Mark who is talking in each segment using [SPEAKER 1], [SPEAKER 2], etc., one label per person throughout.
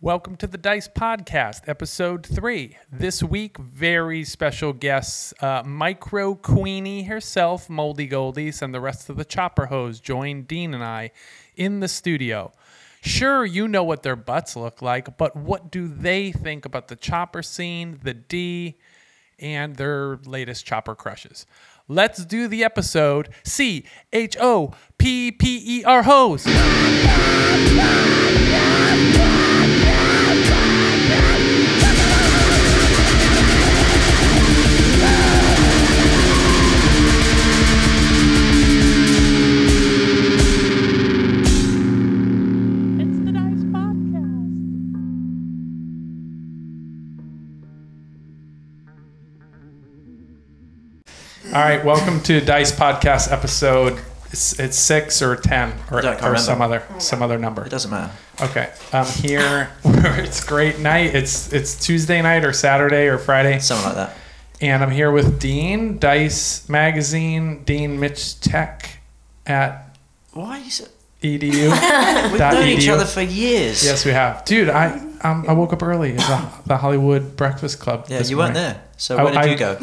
[SPEAKER 1] Welcome to the Dice Podcast, episode three. This week, very special guests, uh, Micro Queenie herself, Moldy Goldies, and the rest of the Chopper Hose join Dean and I in the studio. Sure, you know what their butts look like, but what do they think about the chopper scene, the D, and their latest chopper crushes? Let's do the episode C H O P P E R Hose.
[SPEAKER 2] It's the Dice Podcast.
[SPEAKER 1] All right, welcome to Dice Podcast episode. It's, it's six or ten or,
[SPEAKER 3] Yeah, I
[SPEAKER 1] or
[SPEAKER 3] can't remember.
[SPEAKER 1] some other some other number.
[SPEAKER 3] It doesn't matter.
[SPEAKER 1] Okay, I'm here. it's great night. It's it's Tuesday night or Saturday or Friday,
[SPEAKER 3] Something like that.
[SPEAKER 1] and I'm here with Dean Dice Magazine, Dean Mitch Tech at E
[SPEAKER 3] Why are you so...
[SPEAKER 1] edu.
[SPEAKER 3] We've
[SPEAKER 1] That
[SPEAKER 3] known each
[SPEAKER 1] idiot.
[SPEAKER 3] other for years.
[SPEAKER 1] E yes, we have, dude. I um, I woke up early. It's the, the Hollywood Breakfast Club.
[SPEAKER 3] Yeah,
[SPEAKER 1] this
[SPEAKER 3] you weren't
[SPEAKER 1] morning.
[SPEAKER 3] there. So
[SPEAKER 1] I-
[SPEAKER 3] where did
[SPEAKER 1] Oh, I-
[SPEAKER 3] you go?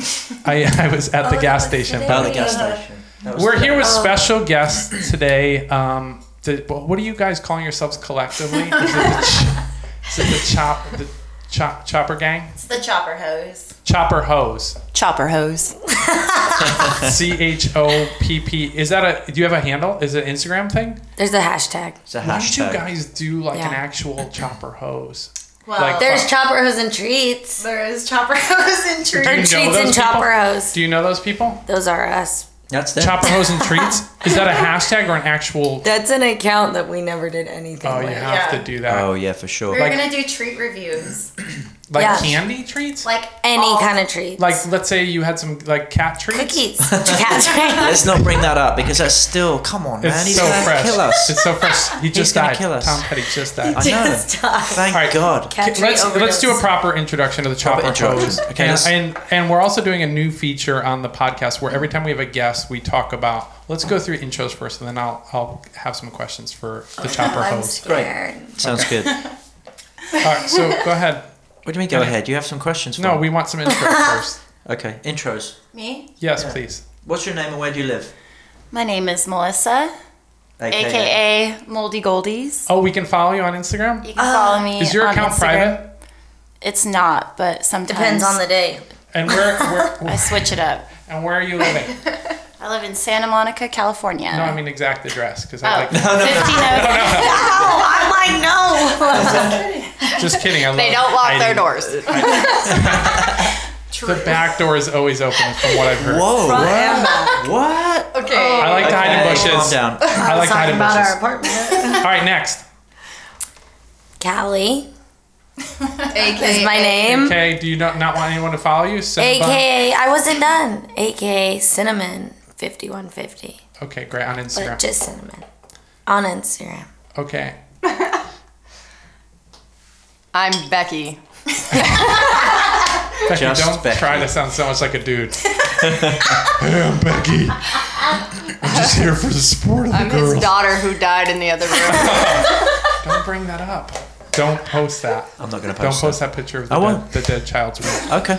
[SPEAKER 1] I I was at the
[SPEAKER 4] Oh,
[SPEAKER 1] gas
[SPEAKER 4] that was
[SPEAKER 1] station.
[SPEAKER 4] today.
[SPEAKER 3] Down
[SPEAKER 4] Down
[SPEAKER 3] the
[SPEAKER 4] the
[SPEAKER 3] gas
[SPEAKER 4] Uh,
[SPEAKER 3] station. That was
[SPEAKER 1] We're
[SPEAKER 3] the-
[SPEAKER 1] here with
[SPEAKER 4] Oh.
[SPEAKER 1] special guests today. Um, the, what are you guys calling yourselves collectively? Is it the, ch- is it the chop the chop chopper gang?
[SPEAKER 4] It's the chopper hose.
[SPEAKER 1] Chopper hose.
[SPEAKER 5] chopper hose.
[SPEAKER 1] C H O P P. Is that a? Do you have a handle? Is it an Instagram thing?
[SPEAKER 5] There's a hashtag.
[SPEAKER 3] It's a
[SPEAKER 1] Why don't you
[SPEAKER 3] hashtag.
[SPEAKER 1] guys do like an
[SPEAKER 5] Yeah.
[SPEAKER 1] actual chopper hose?
[SPEAKER 4] Well,
[SPEAKER 1] Like- uh,
[SPEAKER 5] There's chopper hose and treats.
[SPEAKER 4] there is chopper hose and
[SPEAKER 1] Do
[SPEAKER 5] Or
[SPEAKER 1] you know
[SPEAKER 4] trees.
[SPEAKER 5] treats
[SPEAKER 1] those
[SPEAKER 5] and
[SPEAKER 1] people?
[SPEAKER 5] chopper hose.
[SPEAKER 1] Do you know those people?
[SPEAKER 5] Those are us.
[SPEAKER 3] That's them.
[SPEAKER 1] Chopper hose and treats. Is that a hashtag or an actual?
[SPEAKER 5] That's an account that we never did anything
[SPEAKER 1] Oh, you
[SPEAKER 5] with.
[SPEAKER 1] have
[SPEAKER 4] Yeah.
[SPEAKER 1] to do that.
[SPEAKER 3] Oh, yeah, for sure.
[SPEAKER 4] We're
[SPEAKER 1] Like-
[SPEAKER 4] gonna do treat reviews,
[SPEAKER 1] Like
[SPEAKER 5] Yeah.
[SPEAKER 1] candy treats.
[SPEAKER 4] like
[SPEAKER 5] Any
[SPEAKER 4] all-
[SPEAKER 5] kind of treats.
[SPEAKER 1] Like let's say you had some like cat treats.
[SPEAKER 5] cookies. Cats, right?
[SPEAKER 3] Let's not bring that up because that's still... Come on, man.
[SPEAKER 1] It's
[SPEAKER 3] He's
[SPEAKER 1] so
[SPEAKER 3] going to
[SPEAKER 1] fresh.
[SPEAKER 3] kill us.
[SPEAKER 1] It's so fresh. He just
[SPEAKER 3] gonna
[SPEAKER 1] died.
[SPEAKER 3] kill us.
[SPEAKER 1] Tom Petty just died.
[SPEAKER 3] I know.
[SPEAKER 5] Just us.
[SPEAKER 3] Thank
[SPEAKER 1] All right.
[SPEAKER 3] God.
[SPEAKER 5] Cat treat
[SPEAKER 1] Let's, let's do a
[SPEAKER 5] overdose.
[SPEAKER 1] proper introduction to the chopper
[SPEAKER 3] Proper introduction.
[SPEAKER 1] hose.
[SPEAKER 3] Okay,
[SPEAKER 1] and,
[SPEAKER 3] let's-
[SPEAKER 1] and and we're also doing a new feature on the podcast where every time we have a guest, we talk about. Let's go through intros first, and then I'll I'll have some questions for the chopper
[SPEAKER 5] I'm
[SPEAKER 1] hose.
[SPEAKER 5] scared.
[SPEAKER 3] Sounds good. What
[SPEAKER 1] All right, so go ahead.
[SPEAKER 3] do you mean, go ahead? You have some questions for
[SPEAKER 1] No,
[SPEAKER 3] me?
[SPEAKER 1] we want some intros first.
[SPEAKER 3] Okay, intros.
[SPEAKER 4] me.
[SPEAKER 1] Yes,
[SPEAKER 3] Yeah.
[SPEAKER 1] please.
[SPEAKER 3] What's your name and where do you live?
[SPEAKER 4] My name is Melissa, aka, Moldy Goldies.
[SPEAKER 1] Oh, we can follow you on Instagram.
[SPEAKER 4] You can follow me.
[SPEAKER 1] Is your
[SPEAKER 4] on
[SPEAKER 1] account
[SPEAKER 4] Instagram.
[SPEAKER 1] private?
[SPEAKER 4] It's not, but sometimes
[SPEAKER 5] Depends on the day.
[SPEAKER 1] And where, where,
[SPEAKER 4] I switch it up.
[SPEAKER 1] and where are you living?
[SPEAKER 4] I live in Santa Monica, California.
[SPEAKER 1] No, I mean exact address because
[SPEAKER 4] oh,
[SPEAKER 1] I like.
[SPEAKER 4] 15
[SPEAKER 5] Oh, I'm like, no.
[SPEAKER 1] Just kidding. I
[SPEAKER 2] They
[SPEAKER 1] love
[SPEAKER 2] don't lock their
[SPEAKER 1] hiding.
[SPEAKER 2] doors.
[SPEAKER 1] The back door is always open, from what I've heard.
[SPEAKER 3] Whoa,
[SPEAKER 5] and
[SPEAKER 3] what? What?
[SPEAKER 2] Okay.
[SPEAKER 1] I like to hide in
[SPEAKER 3] Okay, Calm
[SPEAKER 1] bushes.
[SPEAKER 3] down.
[SPEAKER 1] I like to hide
[SPEAKER 5] Talking
[SPEAKER 1] in
[SPEAKER 5] about our
[SPEAKER 1] bushes.
[SPEAKER 5] apartment.
[SPEAKER 1] All right, next.
[SPEAKER 5] Callie
[SPEAKER 2] AKA.
[SPEAKER 5] is my name.
[SPEAKER 1] Okay, do you not, not want anyone to follow you? Cinnabon?
[SPEAKER 5] AKA, I wasn't done. AKA Cinnamon 5150.
[SPEAKER 1] Okay, great on
[SPEAKER 5] But
[SPEAKER 1] Instagram.
[SPEAKER 5] just Cinnamon. On Instagram.
[SPEAKER 1] Okay.
[SPEAKER 2] I'm Becky.
[SPEAKER 1] Becky,
[SPEAKER 3] Just
[SPEAKER 1] don't
[SPEAKER 3] Becky.
[SPEAKER 1] try to sound so much like a dude. hey, I'm Becky. I'm just here for the sport of
[SPEAKER 2] I'm his daughter who died in the other room.
[SPEAKER 1] Don't bring that up. Don't post that.
[SPEAKER 3] I'm not going to
[SPEAKER 1] Don't
[SPEAKER 3] post
[SPEAKER 1] post that picture of the,
[SPEAKER 3] I
[SPEAKER 1] dead,
[SPEAKER 3] won't.
[SPEAKER 1] the dead child's room.
[SPEAKER 3] that. Okay.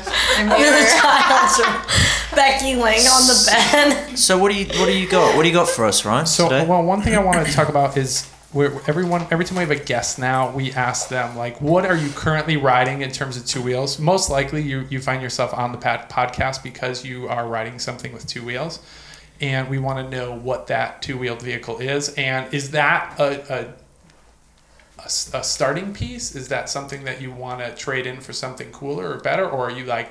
[SPEAKER 5] Becky laying on the bed.
[SPEAKER 3] So what do you what do you got? What do you got for us, Ryan?
[SPEAKER 1] So,
[SPEAKER 3] today?
[SPEAKER 1] well, one thing I want to talk about is where everyone, every time we have a guest now, we ask them like, "What are you currently riding in terms of two wheels?" Most likely, you you find yourself on the pad- podcast because you are riding something with two wheels, and we want to know what that two wheeled vehicle is, and is that a, a a s- a starting piece? Is that something that you want to trade in for something cooler or better, or are you like?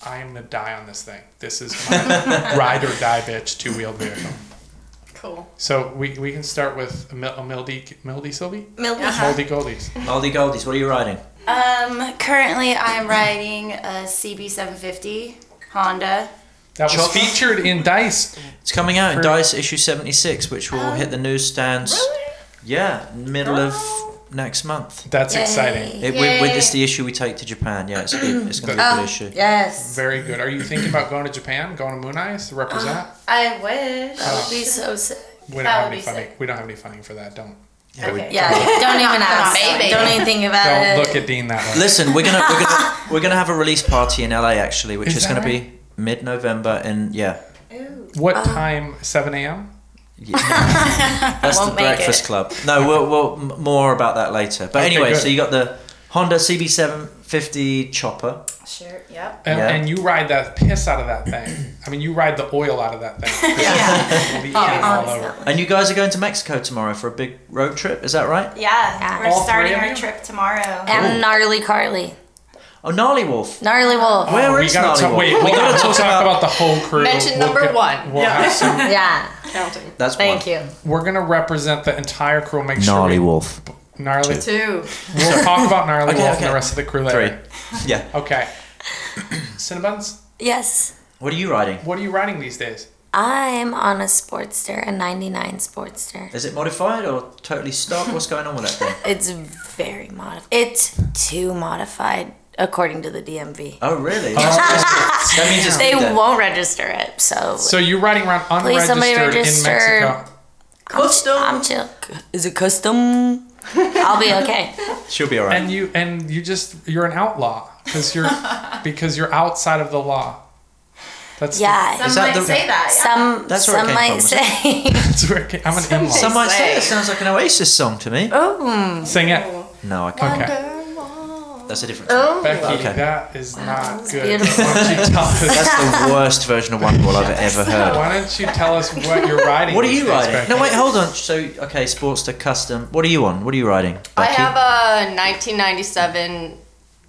[SPEAKER 1] I am gonna die on this thing. This is my ride or die bitch two wheeled vehicle.
[SPEAKER 2] cool.
[SPEAKER 1] So we, we can start with Mil- Mildy, Mildy Sylvie?
[SPEAKER 5] Milky.
[SPEAKER 1] Moldy Goldies.
[SPEAKER 3] Moldy Goldies, what are you riding?
[SPEAKER 4] Um, currently I'm riding a CB750 Honda.
[SPEAKER 1] That was
[SPEAKER 3] Chopper?
[SPEAKER 1] featured in Dice.
[SPEAKER 3] It's coming out in
[SPEAKER 1] For-
[SPEAKER 3] Dice issue 76, which
[SPEAKER 5] Um,
[SPEAKER 3] will hit the newsstands. Yeah, middle
[SPEAKER 5] Oh.
[SPEAKER 3] of next month.
[SPEAKER 1] That's
[SPEAKER 5] Yay.
[SPEAKER 1] exciting.
[SPEAKER 3] It, with, with this
[SPEAKER 4] Yay.
[SPEAKER 3] the issue we take to Japan. Yeah, it's, it, it's going
[SPEAKER 5] Oh.
[SPEAKER 3] to be a good issue.
[SPEAKER 5] Yes.
[SPEAKER 1] Very good. Are you thinking about going to Japan, going to Moon Eyes to represent?
[SPEAKER 4] I wish.
[SPEAKER 5] Be so sick.
[SPEAKER 1] we don't
[SPEAKER 4] that
[SPEAKER 1] have
[SPEAKER 4] would
[SPEAKER 1] any
[SPEAKER 4] be
[SPEAKER 1] funding.
[SPEAKER 4] sick.
[SPEAKER 1] We don't have any funding for that. Don't
[SPEAKER 3] Yeah, we-
[SPEAKER 4] Okay.
[SPEAKER 5] Yeah, don't even ask.
[SPEAKER 4] Maybe.
[SPEAKER 5] Don't even think about
[SPEAKER 1] Don't
[SPEAKER 5] it.
[SPEAKER 1] look at Dean that way.
[SPEAKER 3] Listen, we're gonna we're gonna we're gonna have a release party in LA actually, which
[SPEAKER 1] Is
[SPEAKER 3] is,
[SPEAKER 1] that
[SPEAKER 3] gonna be mid November and yeah.
[SPEAKER 1] What time? 7 a.m.
[SPEAKER 3] Yeah. That's the
[SPEAKER 5] Won't make
[SPEAKER 3] Breakfast
[SPEAKER 5] it.
[SPEAKER 3] Club. No, we'll, we'll m- more about that later. But
[SPEAKER 1] Okay,
[SPEAKER 3] anyway,
[SPEAKER 1] good.
[SPEAKER 3] so you got the Honda CB750 chopper.
[SPEAKER 4] Sure. Yep.
[SPEAKER 1] And,
[SPEAKER 3] Yeah.
[SPEAKER 1] and you ride the piss out of that thing. I mean, you ride the oil out of that thing. It'll be all over.
[SPEAKER 5] Honestly.
[SPEAKER 3] And you guys are going to Mexico tomorrow for a big road trip, is that right?
[SPEAKER 4] Yeah.
[SPEAKER 5] Yeah.
[SPEAKER 4] We're
[SPEAKER 1] All
[SPEAKER 4] starting
[SPEAKER 1] three of
[SPEAKER 4] our
[SPEAKER 1] you?
[SPEAKER 4] trip tomorrow.
[SPEAKER 5] And gnarly Carly,
[SPEAKER 3] Oh, Gnarly Wolf.
[SPEAKER 5] gnarly wolf.
[SPEAKER 3] Where
[SPEAKER 1] Oh, we
[SPEAKER 3] is
[SPEAKER 1] gotta
[SPEAKER 3] Gnarly
[SPEAKER 1] talk,
[SPEAKER 3] Wolf?
[SPEAKER 1] wait, we gotta talk about the whole crew.
[SPEAKER 2] Mention number
[SPEAKER 1] get-
[SPEAKER 2] one.
[SPEAKER 1] We'll have some,
[SPEAKER 5] Yeah,
[SPEAKER 2] Counting.
[SPEAKER 3] That's
[SPEAKER 5] thank
[SPEAKER 3] one.
[SPEAKER 5] you.
[SPEAKER 1] we're gonna represent the entire crew. Make sure
[SPEAKER 3] Gnarly
[SPEAKER 1] we-
[SPEAKER 3] Wolf.
[SPEAKER 1] Gnarly. we
[SPEAKER 2] Two.
[SPEAKER 1] We'll talk about gnarly
[SPEAKER 3] Okay,
[SPEAKER 1] wolf and
[SPEAKER 3] okay.
[SPEAKER 1] the rest of the crew
[SPEAKER 3] Three.
[SPEAKER 1] later.
[SPEAKER 3] Yeah.
[SPEAKER 1] Okay. Cinnabons,
[SPEAKER 5] Yes,
[SPEAKER 3] What are you riding?
[SPEAKER 1] what are you riding these days?
[SPEAKER 5] I'm on a Sportster, a 99 Sportster.
[SPEAKER 3] Is it modified or totally stock? What's going on with that thing?
[SPEAKER 5] It's very modified. It's too modified, according to the DMV.
[SPEAKER 3] Oh, really? that means it's
[SPEAKER 5] They
[SPEAKER 3] legal.
[SPEAKER 5] won't register it, so,
[SPEAKER 1] So you're riding around
[SPEAKER 5] Please, somebody
[SPEAKER 1] unregistered in
[SPEAKER 5] register.
[SPEAKER 1] Mexico.
[SPEAKER 5] I'm chill. Is it custom? I'll be okay.
[SPEAKER 3] She'll be all right.
[SPEAKER 1] And you and you just you're an outlaw because you're because you're outside of the law. That's the-
[SPEAKER 5] Yeah.
[SPEAKER 4] Some
[SPEAKER 3] Is that
[SPEAKER 4] might
[SPEAKER 3] the-
[SPEAKER 4] say that. yeah.
[SPEAKER 5] Some
[SPEAKER 3] That's where it
[SPEAKER 5] some
[SPEAKER 3] came
[SPEAKER 5] might
[SPEAKER 3] from, wasn't
[SPEAKER 5] say,
[SPEAKER 1] that's where it came- I'm an in-law.
[SPEAKER 3] Some might say
[SPEAKER 2] say.
[SPEAKER 3] it sounds like an Oasis song to me.
[SPEAKER 5] oh,
[SPEAKER 1] Sing it,
[SPEAKER 3] No, I can't.
[SPEAKER 1] okay.
[SPEAKER 3] That's a different song.
[SPEAKER 1] Becky,
[SPEAKER 3] Okay.
[SPEAKER 1] that is not good.
[SPEAKER 5] beautiful.
[SPEAKER 1] Why don't you tell us?
[SPEAKER 3] That's the worst version of Wonderwall I've ever heard.
[SPEAKER 1] Why don't you tell us what you're riding?
[SPEAKER 3] What are
[SPEAKER 1] these
[SPEAKER 3] you
[SPEAKER 1] days,
[SPEAKER 3] riding?
[SPEAKER 1] Becky?
[SPEAKER 3] No, wait, hold on. So, okay, Sportster Custom. What are you on? What are you riding?
[SPEAKER 2] I
[SPEAKER 3] Becky?
[SPEAKER 2] have a 1997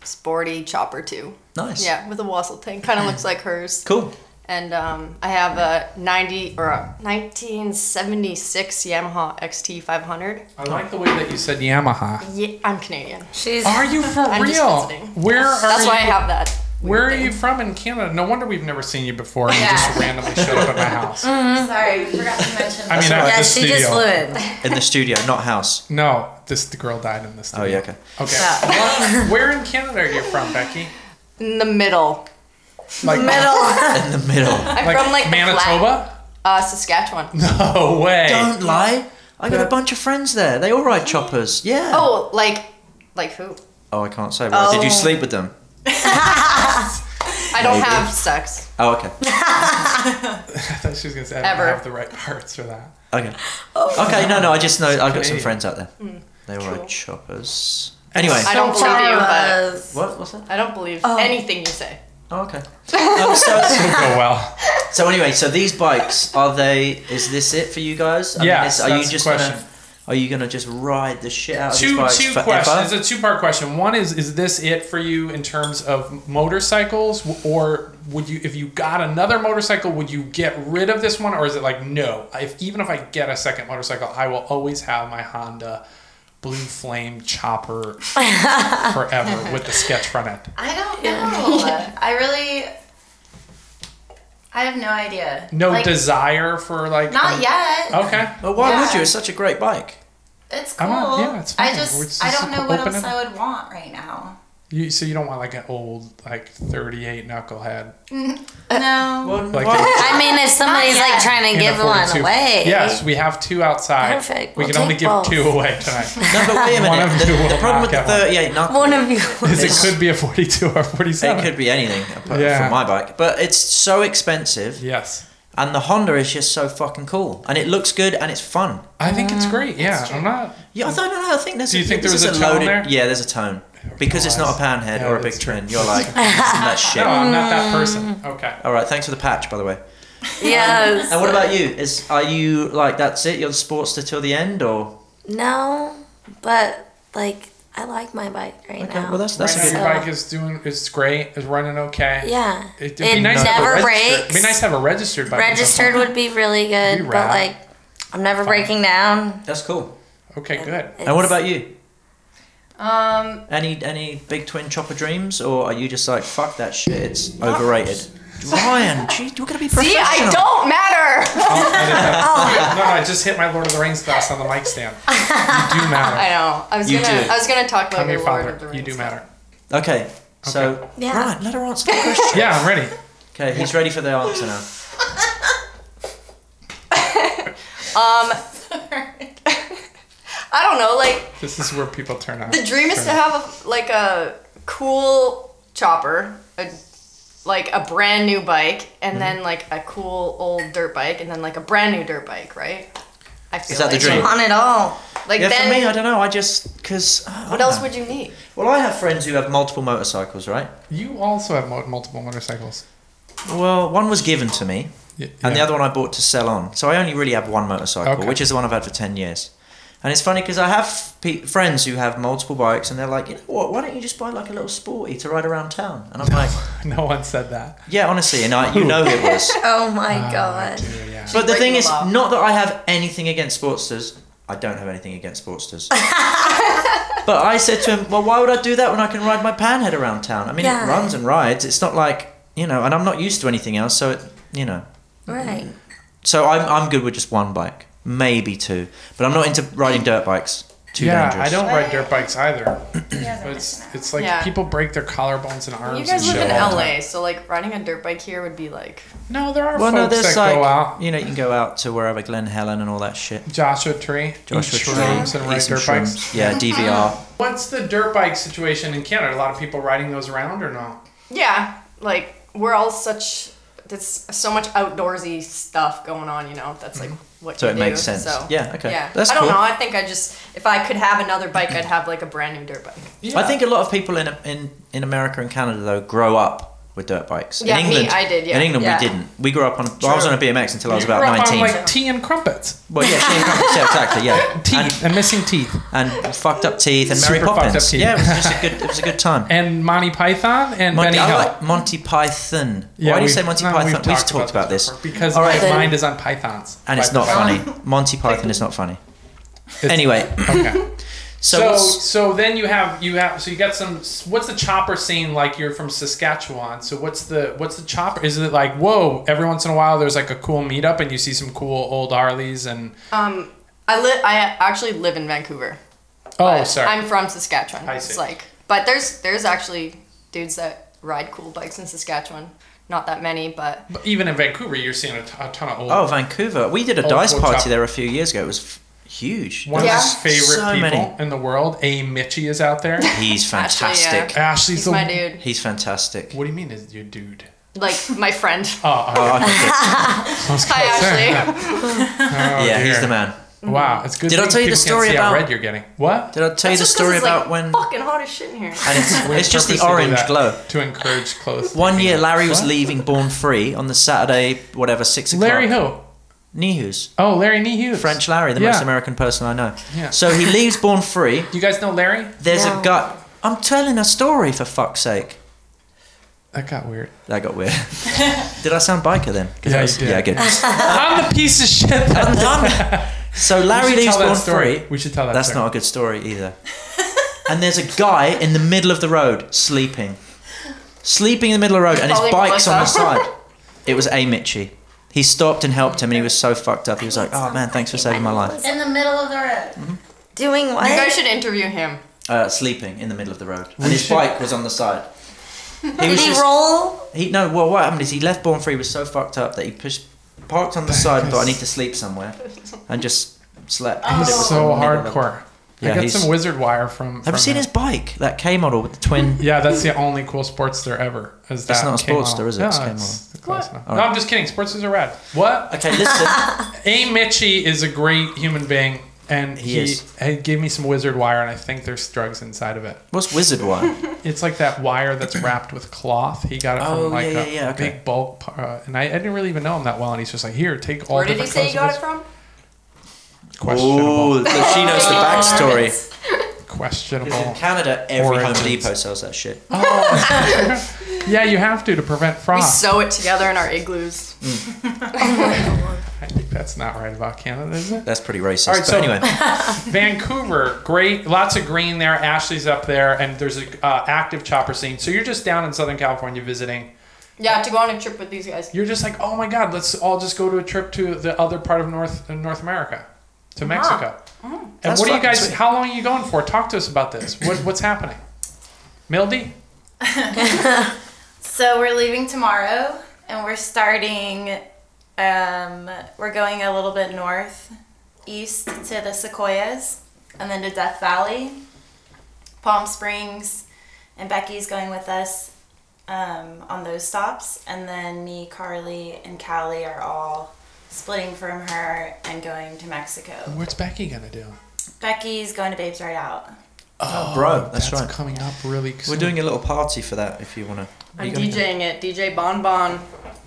[SPEAKER 2] sporty chopper too.
[SPEAKER 3] Nice.
[SPEAKER 2] Yeah, with a wassail tank. Kind of looks like hers.
[SPEAKER 3] Cool.
[SPEAKER 2] And um, I have a 90 or a 1976 Yamaha XT 500.
[SPEAKER 1] I like the way that you said Yamaha.
[SPEAKER 2] Yeah, I'm Canadian.
[SPEAKER 5] she's
[SPEAKER 1] Are you for
[SPEAKER 2] I'm just
[SPEAKER 1] real?
[SPEAKER 2] visiting.
[SPEAKER 1] Where are
[SPEAKER 2] That's
[SPEAKER 1] you?
[SPEAKER 2] why I have that.
[SPEAKER 1] where are
[SPEAKER 2] thing.
[SPEAKER 1] you from in Canada? No wonder we've never seen you before. And You just randomly showed up at my house. I
[SPEAKER 4] Sorry, we forgot to mention. that.
[SPEAKER 1] mean,
[SPEAKER 3] all
[SPEAKER 1] at
[SPEAKER 3] right.
[SPEAKER 5] yeah,
[SPEAKER 1] the
[SPEAKER 5] she
[SPEAKER 1] studio.
[SPEAKER 5] just flew in.
[SPEAKER 3] In the studio, not house.
[SPEAKER 1] No, this the girl died in the
[SPEAKER 3] Oh,
[SPEAKER 1] studio.
[SPEAKER 3] yeah, okay.
[SPEAKER 1] Okay. Where-
[SPEAKER 5] Yeah.
[SPEAKER 1] Where in Canada are you from, Becky?
[SPEAKER 2] In the middle.
[SPEAKER 1] Like
[SPEAKER 5] Middle.
[SPEAKER 3] In the middle.
[SPEAKER 2] I'm from like the flat-
[SPEAKER 1] Manitoba?
[SPEAKER 2] uh, Saskatchewan.
[SPEAKER 1] No way.
[SPEAKER 3] Don't lie. I got a bunch of friends there. They all ride choppers. Yeah.
[SPEAKER 2] Oh, like, like who?
[SPEAKER 3] Oh, I can't say. Why? Did you
[SPEAKER 5] Oh.
[SPEAKER 3] sleep with them?
[SPEAKER 2] I don't
[SPEAKER 3] Maybe.
[SPEAKER 2] have sex.
[SPEAKER 3] Oh, okay.
[SPEAKER 1] I thought she was gonna say I don't
[SPEAKER 2] Ever.
[SPEAKER 1] have the right parts for that.
[SPEAKER 3] Okay. Okay, no, no, I just know I've got
[SPEAKER 1] Canadian.
[SPEAKER 3] some friends out there. They all
[SPEAKER 2] cool.
[SPEAKER 3] ride choppers. Anyway.
[SPEAKER 2] I don't believe you, but
[SPEAKER 3] What? What's that?
[SPEAKER 2] I don't believe anything you say.
[SPEAKER 3] Oh, okay. Um, so,
[SPEAKER 1] It'll go Oh, well.
[SPEAKER 3] So anyway, so these bikes are they? Is this it for you guys? I
[SPEAKER 1] Yes,
[SPEAKER 3] is-
[SPEAKER 1] that's the question.
[SPEAKER 3] gonna? Are you gonna just ride the shit out of these
[SPEAKER 1] two
[SPEAKER 3] bikes
[SPEAKER 1] two
[SPEAKER 3] forever?
[SPEAKER 1] questions. It's a two part question. One is is this it for you in terms of motorcycles, W- or would you if you got another motorcycle, would you get rid of this one, or is it like no? If even if I get a second motorcycle, I will always have my Honda Blue Flame Chopper forever with the sketch front end.
[SPEAKER 4] I don't know. I really, I have no idea.
[SPEAKER 1] No
[SPEAKER 4] Like,
[SPEAKER 1] desire for like
[SPEAKER 4] Not
[SPEAKER 1] um,
[SPEAKER 4] yet.
[SPEAKER 1] Okay.
[SPEAKER 3] But why
[SPEAKER 4] Yeah.
[SPEAKER 3] would you? It's such a great bike.
[SPEAKER 4] It's
[SPEAKER 1] I'm
[SPEAKER 4] cool.
[SPEAKER 1] not- yeah, it's
[SPEAKER 4] I
[SPEAKER 1] fine. We're
[SPEAKER 4] just,
[SPEAKER 1] just
[SPEAKER 4] I don't know what
[SPEAKER 1] open
[SPEAKER 4] else
[SPEAKER 1] it.
[SPEAKER 4] I would want right now.
[SPEAKER 1] You, so you don't want like an old like thirty eight knucklehead
[SPEAKER 4] No.
[SPEAKER 3] Well,
[SPEAKER 1] like.
[SPEAKER 3] why-
[SPEAKER 5] I mean, if somebody's
[SPEAKER 4] Not yet.
[SPEAKER 5] like trying to
[SPEAKER 1] in a
[SPEAKER 5] give one
[SPEAKER 1] 42.
[SPEAKER 5] away,
[SPEAKER 1] Yes, we have two outside.
[SPEAKER 5] Perfect.
[SPEAKER 1] We
[SPEAKER 5] We'll
[SPEAKER 1] can only
[SPEAKER 5] take
[SPEAKER 1] give
[SPEAKER 5] both.
[SPEAKER 1] two away tonight.
[SPEAKER 3] no, but wait a
[SPEAKER 1] One
[SPEAKER 3] minute.
[SPEAKER 1] of
[SPEAKER 3] The,
[SPEAKER 1] you will
[SPEAKER 3] the problem with the
[SPEAKER 1] not get one.
[SPEAKER 3] 38 knuckle,
[SPEAKER 5] one of you.
[SPEAKER 1] is it could be a 42 or
[SPEAKER 3] it
[SPEAKER 1] 47.
[SPEAKER 3] could be anything apart
[SPEAKER 1] Yeah.
[SPEAKER 3] from my bike, but it's so expensive,
[SPEAKER 1] Yes.
[SPEAKER 3] and the Honda is just so fucking cool, and it looks good and it's fun.
[SPEAKER 1] I think it's great. Yeah. I'm not.
[SPEAKER 3] Yeah, I don't know. I think there's.
[SPEAKER 1] Do you
[SPEAKER 3] a,
[SPEAKER 1] think there
[SPEAKER 3] this
[SPEAKER 1] was
[SPEAKER 3] is
[SPEAKER 1] a tone
[SPEAKER 3] loaded,
[SPEAKER 1] there?
[SPEAKER 3] Yeah, there's a tone because it's not a panhead
[SPEAKER 1] Yeah,
[SPEAKER 3] or a big
[SPEAKER 1] that's true.
[SPEAKER 3] twin. You're like that shit.
[SPEAKER 1] No, I'm not that person. Okay.
[SPEAKER 3] All right, thanks for the patch, by the way.
[SPEAKER 5] Yes.
[SPEAKER 3] And what about you? Is are you like that's it? You're the sportster till the end, or
[SPEAKER 5] No, but like I like my bike right
[SPEAKER 3] okay,
[SPEAKER 5] now.
[SPEAKER 3] well that's that's
[SPEAKER 1] right
[SPEAKER 3] a
[SPEAKER 1] now
[SPEAKER 3] good.
[SPEAKER 5] good-
[SPEAKER 1] your bike is doing. It's great. It's running okay.
[SPEAKER 5] yeah,
[SPEAKER 1] It-
[SPEAKER 5] it,
[SPEAKER 1] it'd be nice to have a
[SPEAKER 5] never
[SPEAKER 1] register-
[SPEAKER 5] breaks.
[SPEAKER 1] It'd be nice to have a registered bike. or
[SPEAKER 5] Registered would be really
[SPEAKER 1] Be
[SPEAKER 5] good, but
[SPEAKER 1] rad.
[SPEAKER 5] like I'm never breaking down.
[SPEAKER 3] That's cool.
[SPEAKER 1] something. Okay. Good.
[SPEAKER 3] And what
[SPEAKER 5] It's-
[SPEAKER 3] about you?
[SPEAKER 2] Um,
[SPEAKER 3] Any any big twin chopper dreams, or are you just like fuck that shit? It's overrated. Ryan, gee, you're gonna be professional.
[SPEAKER 2] see, I don't matter.
[SPEAKER 1] I'll edit that. no, I just hit my Lord of the Rings glass on the mic stand. You do
[SPEAKER 2] I
[SPEAKER 1] matter.
[SPEAKER 2] know. I was
[SPEAKER 3] You
[SPEAKER 2] gonna.
[SPEAKER 3] do.
[SPEAKER 2] I was gonna talk about
[SPEAKER 1] I'm your
[SPEAKER 2] your Lord of the
[SPEAKER 1] father. You
[SPEAKER 2] Rings
[SPEAKER 1] do
[SPEAKER 2] stuff.
[SPEAKER 1] matter.
[SPEAKER 3] Okay, so
[SPEAKER 5] Yeah.
[SPEAKER 3] Ryan, let her answer the question.
[SPEAKER 1] Yeah, I'm ready.
[SPEAKER 3] Okay, he's ready for the answer now.
[SPEAKER 2] Um, I don't know, like
[SPEAKER 1] This is where people turn on.
[SPEAKER 2] the dream is to
[SPEAKER 1] turn on.
[SPEAKER 2] have a, like a cool chopper, a, like a brand new bike, and then like a cool old dirt bike, and then like a brand new dirt bike, right? I feel
[SPEAKER 3] that the
[SPEAKER 2] like.
[SPEAKER 3] dream?
[SPEAKER 5] On it all.
[SPEAKER 2] Like
[SPEAKER 3] yeah,
[SPEAKER 2] then,
[SPEAKER 3] for me, I don't know. I just because.
[SPEAKER 2] what else would you need?
[SPEAKER 3] Well, I have friends who have multiple motorcycles, right?
[SPEAKER 1] You also have mo- multiple motorcycles.
[SPEAKER 3] Well, one was given to me,
[SPEAKER 1] Y-
[SPEAKER 3] and the
[SPEAKER 1] yeah.
[SPEAKER 3] other one I bought to sell on. So I only really have one motorcycle,
[SPEAKER 1] Okay.
[SPEAKER 3] which is the one I've had for ten years. And it's funny because I have pe- friends who have multiple bikes, and they're like, you know what? Why don't you just buy like a little sporty to ride around town? And I'm like,
[SPEAKER 1] No one said that.
[SPEAKER 3] yeah, honestly, and I, you know who it was.
[SPEAKER 5] Oh my
[SPEAKER 1] Ah,
[SPEAKER 5] god.
[SPEAKER 1] dear, yeah.
[SPEAKER 3] But the
[SPEAKER 2] breaking
[SPEAKER 3] thing
[SPEAKER 2] the
[SPEAKER 3] is,
[SPEAKER 2] law.
[SPEAKER 3] not that I have anything against sportsters. I don't have anything against sportsters. but I said to him, well, why would I do that when I can ride my panhead around town? I mean,
[SPEAKER 5] Yeah.
[SPEAKER 3] it runs and rides. It's not like, you know, and I'm not used to anything else. So, it, you know.
[SPEAKER 5] Right.
[SPEAKER 3] So I'm, I'm good with just one bike, maybe two. But I'm not into riding dirt bikes. Too
[SPEAKER 1] yeah,
[SPEAKER 3] dangerous.
[SPEAKER 1] I don't ride dirt bikes either.
[SPEAKER 4] Yeah, they're
[SPEAKER 1] It's
[SPEAKER 4] missing out.
[SPEAKER 1] it's like
[SPEAKER 2] Yeah.
[SPEAKER 1] people break their collarbones and arms.
[SPEAKER 2] You guys
[SPEAKER 1] and
[SPEAKER 2] live in
[SPEAKER 1] shit all the
[SPEAKER 2] LA, so like riding a dirt bike here would be like
[SPEAKER 1] time. No, there are
[SPEAKER 3] Well, no,
[SPEAKER 1] folks
[SPEAKER 3] there's
[SPEAKER 1] that
[SPEAKER 3] like,
[SPEAKER 1] go out.
[SPEAKER 3] you know, you can go out to wherever, Glen Helen and all that shit.
[SPEAKER 1] Joshua Tree,
[SPEAKER 3] Joshua
[SPEAKER 1] eat
[SPEAKER 3] Tree,
[SPEAKER 1] shrooms and
[SPEAKER 3] eat
[SPEAKER 1] ride
[SPEAKER 3] some
[SPEAKER 1] dirt bikes.
[SPEAKER 3] shrooms. Yeah, DVR.
[SPEAKER 1] What's the dirt bike situation in Canada? A lot of people riding those around or no?
[SPEAKER 2] yeah, like we're all such there's so much outdoorsy stuff going on, you know. That's like what
[SPEAKER 3] Mm-hmm. So
[SPEAKER 2] you
[SPEAKER 3] it
[SPEAKER 2] do,
[SPEAKER 3] makes sense.
[SPEAKER 2] So
[SPEAKER 3] Yeah, okay.
[SPEAKER 2] Yeah.
[SPEAKER 3] That's
[SPEAKER 2] I don't
[SPEAKER 3] cool.
[SPEAKER 2] know. I think I just if I could have another bike, I'd have like a brand new dirt bike.
[SPEAKER 3] I think a lot of people in, in in America and Canada though grow up with dirt bikes.
[SPEAKER 2] Yeah,
[SPEAKER 3] in
[SPEAKER 2] me,
[SPEAKER 3] England,
[SPEAKER 2] I did, yeah,
[SPEAKER 3] In England,
[SPEAKER 2] yeah.
[SPEAKER 3] we didn't. We grew up on. Well, I was on a BMX until I was
[SPEAKER 1] you
[SPEAKER 3] about
[SPEAKER 1] grew up
[SPEAKER 3] nineteen.
[SPEAKER 1] on like tea and crumpets,
[SPEAKER 3] well, yeah, she- yeah, exactly, yeah.
[SPEAKER 1] teeth
[SPEAKER 3] And,
[SPEAKER 1] and, missing teeth,
[SPEAKER 3] and fucked up teeth and Mary
[SPEAKER 1] Super fucked up
[SPEAKER 3] Poppins.
[SPEAKER 1] teeth.
[SPEAKER 3] Yeah, it was just a good. It was a good time.
[SPEAKER 1] and Monty Python and
[SPEAKER 3] Monty,
[SPEAKER 1] Benny
[SPEAKER 3] I
[SPEAKER 1] Hill.
[SPEAKER 3] like Monty Python. Why do you
[SPEAKER 1] we've-
[SPEAKER 3] say Monty
[SPEAKER 1] no,
[SPEAKER 3] Python? We've
[SPEAKER 1] We've
[SPEAKER 3] talked, about, this,
[SPEAKER 1] before, because
[SPEAKER 3] All
[SPEAKER 1] my
[SPEAKER 3] right,
[SPEAKER 5] then-
[SPEAKER 1] mind is on pythons,
[SPEAKER 3] and it's not funny. Monty Python is not funny.
[SPEAKER 1] It's-
[SPEAKER 3] Anyway,
[SPEAKER 1] Okay.
[SPEAKER 3] so,
[SPEAKER 1] So
[SPEAKER 3] what's-
[SPEAKER 1] so then you have you have so you got some. What's the chopper scene like? You're from Saskatchewan, so what's the what's the chopper? Is it like whoa? Every once in a while, there's like a cool meetup, and you see some cool old Harleys and
[SPEAKER 2] Um, I li- I actually live in Vancouver.
[SPEAKER 1] oh
[SPEAKER 2] but
[SPEAKER 1] sorry,
[SPEAKER 2] I'm from Saskatchewan.
[SPEAKER 1] I see.
[SPEAKER 2] It's like, but there's there's actually dudes that ride cool bikes in Saskatchewan. Not that many, but
[SPEAKER 1] But even in Vancouver, you're seeing a, t- a ton of old.
[SPEAKER 3] oh, Vancouver. We did a
[SPEAKER 1] Oh,
[SPEAKER 3] dice
[SPEAKER 1] cool
[SPEAKER 3] party
[SPEAKER 1] chop.
[SPEAKER 3] there a few years ago. It was f- huge.
[SPEAKER 1] One
[SPEAKER 2] Yeah.
[SPEAKER 1] of his favorite
[SPEAKER 3] So
[SPEAKER 1] people
[SPEAKER 3] many.
[SPEAKER 1] in the world, A. Mitchie, is out there.
[SPEAKER 3] He's
[SPEAKER 2] Actually, yeah.
[SPEAKER 3] fantastic.
[SPEAKER 1] Ashley's
[SPEAKER 2] he's
[SPEAKER 1] the.
[SPEAKER 2] my dude.
[SPEAKER 3] He's fantastic.
[SPEAKER 1] What do you mean, is your dude?
[SPEAKER 2] Like my friend.
[SPEAKER 1] Oh,
[SPEAKER 3] Oh,
[SPEAKER 1] oh,
[SPEAKER 3] I think it-
[SPEAKER 2] Hi, Ashley.
[SPEAKER 1] oh,
[SPEAKER 3] yeah, he's
[SPEAKER 1] dear.
[SPEAKER 3] the man.
[SPEAKER 1] Wow, it's good.
[SPEAKER 3] Did I
[SPEAKER 1] thing
[SPEAKER 3] tell you the
[SPEAKER 1] people can't
[SPEAKER 3] story
[SPEAKER 1] see how
[SPEAKER 3] about-
[SPEAKER 1] red you're getting? What?
[SPEAKER 3] Did I tell you the
[SPEAKER 2] That's just 'cause
[SPEAKER 3] story
[SPEAKER 2] it's, like,
[SPEAKER 3] about when?
[SPEAKER 2] Fucking hot as shit in here.
[SPEAKER 3] And it's,
[SPEAKER 1] We
[SPEAKER 3] it's just the
[SPEAKER 1] purposely do
[SPEAKER 3] orange
[SPEAKER 1] that
[SPEAKER 3] glow.
[SPEAKER 1] to encourage close.
[SPEAKER 3] One year, Larry was
[SPEAKER 1] What?
[SPEAKER 3] leaving Born Free on the Saturday, whatever, six o'clock.
[SPEAKER 1] Larry who?
[SPEAKER 3] Nihus.
[SPEAKER 1] Oh, Larry Nee Hughes.
[SPEAKER 3] French Larry, the
[SPEAKER 1] Yeah.
[SPEAKER 3] most American person I know.
[SPEAKER 1] Yeah.
[SPEAKER 3] So he leaves Born Free.
[SPEAKER 1] You guys know Larry?
[SPEAKER 3] There's
[SPEAKER 5] No.
[SPEAKER 3] a guy. I'm telling a story for fuck's sake.
[SPEAKER 1] That got weird.
[SPEAKER 3] That got weird. did I sound biker then? 'Cause
[SPEAKER 1] Yeah,
[SPEAKER 3] I
[SPEAKER 1] you
[SPEAKER 3] was-
[SPEAKER 1] did.
[SPEAKER 3] Yeah, good.
[SPEAKER 1] I'm the piece of shit. That
[SPEAKER 3] I'm done. So Larry
[SPEAKER 1] We should
[SPEAKER 3] leaves
[SPEAKER 1] tell that
[SPEAKER 3] Born
[SPEAKER 1] story.
[SPEAKER 3] Free.
[SPEAKER 1] We should tell that.
[SPEAKER 3] That's
[SPEAKER 1] story.
[SPEAKER 3] not a good story either. and there's a guy in the middle of the road sleeping. Sleeping in the middle of the road and his
[SPEAKER 2] Probably
[SPEAKER 3] bike's on the
[SPEAKER 2] Melissa.
[SPEAKER 3] side. It was A. Mitchie. He stopped and helped him and he was so fucked up. He was like, oh man, thanks for saving my life.
[SPEAKER 4] In the middle of the road.
[SPEAKER 5] Doing what?
[SPEAKER 2] You guys should interview him.
[SPEAKER 3] Uh, sleeping in the middle of the road. And his
[SPEAKER 1] should-
[SPEAKER 3] bike was on the side. He was
[SPEAKER 5] Did he
[SPEAKER 3] just-
[SPEAKER 5] roll?
[SPEAKER 3] he- no, well, what happened is he left Born Free, was so fucked up that he pushed, parked on the side, but I
[SPEAKER 1] Because-
[SPEAKER 3] need to sleep somewhere, and just slept.
[SPEAKER 4] Oh.
[SPEAKER 3] It
[SPEAKER 1] He's
[SPEAKER 3] was
[SPEAKER 1] so
[SPEAKER 3] in the middle of-
[SPEAKER 1] hardcore.
[SPEAKER 3] Yeah,
[SPEAKER 1] I got
[SPEAKER 3] he's-
[SPEAKER 1] some wizard wire from.
[SPEAKER 3] Have
[SPEAKER 1] from
[SPEAKER 3] you seen
[SPEAKER 1] him.
[SPEAKER 3] his bike? That K model with the twin
[SPEAKER 1] Yeah, that's the only cool sportster ever. Is that
[SPEAKER 3] That's not a
[SPEAKER 1] came
[SPEAKER 3] sportster,
[SPEAKER 1] out.
[SPEAKER 3] is it?
[SPEAKER 1] No,
[SPEAKER 3] It's
[SPEAKER 1] it's close enough.
[SPEAKER 3] All
[SPEAKER 1] No,
[SPEAKER 3] right.
[SPEAKER 1] I'm just kidding. Sportsters are rad. What?
[SPEAKER 3] Okay, listen.
[SPEAKER 1] A. Mitchie is a great human being, and
[SPEAKER 3] He
[SPEAKER 1] he,
[SPEAKER 3] is.
[SPEAKER 1] he gave me some wizard wire, and I think there's drugs inside of it.
[SPEAKER 3] What's wizard wire?
[SPEAKER 1] It's like that wire that's wrapped with cloth. He got it from
[SPEAKER 3] Oh,
[SPEAKER 1] like
[SPEAKER 3] yeah,
[SPEAKER 1] a
[SPEAKER 3] yeah, yeah, okay.
[SPEAKER 1] big bulk, uh, and I, I didn't really even know him that well. And he's just like, "Here, take all."
[SPEAKER 2] Where did he
[SPEAKER 1] different
[SPEAKER 2] say you got
[SPEAKER 1] kinds
[SPEAKER 2] it
[SPEAKER 1] of
[SPEAKER 2] from?
[SPEAKER 1] this Questionable.
[SPEAKER 3] Ooh, so she knows the backstory. Because in
[SPEAKER 1] Questionable. Oh.
[SPEAKER 3] Canada, every
[SPEAKER 1] Origins.
[SPEAKER 3] Home Depot sells that shit.
[SPEAKER 1] yeah, you have to to prevent
[SPEAKER 3] Ah.
[SPEAKER 1] fraud.
[SPEAKER 2] We sew it together in our igloos.
[SPEAKER 1] I think that's not right about Canada, is it?
[SPEAKER 3] That's pretty racist.
[SPEAKER 1] All right,
[SPEAKER 3] but
[SPEAKER 1] so-
[SPEAKER 3] anyway,
[SPEAKER 1] Vancouver, great, lots of green there. Ashley's up there, and there's a uh, active chopper scene. So you're just down in Southern California visiting.
[SPEAKER 2] Yeah, to go on a trip with these guys.
[SPEAKER 1] You're just like, oh my God, let's all just go to a trip to the other part of North North America,
[SPEAKER 2] Uh-huh.
[SPEAKER 1] to Mexico.
[SPEAKER 2] Mm-hmm.
[SPEAKER 1] And
[SPEAKER 3] That's
[SPEAKER 1] what are you
[SPEAKER 3] fucking
[SPEAKER 1] guys?
[SPEAKER 3] sweet.
[SPEAKER 1] How long are you going for? Talk to us about this. What, what's happening, Mildy?
[SPEAKER 4] So we're leaving tomorrow, and we're starting. Um, we're going a little bit north, east to the Sequoias, and then to Death Valley, Palm Springs, and Becky's going with us um, on those stops. And then me, Carly, and Callie are all splitting from her and going to Mexico.
[SPEAKER 1] What's Becky gonna do?
[SPEAKER 4] Becky's going to Babes Right Out.
[SPEAKER 1] Oh,
[SPEAKER 3] bro, that's right.
[SPEAKER 1] coming up really soon.
[SPEAKER 3] We're doing a little party for that if you want to.
[SPEAKER 2] I'm DJing it. DJ Bon Bon.
[SPEAKER 3] E.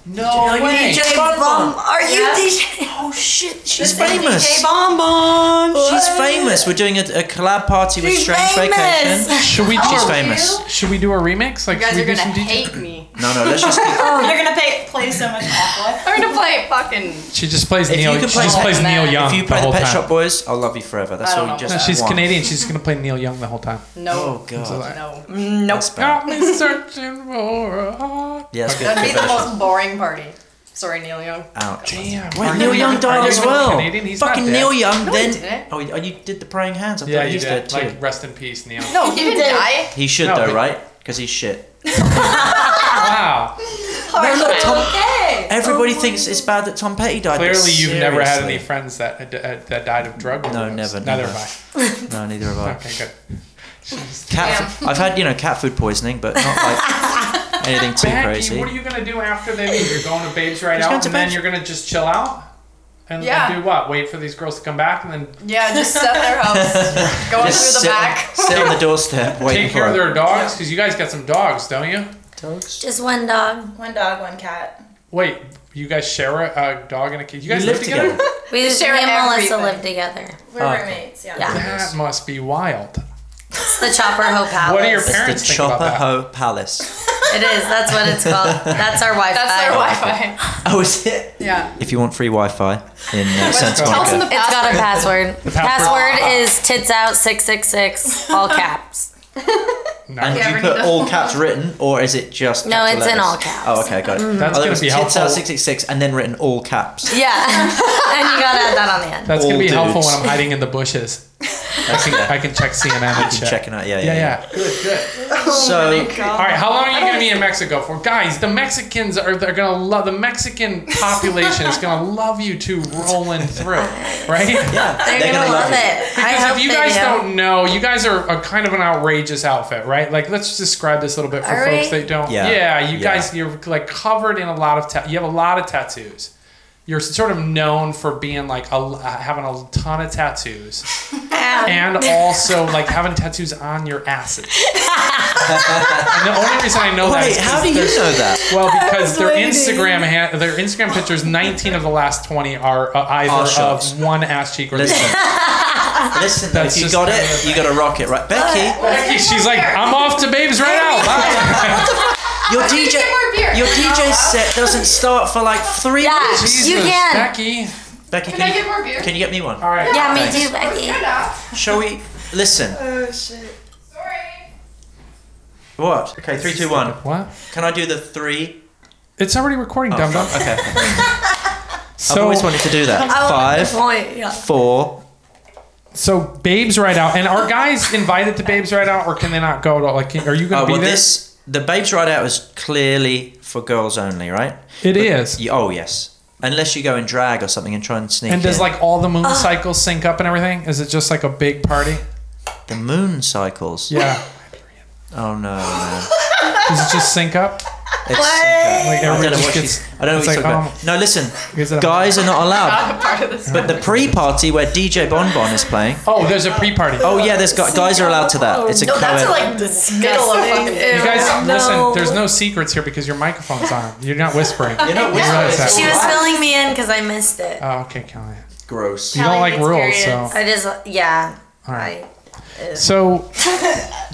[SPEAKER 1] no way.
[SPEAKER 5] DJ Bum, are you
[SPEAKER 4] Yeah.
[SPEAKER 5] DJ?
[SPEAKER 3] Oh shit, she's
[SPEAKER 4] This is
[SPEAKER 3] famous.
[SPEAKER 4] DJ Bon Bon.
[SPEAKER 3] She's famous. We're doing a, a collab party with
[SPEAKER 5] She's
[SPEAKER 3] Strange
[SPEAKER 5] famous.
[SPEAKER 3] Vacation.
[SPEAKER 1] Should we
[SPEAKER 3] She's
[SPEAKER 1] do?
[SPEAKER 3] famous.
[SPEAKER 1] Should we do a remix? Like,
[SPEAKER 2] You guys
[SPEAKER 1] should we
[SPEAKER 2] are
[SPEAKER 1] do some
[SPEAKER 2] gonna
[SPEAKER 1] DJ?
[SPEAKER 2] hate me.
[SPEAKER 3] No, no, let's just. Keep,
[SPEAKER 4] You're gonna pay, play so much Aqua.
[SPEAKER 2] I'm gonna play fucking.
[SPEAKER 1] She just plays
[SPEAKER 3] If
[SPEAKER 1] Neil.
[SPEAKER 3] you
[SPEAKER 1] She
[SPEAKER 3] could play
[SPEAKER 1] just
[SPEAKER 3] that
[SPEAKER 1] plays
[SPEAKER 2] and
[SPEAKER 1] Neil
[SPEAKER 2] that,
[SPEAKER 1] Young
[SPEAKER 3] if you play
[SPEAKER 1] the
[SPEAKER 3] the,
[SPEAKER 1] whole
[SPEAKER 3] Pet
[SPEAKER 1] time.
[SPEAKER 3] Shop Boys, I'll love you forever. That's
[SPEAKER 2] I
[SPEAKER 3] all
[SPEAKER 2] don't
[SPEAKER 3] you
[SPEAKER 2] know
[SPEAKER 3] just.
[SPEAKER 1] no, she's
[SPEAKER 3] want.
[SPEAKER 1] Canadian. She's just gonna play Neil Young the whole time.
[SPEAKER 2] No.
[SPEAKER 3] Oh god.
[SPEAKER 2] No.
[SPEAKER 3] Nope.
[SPEAKER 1] Got me searching for a heart.
[SPEAKER 3] Yeah, it's good.
[SPEAKER 2] That'd be
[SPEAKER 3] good
[SPEAKER 2] the
[SPEAKER 3] version.
[SPEAKER 2] most boring party. Sorry, Neil Young.
[SPEAKER 3] Ouch.
[SPEAKER 1] Damn.
[SPEAKER 3] Wait,
[SPEAKER 1] Are
[SPEAKER 3] Neil
[SPEAKER 1] you
[SPEAKER 3] Young
[SPEAKER 1] even-
[SPEAKER 3] died
[SPEAKER 1] are you
[SPEAKER 3] as
[SPEAKER 1] even
[SPEAKER 3] well.
[SPEAKER 1] Canadian? He's
[SPEAKER 3] Fucking
[SPEAKER 1] not dead.
[SPEAKER 3] Neil Young.
[SPEAKER 2] No, he
[SPEAKER 3] then
[SPEAKER 2] didn't.
[SPEAKER 3] oh, you- oh, you did the praying hands. I
[SPEAKER 1] Yeah,
[SPEAKER 3] thought
[SPEAKER 1] you
[SPEAKER 3] he's
[SPEAKER 1] did.
[SPEAKER 3] dead too.
[SPEAKER 1] Like, rest in peace, Neil.
[SPEAKER 2] No, he didn't die.
[SPEAKER 3] he should
[SPEAKER 1] No,
[SPEAKER 3] though,
[SPEAKER 1] but-
[SPEAKER 3] right? Because he's shit.
[SPEAKER 1] Wow.
[SPEAKER 3] No, look, Tom,
[SPEAKER 4] Okay.
[SPEAKER 3] everybody thinks it's bad that Tom Petty died. but
[SPEAKER 1] Clearly, you've never had any
[SPEAKER 3] seriously.
[SPEAKER 1] friends that uh, that died of drug
[SPEAKER 3] No,
[SPEAKER 1] overdose.
[SPEAKER 3] never,
[SPEAKER 1] Neither
[SPEAKER 3] never.
[SPEAKER 1] have
[SPEAKER 3] No, neither have
[SPEAKER 1] I.
[SPEAKER 3] I.
[SPEAKER 1] Okay, good. Jeez.
[SPEAKER 3] Cat. f- I've had you know cat food poisoning, but not like anything too
[SPEAKER 1] Becky,
[SPEAKER 3] crazy.
[SPEAKER 1] what are you gonna do after they leave? You're going to babes right
[SPEAKER 3] Just
[SPEAKER 1] out,
[SPEAKER 3] going
[SPEAKER 1] and
[SPEAKER 3] to
[SPEAKER 1] then
[SPEAKER 3] Babes.
[SPEAKER 1] you're gonna just chill out and,
[SPEAKER 2] Yeah.
[SPEAKER 1] and do what? Wait for these girls to come back, and then
[SPEAKER 2] Yeah, just set their house. Going
[SPEAKER 3] Just
[SPEAKER 2] through the
[SPEAKER 3] sit,
[SPEAKER 2] back.
[SPEAKER 3] sit on the doorstep waiting
[SPEAKER 1] take care of
[SPEAKER 3] for
[SPEAKER 1] their dogs because you guys got some dogs, don't you?
[SPEAKER 3] dogs.
[SPEAKER 5] Just one dog.
[SPEAKER 4] One dog, one cat.
[SPEAKER 1] Wait, you guys share a, a dog and a kid? You
[SPEAKER 3] You
[SPEAKER 1] guys
[SPEAKER 3] live together.
[SPEAKER 5] We, me
[SPEAKER 2] share
[SPEAKER 5] and Melissa
[SPEAKER 2] everything.
[SPEAKER 5] live together.
[SPEAKER 4] We're
[SPEAKER 3] Oh.
[SPEAKER 4] roommates. Yeah.
[SPEAKER 5] Yeah.
[SPEAKER 1] That must be wild.
[SPEAKER 5] It's the Chopper Ho Palace.
[SPEAKER 1] What are your
[SPEAKER 3] The
[SPEAKER 1] parents think about
[SPEAKER 3] Chopper
[SPEAKER 1] that?
[SPEAKER 3] Ho Palace.
[SPEAKER 5] It is. That's what it's called. That's our Wi-Fi.
[SPEAKER 2] That's their Wi-Fi.
[SPEAKER 3] Oh, is it?
[SPEAKER 2] Yeah.
[SPEAKER 3] If you want free Wi-Fi in uh, Santa
[SPEAKER 1] Tell
[SPEAKER 2] Tell
[SPEAKER 3] Monica.
[SPEAKER 2] them the
[SPEAKER 5] It's got a
[SPEAKER 2] password.
[SPEAKER 5] password.
[SPEAKER 1] password.
[SPEAKER 5] password is tits out six six six, all caps.
[SPEAKER 1] No,
[SPEAKER 3] And do you
[SPEAKER 4] ever
[SPEAKER 3] put
[SPEAKER 4] need
[SPEAKER 3] all caps written, or is it just?
[SPEAKER 5] No,
[SPEAKER 3] capital
[SPEAKER 5] it's in
[SPEAKER 3] letters?
[SPEAKER 5] all caps. Mm-hmm.
[SPEAKER 3] Oh, okay, got it.
[SPEAKER 1] That's
[SPEAKER 3] oh, that
[SPEAKER 1] gonna
[SPEAKER 3] was
[SPEAKER 1] be
[SPEAKER 3] tits
[SPEAKER 1] helpful.
[SPEAKER 3] out six six six, and then written all caps.
[SPEAKER 5] Yeah, and you gotta add that on the end.
[SPEAKER 1] that's gonna
[SPEAKER 3] All
[SPEAKER 1] be helpful when
[SPEAKER 3] dudes.
[SPEAKER 1] I'm hiding in the bushes. I can, I can check CNN and shit.
[SPEAKER 3] Checking out, yeah,
[SPEAKER 1] Yeah,
[SPEAKER 3] yeah, yeah.
[SPEAKER 1] yeah. Good, good.
[SPEAKER 3] So,
[SPEAKER 1] All right, how long are you going to be in Mexico for? Guys, the Mexicans are they're going to love the Mexican population is going to love you two rolling through, right?
[SPEAKER 3] yeah,
[SPEAKER 5] They're, gonna, love it. I
[SPEAKER 1] Because
[SPEAKER 5] hope
[SPEAKER 1] if you
[SPEAKER 5] they
[SPEAKER 1] guys
[SPEAKER 5] do.
[SPEAKER 1] don't know, you guys are a kind of an outrageous outfit, right? Like, let's just describe this a little bit for
[SPEAKER 5] Are
[SPEAKER 1] folks
[SPEAKER 5] we?
[SPEAKER 1] that don't.
[SPEAKER 3] Yeah.
[SPEAKER 1] you
[SPEAKER 3] Yeah.
[SPEAKER 1] guys, you're like covered in a lot of ta- you have a lot of tattoos. You're sort of known for being like a, l- having a ton of tattoos, and also like having tattoos on your asses. and the only reason I know that
[SPEAKER 3] Wait,
[SPEAKER 1] is 'cause
[SPEAKER 3] how do you know that?
[SPEAKER 1] well, because their
[SPEAKER 5] waiting.
[SPEAKER 1] Instagram ha- their Instagram pictures, 19 of the last 20 are uh,
[SPEAKER 3] Aw,
[SPEAKER 1] either
[SPEAKER 3] shucks.
[SPEAKER 1] of one ass cheek or the
[SPEAKER 3] Listen,
[SPEAKER 1] other.
[SPEAKER 3] listen. though,
[SPEAKER 1] That's
[SPEAKER 3] If you
[SPEAKER 1] just
[SPEAKER 3] got
[SPEAKER 1] kind
[SPEAKER 3] it, you got to rock it, right,
[SPEAKER 4] Uh,
[SPEAKER 3] Becky?
[SPEAKER 1] Becky, she's like, I'm off to babes right out. Bye.
[SPEAKER 3] Your DJ,
[SPEAKER 4] get more beer. Uh,
[SPEAKER 3] your
[SPEAKER 4] Can I
[SPEAKER 3] DJ
[SPEAKER 4] roll up?
[SPEAKER 3] set doesn't start for like three
[SPEAKER 5] Yeah,
[SPEAKER 3] minutes.
[SPEAKER 1] Jesus,
[SPEAKER 5] you can.
[SPEAKER 1] Becky.
[SPEAKER 3] Becky, can,
[SPEAKER 4] I
[SPEAKER 3] you,
[SPEAKER 4] get more beer? Uh,
[SPEAKER 3] Can you get me one?
[SPEAKER 1] All right.
[SPEAKER 5] Yeah, me
[SPEAKER 3] Thanks.
[SPEAKER 5] too, Becky.
[SPEAKER 3] Shall we? Listen.
[SPEAKER 4] Oh shit. Sorry.
[SPEAKER 3] What? Okay, three, two, one.
[SPEAKER 1] What?
[SPEAKER 3] Can I do the three?
[SPEAKER 1] It's already recording,
[SPEAKER 3] Oh,
[SPEAKER 1] dum dum.
[SPEAKER 3] Okay. I've
[SPEAKER 1] So,
[SPEAKER 3] always wanted to do that. Five,
[SPEAKER 5] Point. Yeah.
[SPEAKER 3] four.
[SPEAKER 1] so babes right out, and are guys invited to babes right out, or can they not go at all? Like, can- are you going to
[SPEAKER 3] Oh,
[SPEAKER 1] be
[SPEAKER 3] well,
[SPEAKER 1] there?
[SPEAKER 3] this the babes ride out is clearly for girls only, right?
[SPEAKER 1] it is.
[SPEAKER 3] You- oh yes, unless you go in drag or something and try and sneak.
[SPEAKER 1] And does
[SPEAKER 3] in.
[SPEAKER 1] like all the moon cycles sync up and everything? Is it just like a big party?
[SPEAKER 3] the moon cycles?
[SPEAKER 1] Yeah.
[SPEAKER 3] Oh no. man.
[SPEAKER 1] Does it just sync up?
[SPEAKER 3] It's what?
[SPEAKER 1] Like
[SPEAKER 3] I don't know
[SPEAKER 1] everyone
[SPEAKER 3] what
[SPEAKER 1] just
[SPEAKER 3] she's.
[SPEAKER 1] gets.
[SPEAKER 3] I don't know
[SPEAKER 1] it's
[SPEAKER 3] what you're
[SPEAKER 1] like,
[SPEAKER 3] talking about. No,
[SPEAKER 1] Is it
[SPEAKER 3] listen.
[SPEAKER 1] a-
[SPEAKER 3] Guys are not allowed.
[SPEAKER 2] Not a part of this.
[SPEAKER 3] But the pre-party where DJ Bon Bon is playing.
[SPEAKER 1] Oh, there's a pre-party.
[SPEAKER 3] Oh yeah, there's gu- guys are allowed to
[SPEAKER 5] Oh,
[SPEAKER 3] that. It's a
[SPEAKER 2] No, that's
[SPEAKER 3] co-ed.
[SPEAKER 2] like disgusting. Ew.
[SPEAKER 1] You guys,
[SPEAKER 5] No.
[SPEAKER 1] listen. There's no secrets here because your microphone's on. You're not whispering.
[SPEAKER 3] you know,
[SPEAKER 1] You realize that.
[SPEAKER 5] She was filling me in because I missed it.
[SPEAKER 1] Oh, okay, Kelly.
[SPEAKER 3] gross.
[SPEAKER 1] You don't like
[SPEAKER 4] Kelly
[SPEAKER 1] rules, so
[SPEAKER 4] experience.
[SPEAKER 5] I just yeah.
[SPEAKER 1] all right.
[SPEAKER 5] I
[SPEAKER 1] So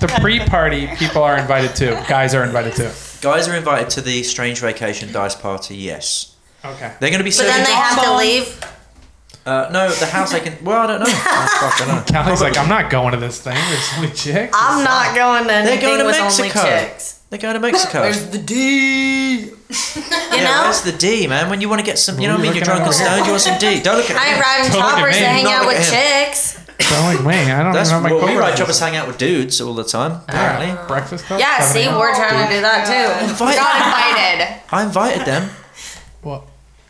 [SPEAKER 1] the pre-party people are invited too. Guys are invited too.
[SPEAKER 3] Guys are invited to the Strange Vacation Dice Party. Yes,
[SPEAKER 1] Okay.
[SPEAKER 3] they're going to be.
[SPEAKER 5] But then they have to leave.
[SPEAKER 3] Uh, no, the house I can. Well, I don't know. Oh, fuck, I don't know.
[SPEAKER 1] Kelly's like, I'm not going to this thing. There's only chicks.
[SPEAKER 5] I'm not going to
[SPEAKER 3] They're
[SPEAKER 5] anything
[SPEAKER 3] going to
[SPEAKER 5] with
[SPEAKER 3] Mexico.
[SPEAKER 5] only chicks.
[SPEAKER 3] They're going to Mexico.
[SPEAKER 5] There's the D. You
[SPEAKER 3] yeah,
[SPEAKER 5] know,
[SPEAKER 3] where's the D, man? When you want to get some, you know what I mean? You're
[SPEAKER 1] What are you
[SPEAKER 3] drunk and
[SPEAKER 1] looking
[SPEAKER 3] stoned. You want some D? Don't look
[SPEAKER 5] I
[SPEAKER 3] at
[SPEAKER 5] ain't
[SPEAKER 3] me.
[SPEAKER 5] riding
[SPEAKER 1] Don't look at
[SPEAKER 5] choppers
[SPEAKER 1] me.
[SPEAKER 5] to hang
[SPEAKER 3] Don't
[SPEAKER 5] out
[SPEAKER 3] look at him.
[SPEAKER 5] with chicks.
[SPEAKER 1] They're like, wait, I don't
[SPEAKER 3] That's
[SPEAKER 1] even have my
[SPEAKER 3] well, we
[SPEAKER 1] coat
[SPEAKER 3] ride
[SPEAKER 1] on.
[SPEAKER 3] jobbers hang out with dudes all the
[SPEAKER 5] Oh.
[SPEAKER 3] time. Apparently,
[SPEAKER 1] Breakfast club.
[SPEAKER 5] Yeah,
[SPEAKER 1] Seven
[SPEAKER 5] see,
[SPEAKER 1] a.m.?
[SPEAKER 5] we're trying to do that too.
[SPEAKER 3] Invite-
[SPEAKER 2] Got invited.
[SPEAKER 3] I invited them.
[SPEAKER 1] Well,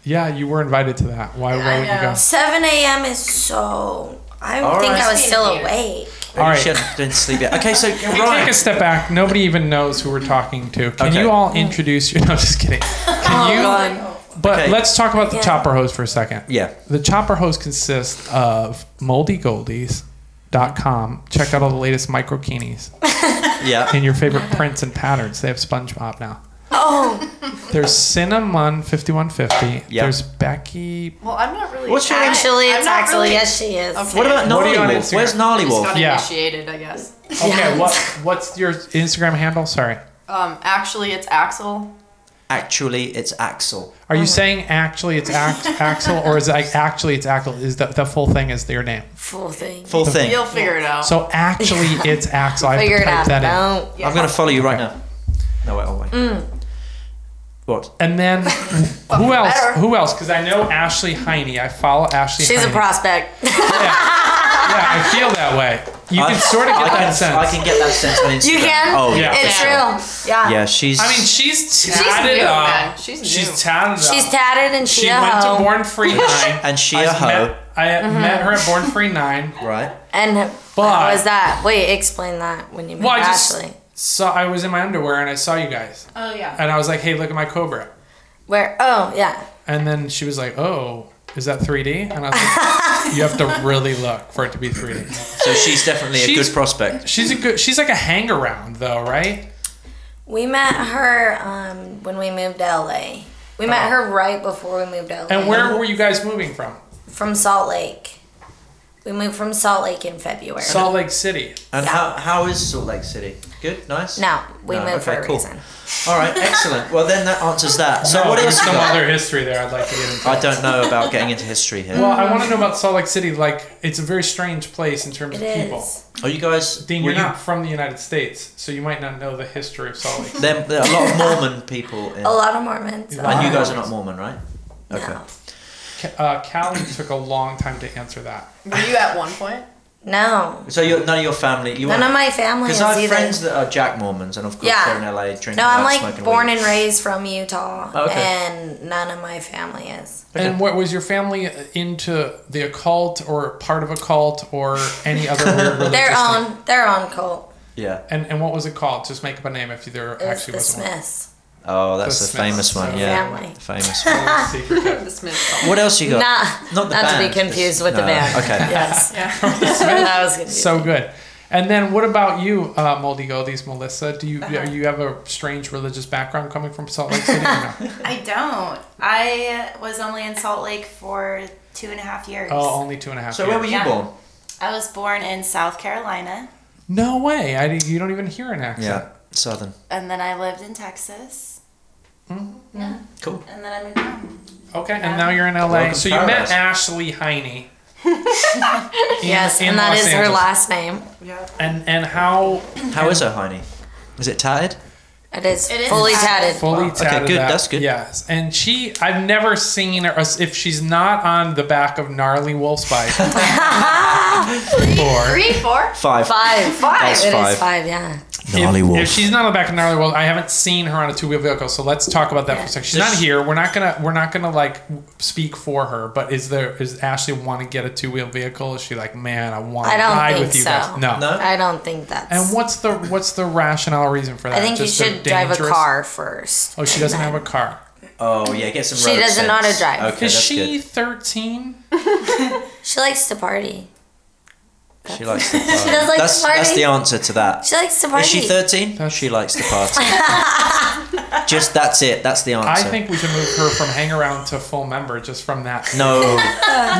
[SPEAKER 1] yeah, you were invited to that. Why? Why would you
[SPEAKER 4] know.
[SPEAKER 1] go?
[SPEAKER 5] 7 a.m. is so I
[SPEAKER 3] All
[SPEAKER 5] think
[SPEAKER 3] right.
[SPEAKER 5] I was still
[SPEAKER 4] Stay here.
[SPEAKER 5] awake.
[SPEAKER 3] Maybe
[SPEAKER 1] All right.
[SPEAKER 3] She hadn't been sleeping. Okay, so
[SPEAKER 1] Can we
[SPEAKER 3] Ryan.
[SPEAKER 1] take a step back? Nobody even knows who we're talking to. Can
[SPEAKER 3] Okay.
[SPEAKER 1] you all introduce your? No, just kidding. Can you? But
[SPEAKER 3] Okay.
[SPEAKER 1] let's talk about the
[SPEAKER 5] Oh, Yeah.
[SPEAKER 1] chopper hose for a second.
[SPEAKER 3] Yeah.
[SPEAKER 1] The chopper hose consists of moldygoldies.com. Check out all the latest micro mikrokinies
[SPEAKER 3] Yeah.
[SPEAKER 1] and your favorite prints and patterns. They have SpongeBob now.
[SPEAKER 5] Oh,
[SPEAKER 1] There's Cinnamon 5150.
[SPEAKER 3] Yeah.
[SPEAKER 1] There's Becky.
[SPEAKER 2] Well, I'm not really.
[SPEAKER 3] What's your
[SPEAKER 2] at-
[SPEAKER 5] actually,
[SPEAKER 2] I'm
[SPEAKER 5] it's
[SPEAKER 2] not
[SPEAKER 5] actually
[SPEAKER 2] really-
[SPEAKER 5] yes, she is.
[SPEAKER 2] Okay.
[SPEAKER 3] What about
[SPEAKER 1] What are you
[SPEAKER 3] Gnarly
[SPEAKER 1] on
[SPEAKER 3] Wolf?
[SPEAKER 1] Instagram?
[SPEAKER 3] Where's Gnarly
[SPEAKER 2] Just
[SPEAKER 3] Wolf?
[SPEAKER 2] got
[SPEAKER 1] Yeah.
[SPEAKER 2] initiated, I guess.
[SPEAKER 1] Okay, what what's your Instagram handle? Sorry.
[SPEAKER 2] Um, actually, it's Axel.
[SPEAKER 3] Actually, it's Axel.
[SPEAKER 1] Are
[SPEAKER 5] Oh.
[SPEAKER 1] you saying actually it's Ax- Axel or is it like actually it's Axel? Is the, the full thing is your name?
[SPEAKER 5] Full thing.
[SPEAKER 3] Full thing.
[SPEAKER 2] You'll figure it out.
[SPEAKER 1] So actually it's Axel. I have
[SPEAKER 5] Figure
[SPEAKER 1] to
[SPEAKER 5] it
[SPEAKER 1] type
[SPEAKER 5] out.
[SPEAKER 1] that in.
[SPEAKER 5] Don't.
[SPEAKER 2] Yeah.
[SPEAKER 3] I'm gonna follow you right now. No wait, oh wait.
[SPEAKER 5] Mm.
[SPEAKER 3] What?
[SPEAKER 1] And then who else?
[SPEAKER 2] better.
[SPEAKER 1] Who else? Because I know Ashley Heine. I follow Ashley.
[SPEAKER 5] She's a
[SPEAKER 1] Heine.
[SPEAKER 5] prospect.
[SPEAKER 1] Yeah, I feel that way. You
[SPEAKER 3] I-
[SPEAKER 1] can sort of
[SPEAKER 3] Uh, I
[SPEAKER 1] get
[SPEAKER 3] can,
[SPEAKER 1] that sense.
[SPEAKER 3] I can get that sense on Instagram.
[SPEAKER 5] You can?
[SPEAKER 3] Oh yeah.
[SPEAKER 1] Yeah.
[SPEAKER 5] It's
[SPEAKER 3] for sure.
[SPEAKER 5] real. Yeah.
[SPEAKER 3] Yeah, she's.
[SPEAKER 1] I mean, she's
[SPEAKER 2] new,
[SPEAKER 1] tatted up.
[SPEAKER 2] man. She's new.
[SPEAKER 1] tatted up.
[SPEAKER 5] She's tatted and she,
[SPEAKER 1] She
[SPEAKER 5] a
[SPEAKER 1] went
[SPEAKER 5] hoe.
[SPEAKER 1] to Born Free Nine,
[SPEAKER 3] and she
[SPEAKER 1] I
[SPEAKER 3] a
[SPEAKER 1] met-
[SPEAKER 3] hoe.
[SPEAKER 1] I met her at Born Free Nine.
[SPEAKER 3] right.
[SPEAKER 5] and
[SPEAKER 1] But-
[SPEAKER 5] how was that? Wait, explain that when you met
[SPEAKER 1] Well, I just
[SPEAKER 5] Ashley.
[SPEAKER 1] saw. I was in my underwear and I saw you guys,
[SPEAKER 4] Oh yeah.
[SPEAKER 1] and I was like, "Hey, look at my Cobra."
[SPEAKER 5] Where? Oh, yeah.
[SPEAKER 1] And then she was like, "Oh, is that 3D?" And I was like, "You have to really look for it to be 3D."
[SPEAKER 3] So she's definitely a
[SPEAKER 1] She's-
[SPEAKER 3] good prospect.
[SPEAKER 1] She's a good. She's like a hang around though, right?
[SPEAKER 5] We met her um, when we moved to LA. We met her right before we moved to LA.
[SPEAKER 1] Oh. And where were you guys moving from?
[SPEAKER 5] From Salt Lake. We moved from Salt Lake in February.
[SPEAKER 1] Salt Lake City.
[SPEAKER 3] And how how is Salt Lake City? Good, nice.
[SPEAKER 5] no, we
[SPEAKER 3] No,
[SPEAKER 5] moved for
[SPEAKER 3] okay,
[SPEAKER 5] a
[SPEAKER 3] cool.
[SPEAKER 5] reason.
[SPEAKER 3] All right, excellent. Well, then that answers that. So
[SPEAKER 1] No,
[SPEAKER 3] what
[SPEAKER 1] there's
[SPEAKER 3] else? you
[SPEAKER 1] some
[SPEAKER 3] got?
[SPEAKER 1] other history there I'd like to get into.
[SPEAKER 3] I don't know about getting into history here.
[SPEAKER 1] Well, I want to know about Salt Lake City. Like, it's a very strange place in terms
[SPEAKER 5] It
[SPEAKER 1] of people.
[SPEAKER 5] is.
[SPEAKER 3] Are you guys?
[SPEAKER 1] Dean,
[SPEAKER 3] were
[SPEAKER 1] you're
[SPEAKER 3] you-
[SPEAKER 1] not from the United States, so you might not know the history of Salt Lake.
[SPEAKER 3] There, there are a lot of Mormon people, in,
[SPEAKER 5] A lot of Mormons. a lot
[SPEAKER 3] and you
[SPEAKER 5] of
[SPEAKER 3] guys are not Mormon, right? Okay.
[SPEAKER 5] No.
[SPEAKER 1] Ca- uh, Callie took a long time to answer that.
[SPEAKER 2] Were you at one point?
[SPEAKER 5] No.
[SPEAKER 3] So you're, none of your family, you
[SPEAKER 5] None of my family
[SPEAKER 3] Because
[SPEAKER 5] is
[SPEAKER 3] I have
[SPEAKER 5] either.
[SPEAKER 3] friends that are Jack Mormons, and of course
[SPEAKER 5] Yeah.
[SPEAKER 3] they're in LA drinking.
[SPEAKER 5] no, I'm
[SPEAKER 3] out,
[SPEAKER 5] like
[SPEAKER 3] smoking
[SPEAKER 5] born
[SPEAKER 3] weed.
[SPEAKER 5] and raised from Utah,
[SPEAKER 3] Oh, okay.
[SPEAKER 5] and none of my family is.
[SPEAKER 1] And what was your family into the occult or part of a cult or any other weird religious
[SPEAKER 5] Their
[SPEAKER 1] thing?
[SPEAKER 5] own, their own cult.
[SPEAKER 3] Yeah.
[SPEAKER 1] And, and what was it called? Just make up a name if there
[SPEAKER 5] It was
[SPEAKER 1] actually
[SPEAKER 5] the
[SPEAKER 1] wasn't
[SPEAKER 5] Smiths.
[SPEAKER 3] Oh, that's
[SPEAKER 1] The
[SPEAKER 3] a
[SPEAKER 1] Smiths.
[SPEAKER 3] famous one.
[SPEAKER 1] The
[SPEAKER 3] Yeah.
[SPEAKER 5] family.
[SPEAKER 3] The famous. One.
[SPEAKER 1] one. Secret code.
[SPEAKER 2] The Smiths.
[SPEAKER 3] What else you got?
[SPEAKER 5] Not,
[SPEAKER 3] Not
[SPEAKER 5] not,
[SPEAKER 3] the
[SPEAKER 5] to
[SPEAKER 3] band.
[SPEAKER 5] be confused with the
[SPEAKER 3] No,
[SPEAKER 5] band.
[SPEAKER 3] okay.
[SPEAKER 5] Yes.
[SPEAKER 2] Yeah.
[SPEAKER 5] that was confusing.
[SPEAKER 1] So good. And then what about you, uh, Moldy Goldies, Melissa? Do you
[SPEAKER 5] Uh-huh.
[SPEAKER 1] are you have a strange religious background coming from Salt Lake City? Or no?
[SPEAKER 4] I don't. I was only in Salt Lake for two and a half years.
[SPEAKER 1] Oh, only two and a half.
[SPEAKER 3] So where
[SPEAKER 1] years.
[SPEAKER 3] were you
[SPEAKER 4] Yeah.
[SPEAKER 3] born?
[SPEAKER 4] I was born in South Carolina,
[SPEAKER 1] No way. I didn't- you don't even hear an accent.
[SPEAKER 3] Yeah, southern.
[SPEAKER 4] and then I lived in Texas,
[SPEAKER 3] Mm-hmm. Cool.
[SPEAKER 4] and then I moved home.
[SPEAKER 1] Okay, and now you're in LA.
[SPEAKER 3] Welcome
[SPEAKER 1] so
[SPEAKER 3] to
[SPEAKER 1] you met
[SPEAKER 3] paradise.
[SPEAKER 1] Ashley Heine. in-
[SPEAKER 5] yes,
[SPEAKER 1] in
[SPEAKER 5] and that
[SPEAKER 1] Los
[SPEAKER 5] is her
[SPEAKER 1] Angeles.
[SPEAKER 5] last name.
[SPEAKER 1] And and how
[SPEAKER 3] How is Ohio? Is it tatted?
[SPEAKER 5] It is,
[SPEAKER 4] It is
[SPEAKER 5] fully
[SPEAKER 4] tatted.
[SPEAKER 5] tatted.
[SPEAKER 1] fully
[SPEAKER 3] Wow. Okay,
[SPEAKER 1] tatted
[SPEAKER 3] good,
[SPEAKER 1] up.
[SPEAKER 3] that's good.
[SPEAKER 1] Yes, and she I've never seen her if she's not on the back of gnarly wolf's bike. before,
[SPEAKER 2] Three, four.
[SPEAKER 3] Five.
[SPEAKER 5] Five.
[SPEAKER 2] Five.
[SPEAKER 5] It is
[SPEAKER 3] Five.
[SPEAKER 5] five, yeah.
[SPEAKER 3] Gnarly
[SPEAKER 1] if,
[SPEAKER 3] wolf.
[SPEAKER 1] if she's not on the back of gnarly wolf, I haven't seen her on a two wheel vehicle. So let's talk about that for a second. She's
[SPEAKER 3] Does
[SPEAKER 1] not
[SPEAKER 3] she-
[SPEAKER 1] here. We're not gonna we're not gonna like speak for her. But is there is Ashley want to get a two wheel vehicle? Is she like man? I want to
[SPEAKER 5] I don't
[SPEAKER 1] ride
[SPEAKER 5] think
[SPEAKER 1] with you
[SPEAKER 5] so.
[SPEAKER 1] guys. No.
[SPEAKER 3] no.
[SPEAKER 5] I don't think that's.
[SPEAKER 1] And what's the what's the rationale or reason for that?
[SPEAKER 5] I think you
[SPEAKER 1] Just they're
[SPEAKER 5] should drive a
[SPEAKER 1] dangerous?
[SPEAKER 5] car first.
[SPEAKER 1] Oh, she
[SPEAKER 5] and
[SPEAKER 1] doesn't
[SPEAKER 5] then-
[SPEAKER 1] have a car.
[SPEAKER 3] Oh yeah, get some.
[SPEAKER 5] She
[SPEAKER 3] road
[SPEAKER 5] doesn't know how to
[SPEAKER 3] sense.
[SPEAKER 5] drive.
[SPEAKER 3] Okay,
[SPEAKER 1] Is
[SPEAKER 3] that's
[SPEAKER 1] she thirteen?
[SPEAKER 5] She likes to party.
[SPEAKER 3] good. She likes the
[SPEAKER 5] She does like
[SPEAKER 3] That's
[SPEAKER 5] to party.
[SPEAKER 3] that's the answer to that.
[SPEAKER 5] she likes to party.
[SPEAKER 3] Is she thirteen? She likes the party. Just that's it. That's the answer.
[SPEAKER 1] I think we should move her from hang around to full member just from that.
[SPEAKER 3] No,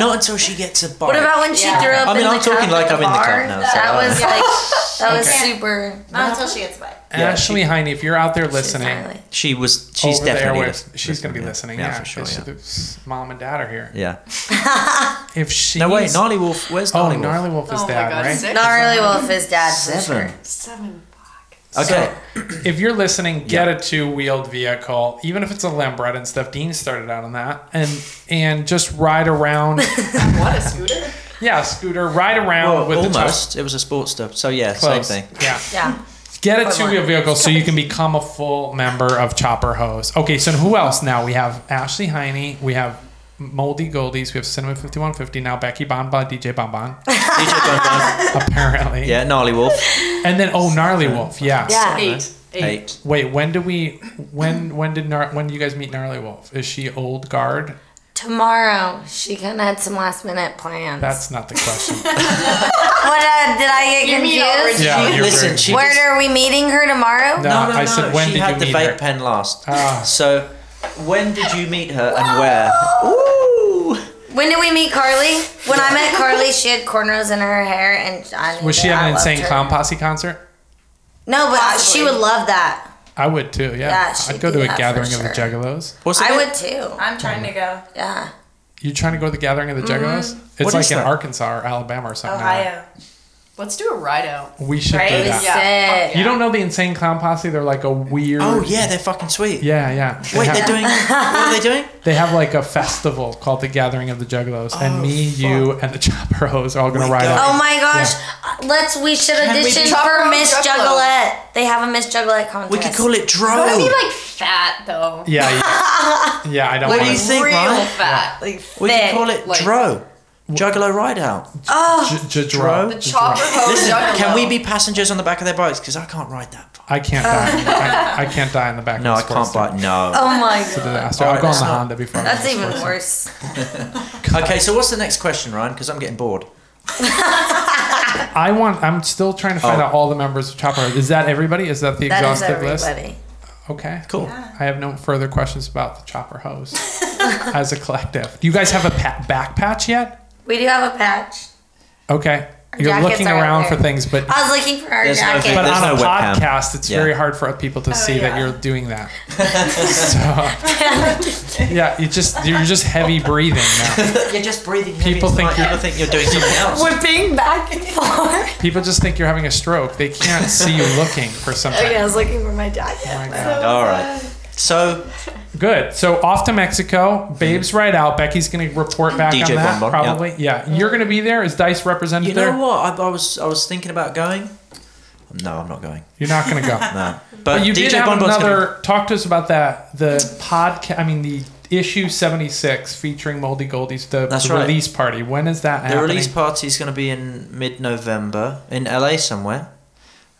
[SPEAKER 3] not until she gets a bike.
[SPEAKER 5] What about when she
[SPEAKER 4] Yeah.
[SPEAKER 5] threw up
[SPEAKER 3] I mean,
[SPEAKER 5] in the
[SPEAKER 3] I'm talking
[SPEAKER 5] cup
[SPEAKER 3] like
[SPEAKER 5] at
[SPEAKER 3] I'm in the
[SPEAKER 5] bar?
[SPEAKER 3] cup now, so
[SPEAKER 5] That
[SPEAKER 3] I don't
[SPEAKER 5] was
[SPEAKER 3] know.
[SPEAKER 5] like that was
[SPEAKER 1] Okay.
[SPEAKER 5] super.
[SPEAKER 4] Not until she gets away.
[SPEAKER 3] Yeah,
[SPEAKER 1] Ashley Heine, if you're out there listening,
[SPEAKER 5] Finally.
[SPEAKER 3] She was. She's
[SPEAKER 1] over
[SPEAKER 3] definitely.
[SPEAKER 1] the airwaves,
[SPEAKER 3] lis-
[SPEAKER 1] she's going to be listening. Yeah,
[SPEAKER 3] for sure.
[SPEAKER 1] It's-
[SPEAKER 3] Yeah.
[SPEAKER 1] it's- Mom and Dad are here.
[SPEAKER 3] yeah.
[SPEAKER 1] If she,
[SPEAKER 3] No wait, gnarly wolf. Where's
[SPEAKER 1] Oh,
[SPEAKER 3] gnarly wolf?
[SPEAKER 1] gnarly wolf is
[SPEAKER 2] Oh my
[SPEAKER 1] dad,
[SPEAKER 2] God,
[SPEAKER 1] right?
[SPEAKER 2] six?
[SPEAKER 5] Gnarly Wolf is dad for
[SPEAKER 3] Seven.
[SPEAKER 5] sure.
[SPEAKER 2] Seven. fuck.
[SPEAKER 3] Okay.
[SPEAKER 1] If you're listening, get a two-wheeled vehicle, even if it's a Lambretta and stuff. Dean started out on that, and and just ride around.
[SPEAKER 2] What a scooter.
[SPEAKER 1] yeah, scooter, ride around
[SPEAKER 3] Well,
[SPEAKER 1] with the top-
[SPEAKER 3] almost. It was a sports stuff. So yeah,
[SPEAKER 1] Close.
[SPEAKER 3] same thing.
[SPEAKER 1] Yeah.
[SPEAKER 5] Yeah.
[SPEAKER 1] Get a
[SPEAKER 5] Fun
[SPEAKER 1] two wheel
[SPEAKER 5] line.
[SPEAKER 1] vehicle so you can become a full member of Chopper Hose. Okay, so who else now? We have Ashley Heine, we have Moldy Goldies. We have Cinnamon 5150 now. Becky Bon Bon, DJ Bon Bon,
[SPEAKER 3] DJ Bonbon.
[SPEAKER 1] apparently.
[SPEAKER 3] Yeah, Gnarly Wolf.
[SPEAKER 1] And then oh, Gnarly Wolf. Yeah.
[SPEAKER 5] Yeah.
[SPEAKER 2] Eight. Eight.
[SPEAKER 3] Eight.
[SPEAKER 1] Wait, when do we? When when did Gnar- when do you guys meet Gnarly Wolf? Is she old guard?
[SPEAKER 5] Tomorrow, she kind of had some last minute plans.
[SPEAKER 1] That's not the question.
[SPEAKER 5] what uh, did I
[SPEAKER 2] You
[SPEAKER 5] get
[SPEAKER 2] mean
[SPEAKER 5] confused?
[SPEAKER 2] already-
[SPEAKER 1] yeah,
[SPEAKER 3] She-
[SPEAKER 1] you're
[SPEAKER 3] listen,
[SPEAKER 1] very-
[SPEAKER 3] she- just-
[SPEAKER 5] Where are we meeting her tomorrow?
[SPEAKER 1] No.
[SPEAKER 3] No, no,
[SPEAKER 1] Uh, I
[SPEAKER 3] no.
[SPEAKER 1] said, when
[SPEAKER 3] she
[SPEAKER 1] did
[SPEAKER 3] had
[SPEAKER 1] you
[SPEAKER 3] the
[SPEAKER 1] meet
[SPEAKER 3] vape
[SPEAKER 1] her?
[SPEAKER 3] pen last.
[SPEAKER 1] Ah.
[SPEAKER 3] So, when did you meet her and where? Ooh.
[SPEAKER 5] When did we meet Carly? When I met Carly, she had cornrows in her hair, and I knew
[SPEAKER 1] Was she
[SPEAKER 5] that
[SPEAKER 1] at
[SPEAKER 5] I
[SPEAKER 1] an
[SPEAKER 5] loved
[SPEAKER 1] insane
[SPEAKER 5] her.
[SPEAKER 1] clown posse concert?
[SPEAKER 5] No, but I- she
[SPEAKER 2] Possibly.
[SPEAKER 5] would love that.
[SPEAKER 1] I would too. Yeah,
[SPEAKER 5] Yeah, she'd
[SPEAKER 1] I'd go
[SPEAKER 5] do
[SPEAKER 1] to a
[SPEAKER 5] that for
[SPEAKER 1] gathering of the
[SPEAKER 5] sure.
[SPEAKER 1] Juggalos.
[SPEAKER 3] What's it?
[SPEAKER 5] I would too.
[SPEAKER 4] I'm trying to go.
[SPEAKER 5] Yeah.
[SPEAKER 1] You trying to go to the gathering of the Juggalos? It's
[SPEAKER 3] Mm-hmm. What
[SPEAKER 1] like
[SPEAKER 3] is
[SPEAKER 1] in
[SPEAKER 3] that?
[SPEAKER 1] Arkansas or Alabama or something. like that.
[SPEAKER 4] Ohio.
[SPEAKER 2] Let's do a ride out.
[SPEAKER 1] We should do
[SPEAKER 4] Right?
[SPEAKER 1] that.
[SPEAKER 2] Yeah.
[SPEAKER 5] Sick.
[SPEAKER 1] You don't know the insane clown posse? They're like a weird.
[SPEAKER 3] Oh yeah, they're fucking sweet.
[SPEAKER 1] Yeah, yeah. They
[SPEAKER 3] Wait,
[SPEAKER 1] have,
[SPEAKER 3] they're doing. What are they doing?
[SPEAKER 1] they have like a festival called the Gathering of the Juggalos, and me, you, and the Chopper Hose are all gonna
[SPEAKER 3] Oh, We
[SPEAKER 1] ride.
[SPEAKER 3] go.
[SPEAKER 1] out.
[SPEAKER 5] Oh my gosh! Uh, Let's we should
[SPEAKER 3] we
[SPEAKER 5] audition
[SPEAKER 3] do-
[SPEAKER 5] for
[SPEAKER 2] Chopper
[SPEAKER 5] Miss
[SPEAKER 2] Juggalo?
[SPEAKER 5] Juggalette. They have a Miss Juggalette contest.
[SPEAKER 3] We could call it Dro.
[SPEAKER 2] Gotta be like fat though.
[SPEAKER 1] Yeah, yeah. yeah. I don't.
[SPEAKER 3] What
[SPEAKER 1] want
[SPEAKER 3] do you
[SPEAKER 1] to,
[SPEAKER 3] think,
[SPEAKER 2] Real
[SPEAKER 3] Ryan?
[SPEAKER 2] fat. Like
[SPEAKER 3] We could
[SPEAKER 5] thick,
[SPEAKER 3] call it
[SPEAKER 2] like-
[SPEAKER 3] Dro. Juggalo Rideout.
[SPEAKER 5] Oh,
[SPEAKER 1] J- Jadro.
[SPEAKER 3] The
[SPEAKER 1] Jadro.
[SPEAKER 2] chopper hose.
[SPEAKER 3] Listen,
[SPEAKER 2] juggalo.
[SPEAKER 3] can we be passengers on the back of their bikes? Because I can't ride that. far.
[SPEAKER 1] I can't die. I, I can't die in the back.
[SPEAKER 3] No, I
[SPEAKER 1] of the
[SPEAKER 3] can't bike. No.
[SPEAKER 5] oh my god!
[SPEAKER 1] Disaster.
[SPEAKER 3] All
[SPEAKER 1] I'll
[SPEAKER 3] right,
[SPEAKER 1] go on
[SPEAKER 3] that's
[SPEAKER 1] the
[SPEAKER 3] not-
[SPEAKER 1] Honda before. I
[SPEAKER 5] That's
[SPEAKER 1] go
[SPEAKER 5] even
[SPEAKER 1] sports.
[SPEAKER 5] worse.
[SPEAKER 3] Okay, so what's the next question, Ryan? Because I'm getting bored.
[SPEAKER 1] I want. I'm still trying to find
[SPEAKER 3] Oh.
[SPEAKER 1] out all the members of Chopper. Hose. Is that everybody? Is that the
[SPEAKER 5] That is
[SPEAKER 1] exhaustive list?
[SPEAKER 5] everybody.
[SPEAKER 1] Okay.
[SPEAKER 3] Cool.
[SPEAKER 1] I have no further questions about the Chopper Hose as a collective. Do you guys have a pa- back patch yet?
[SPEAKER 5] We do have a patch.
[SPEAKER 1] Okay.
[SPEAKER 5] Our
[SPEAKER 1] You're
[SPEAKER 5] jackets
[SPEAKER 1] looking
[SPEAKER 5] are out
[SPEAKER 1] around
[SPEAKER 5] there.
[SPEAKER 1] for things, but
[SPEAKER 5] I was looking for our
[SPEAKER 3] There's no
[SPEAKER 5] jacket.
[SPEAKER 3] thing-
[SPEAKER 1] but
[SPEAKER 3] There's
[SPEAKER 1] on a
[SPEAKER 3] no webcam.
[SPEAKER 1] podcast, it's
[SPEAKER 3] Yeah.
[SPEAKER 1] very hard for people to see that
[SPEAKER 4] yeah.
[SPEAKER 1] you're doing that. so, yeah, you just you're just heavy breathing now.
[SPEAKER 3] You're just breathing.
[SPEAKER 1] People think you're-
[SPEAKER 3] people think you're doing something else.
[SPEAKER 5] We're being back and forth.
[SPEAKER 1] People just think you're having a stroke. They can't see you looking for something.
[SPEAKER 5] I was looking for my jacket.
[SPEAKER 1] Oh my God.
[SPEAKER 3] All right. So
[SPEAKER 1] Good. So off to Mexico.
[SPEAKER 3] Mm-hmm.
[SPEAKER 1] Babes right out. Becky's going to report back
[SPEAKER 3] DJ
[SPEAKER 1] on that
[SPEAKER 3] Bumbo, yeah.
[SPEAKER 1] probably. Yeah. You're going to be there as Dice representative.
[SPEAKER 3] you know what? I, I was I was thinking about going. No, I'm not going.
[SPEAKER 1] You're not going to go.
[SPEAKER 3] No. But,
[SPEAKER 1] But you
[SPEAKER 3] DJ
[SPEAKER 1] did have
[SPEAKER 3] Bonbon's gonna-
[SPEAKER 1] another. Talk to us about that. The podcast. I mean, the issue 76 featuring Moldy Goldie's the,
[SPEAKER 3] That's
[SPEAKER 1] the
[SPEAKER 3] right.
[SPEAKER 1] release party. When is that
[SPEAKER 3] The
[SPEAKER 1] happening?
[SPEAKER 3] release party is going to be in mid-November in LA somewhere.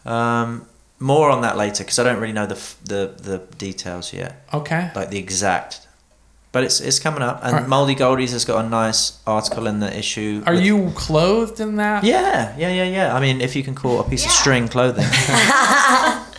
[SPEAKER 3] Um, more on that later because I don't really know the, f- the the details yet,
[SPEAKER 1] okay.
[SPEAKER 3] like the exact. But it's it's coming up, and
[SPEAKER 1] Alright.
[SPEAKER 3] Moldy Goldies has got a nice article in the issue.
[SPEAKER 1] Are
[SPEAKER 3] with-
[SPEAKER 1] you clothed in that?
[SPEAKER 3] Yeah, yeah, yeah, yeah. I mean, if you can call a piece of string clothing.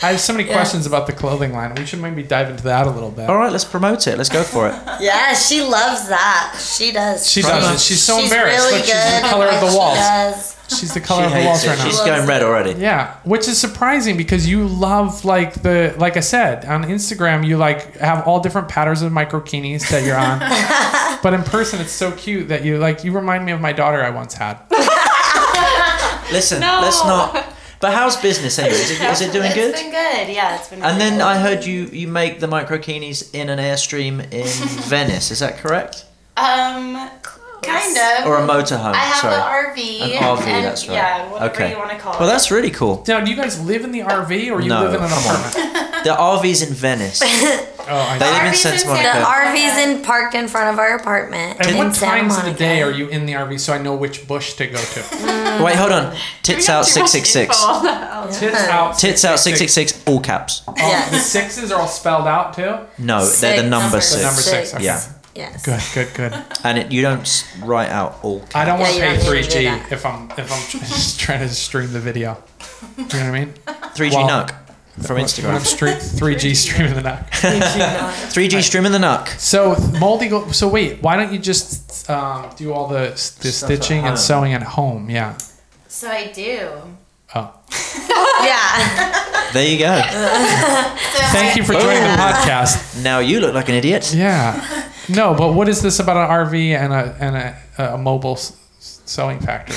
[SPEAKER 1] I have so many questions about the clothing line. We should maybe dive into that a little bit.
[SPEAKER 3] All right, let's promote it. Let's go for it.
[SPEAKER 5] Yeah, she loves that. She does.
[SPEAKER 1] She doesn't. She's so embarrassed.
[SPEAKER 5] Really
[SPEAKER 1] Look,
[SPEAKER 5] good
[SPEAKER 1] she's the color
[SPEAKER 5] at
[SPEAKER 1] of the
[SPEAKER 5] what she
[SPEAKER 1] walls.
[SPEAKER 5] does.
[SPEAKER 1] She's the
[SPEAKER 3] She
[SPEAKER 1] color of the
[SPEAKER 3] hates
[SPEAKER 1] walls
[SPEAKER 3] it.
[SPEAKER 1] right now.
[SPEAKER 3] She's
[SPEAKER 5] Loves
[SPEAKER 3] going red
[SPEAKER 5] it.
[SPEAKER 3] already.
[SPEAKER 1] Yeah, which is surprising because you love like the like I said on Instagram, you like have all different patterns of microkinis that you're on, but in person it's so cute that you like you remind me of my daughter I once had.
[SPEAKER 3] Listen, let's not. But how's business anyway? Is it, is it doing good?
[SPEAKER 4] It's been good. Yeah, it's been.
[SPEAKER 3] And
[SPEAKER 4] really
[SPEAKER 3] then
[SPEAKER 4] good.
[SPEAKER 3] I heard you you make the microkinis in an airstream in Venice. Is that correct?
[SPEAKER 4] Um, kind of.
[SPEAKER 3] uh, Or a motorhome?
[SPEAKER 4] I have
[SPEAKER 3] sorry.
[SPEAKER 4] an RV.
[SPEAKER 3] An RV,
[SPEAKER 4] and-
[SPEAKER 3] that's right.
[SPEAKER 4] Yeah, whatever
[SPEAKER 3] Okay.
[SPEAKER 4] you want to call
[SPEAKER 3] Well,
[SPEAKER 4] it.
[SPEAKER 3] that's really cool.
[SPEAKER 1] Now, do you guys live in the RV or you
[SPEAKER 3] No,
[SPEAKER 1] live in an
[SPEAKER 3] come on.
[SPEAKER 1] apartment?
[SPEAKER 3] The RV's in Venice. They
[SPEAKER 1] Oh, I
[SPEAKER 4] The
[SPEAKER 3] live in
[SPEAKER 4] RV's in
[SPEAKER 3] Santa
[SPEAKER 5] The
[SPEAKER 4] Santa
[SPEAKER 3] Monica.
[SPEAKER 4] Monica.
[SPEAKER 5] RV's in parked in front of our apartment.
[SPEAKER 1] And
[SPEAKER 5] in
[SPEAKER 1] what
[SPEAKER 5] Santa
[SPEAKER 1] times of the
[SPEAKER 5] Monica.
[SPEAKER 1] day are you in the RV so I know which bush to go to?
[SPEAKER 3] Wait, hold on. Tits out six six six.
[SPEAKER 1] Tits out.
[SPEAKER 3] Tits out six six six. All caps.
[SPEAKER 1] Oh,
[SPEAKER 5] Yes.
[SPEAKER 1] The sixes are all spelled out too.
[SPEAKER 3] No, they're the
[SPEAKER 5] Six.
[SPEAKER 3] number
[SPEAKER 1] The
[SPEAKER 3] six.
[SPEAKER 1] number six. okay.
[SPEAKER 3] Yeah.
[SPEAKER 5] Yes.
[SPEAKER 1] Good, good, good.
[SPEAKER 3] And it, you don't s- write out all. Caps.
[SPEAKER 1] I don't want to
[SPEAKER 5] Yeah, you
[SPEAKER 1] pay
[SPEAKER 5] don't
[SPEAKER 1] three
[SPEAKER 5] need to do
[SPEAKER 1] G
[SPEAKER 5] that.
[SPEAKER 1] if I'm if I'm just trying to stream the video. You know what I mean?
[SPEAKER 3] Three G
[SPEAKER 1] Well-
[SPEAKER 3] Nuck from
[SPEAKER 1] When I'm
[SPEAKER 3] Instagram.
[SPEAKER 1] stream, 3G streaming the knock.
[SPEAKER 3] Three G streaming the Nuck.
[SPEAKER 1] So moldy. Go- so wait, why don't you just um, do all the, the
[SPEAKER 3] Stuff at
[SPEAKER 1] stitching and
[SPEAKER 3] home.
[SPEAKER 1] sewing at home? Yeah.
[SPEAKER 4] so I do.
[SPEAKER 1] Oh,
[SPEAKER 5] Yeah.
[SPEAKER 3] There you go.
[SPEAKER 1] thank you for joining the podcast.
[SPEAKER 3] Now you look like an idiot.
[SPEAKER 1] Yeah. No, but what is this about an RV and a and a, a mobile s- s- sewing factory?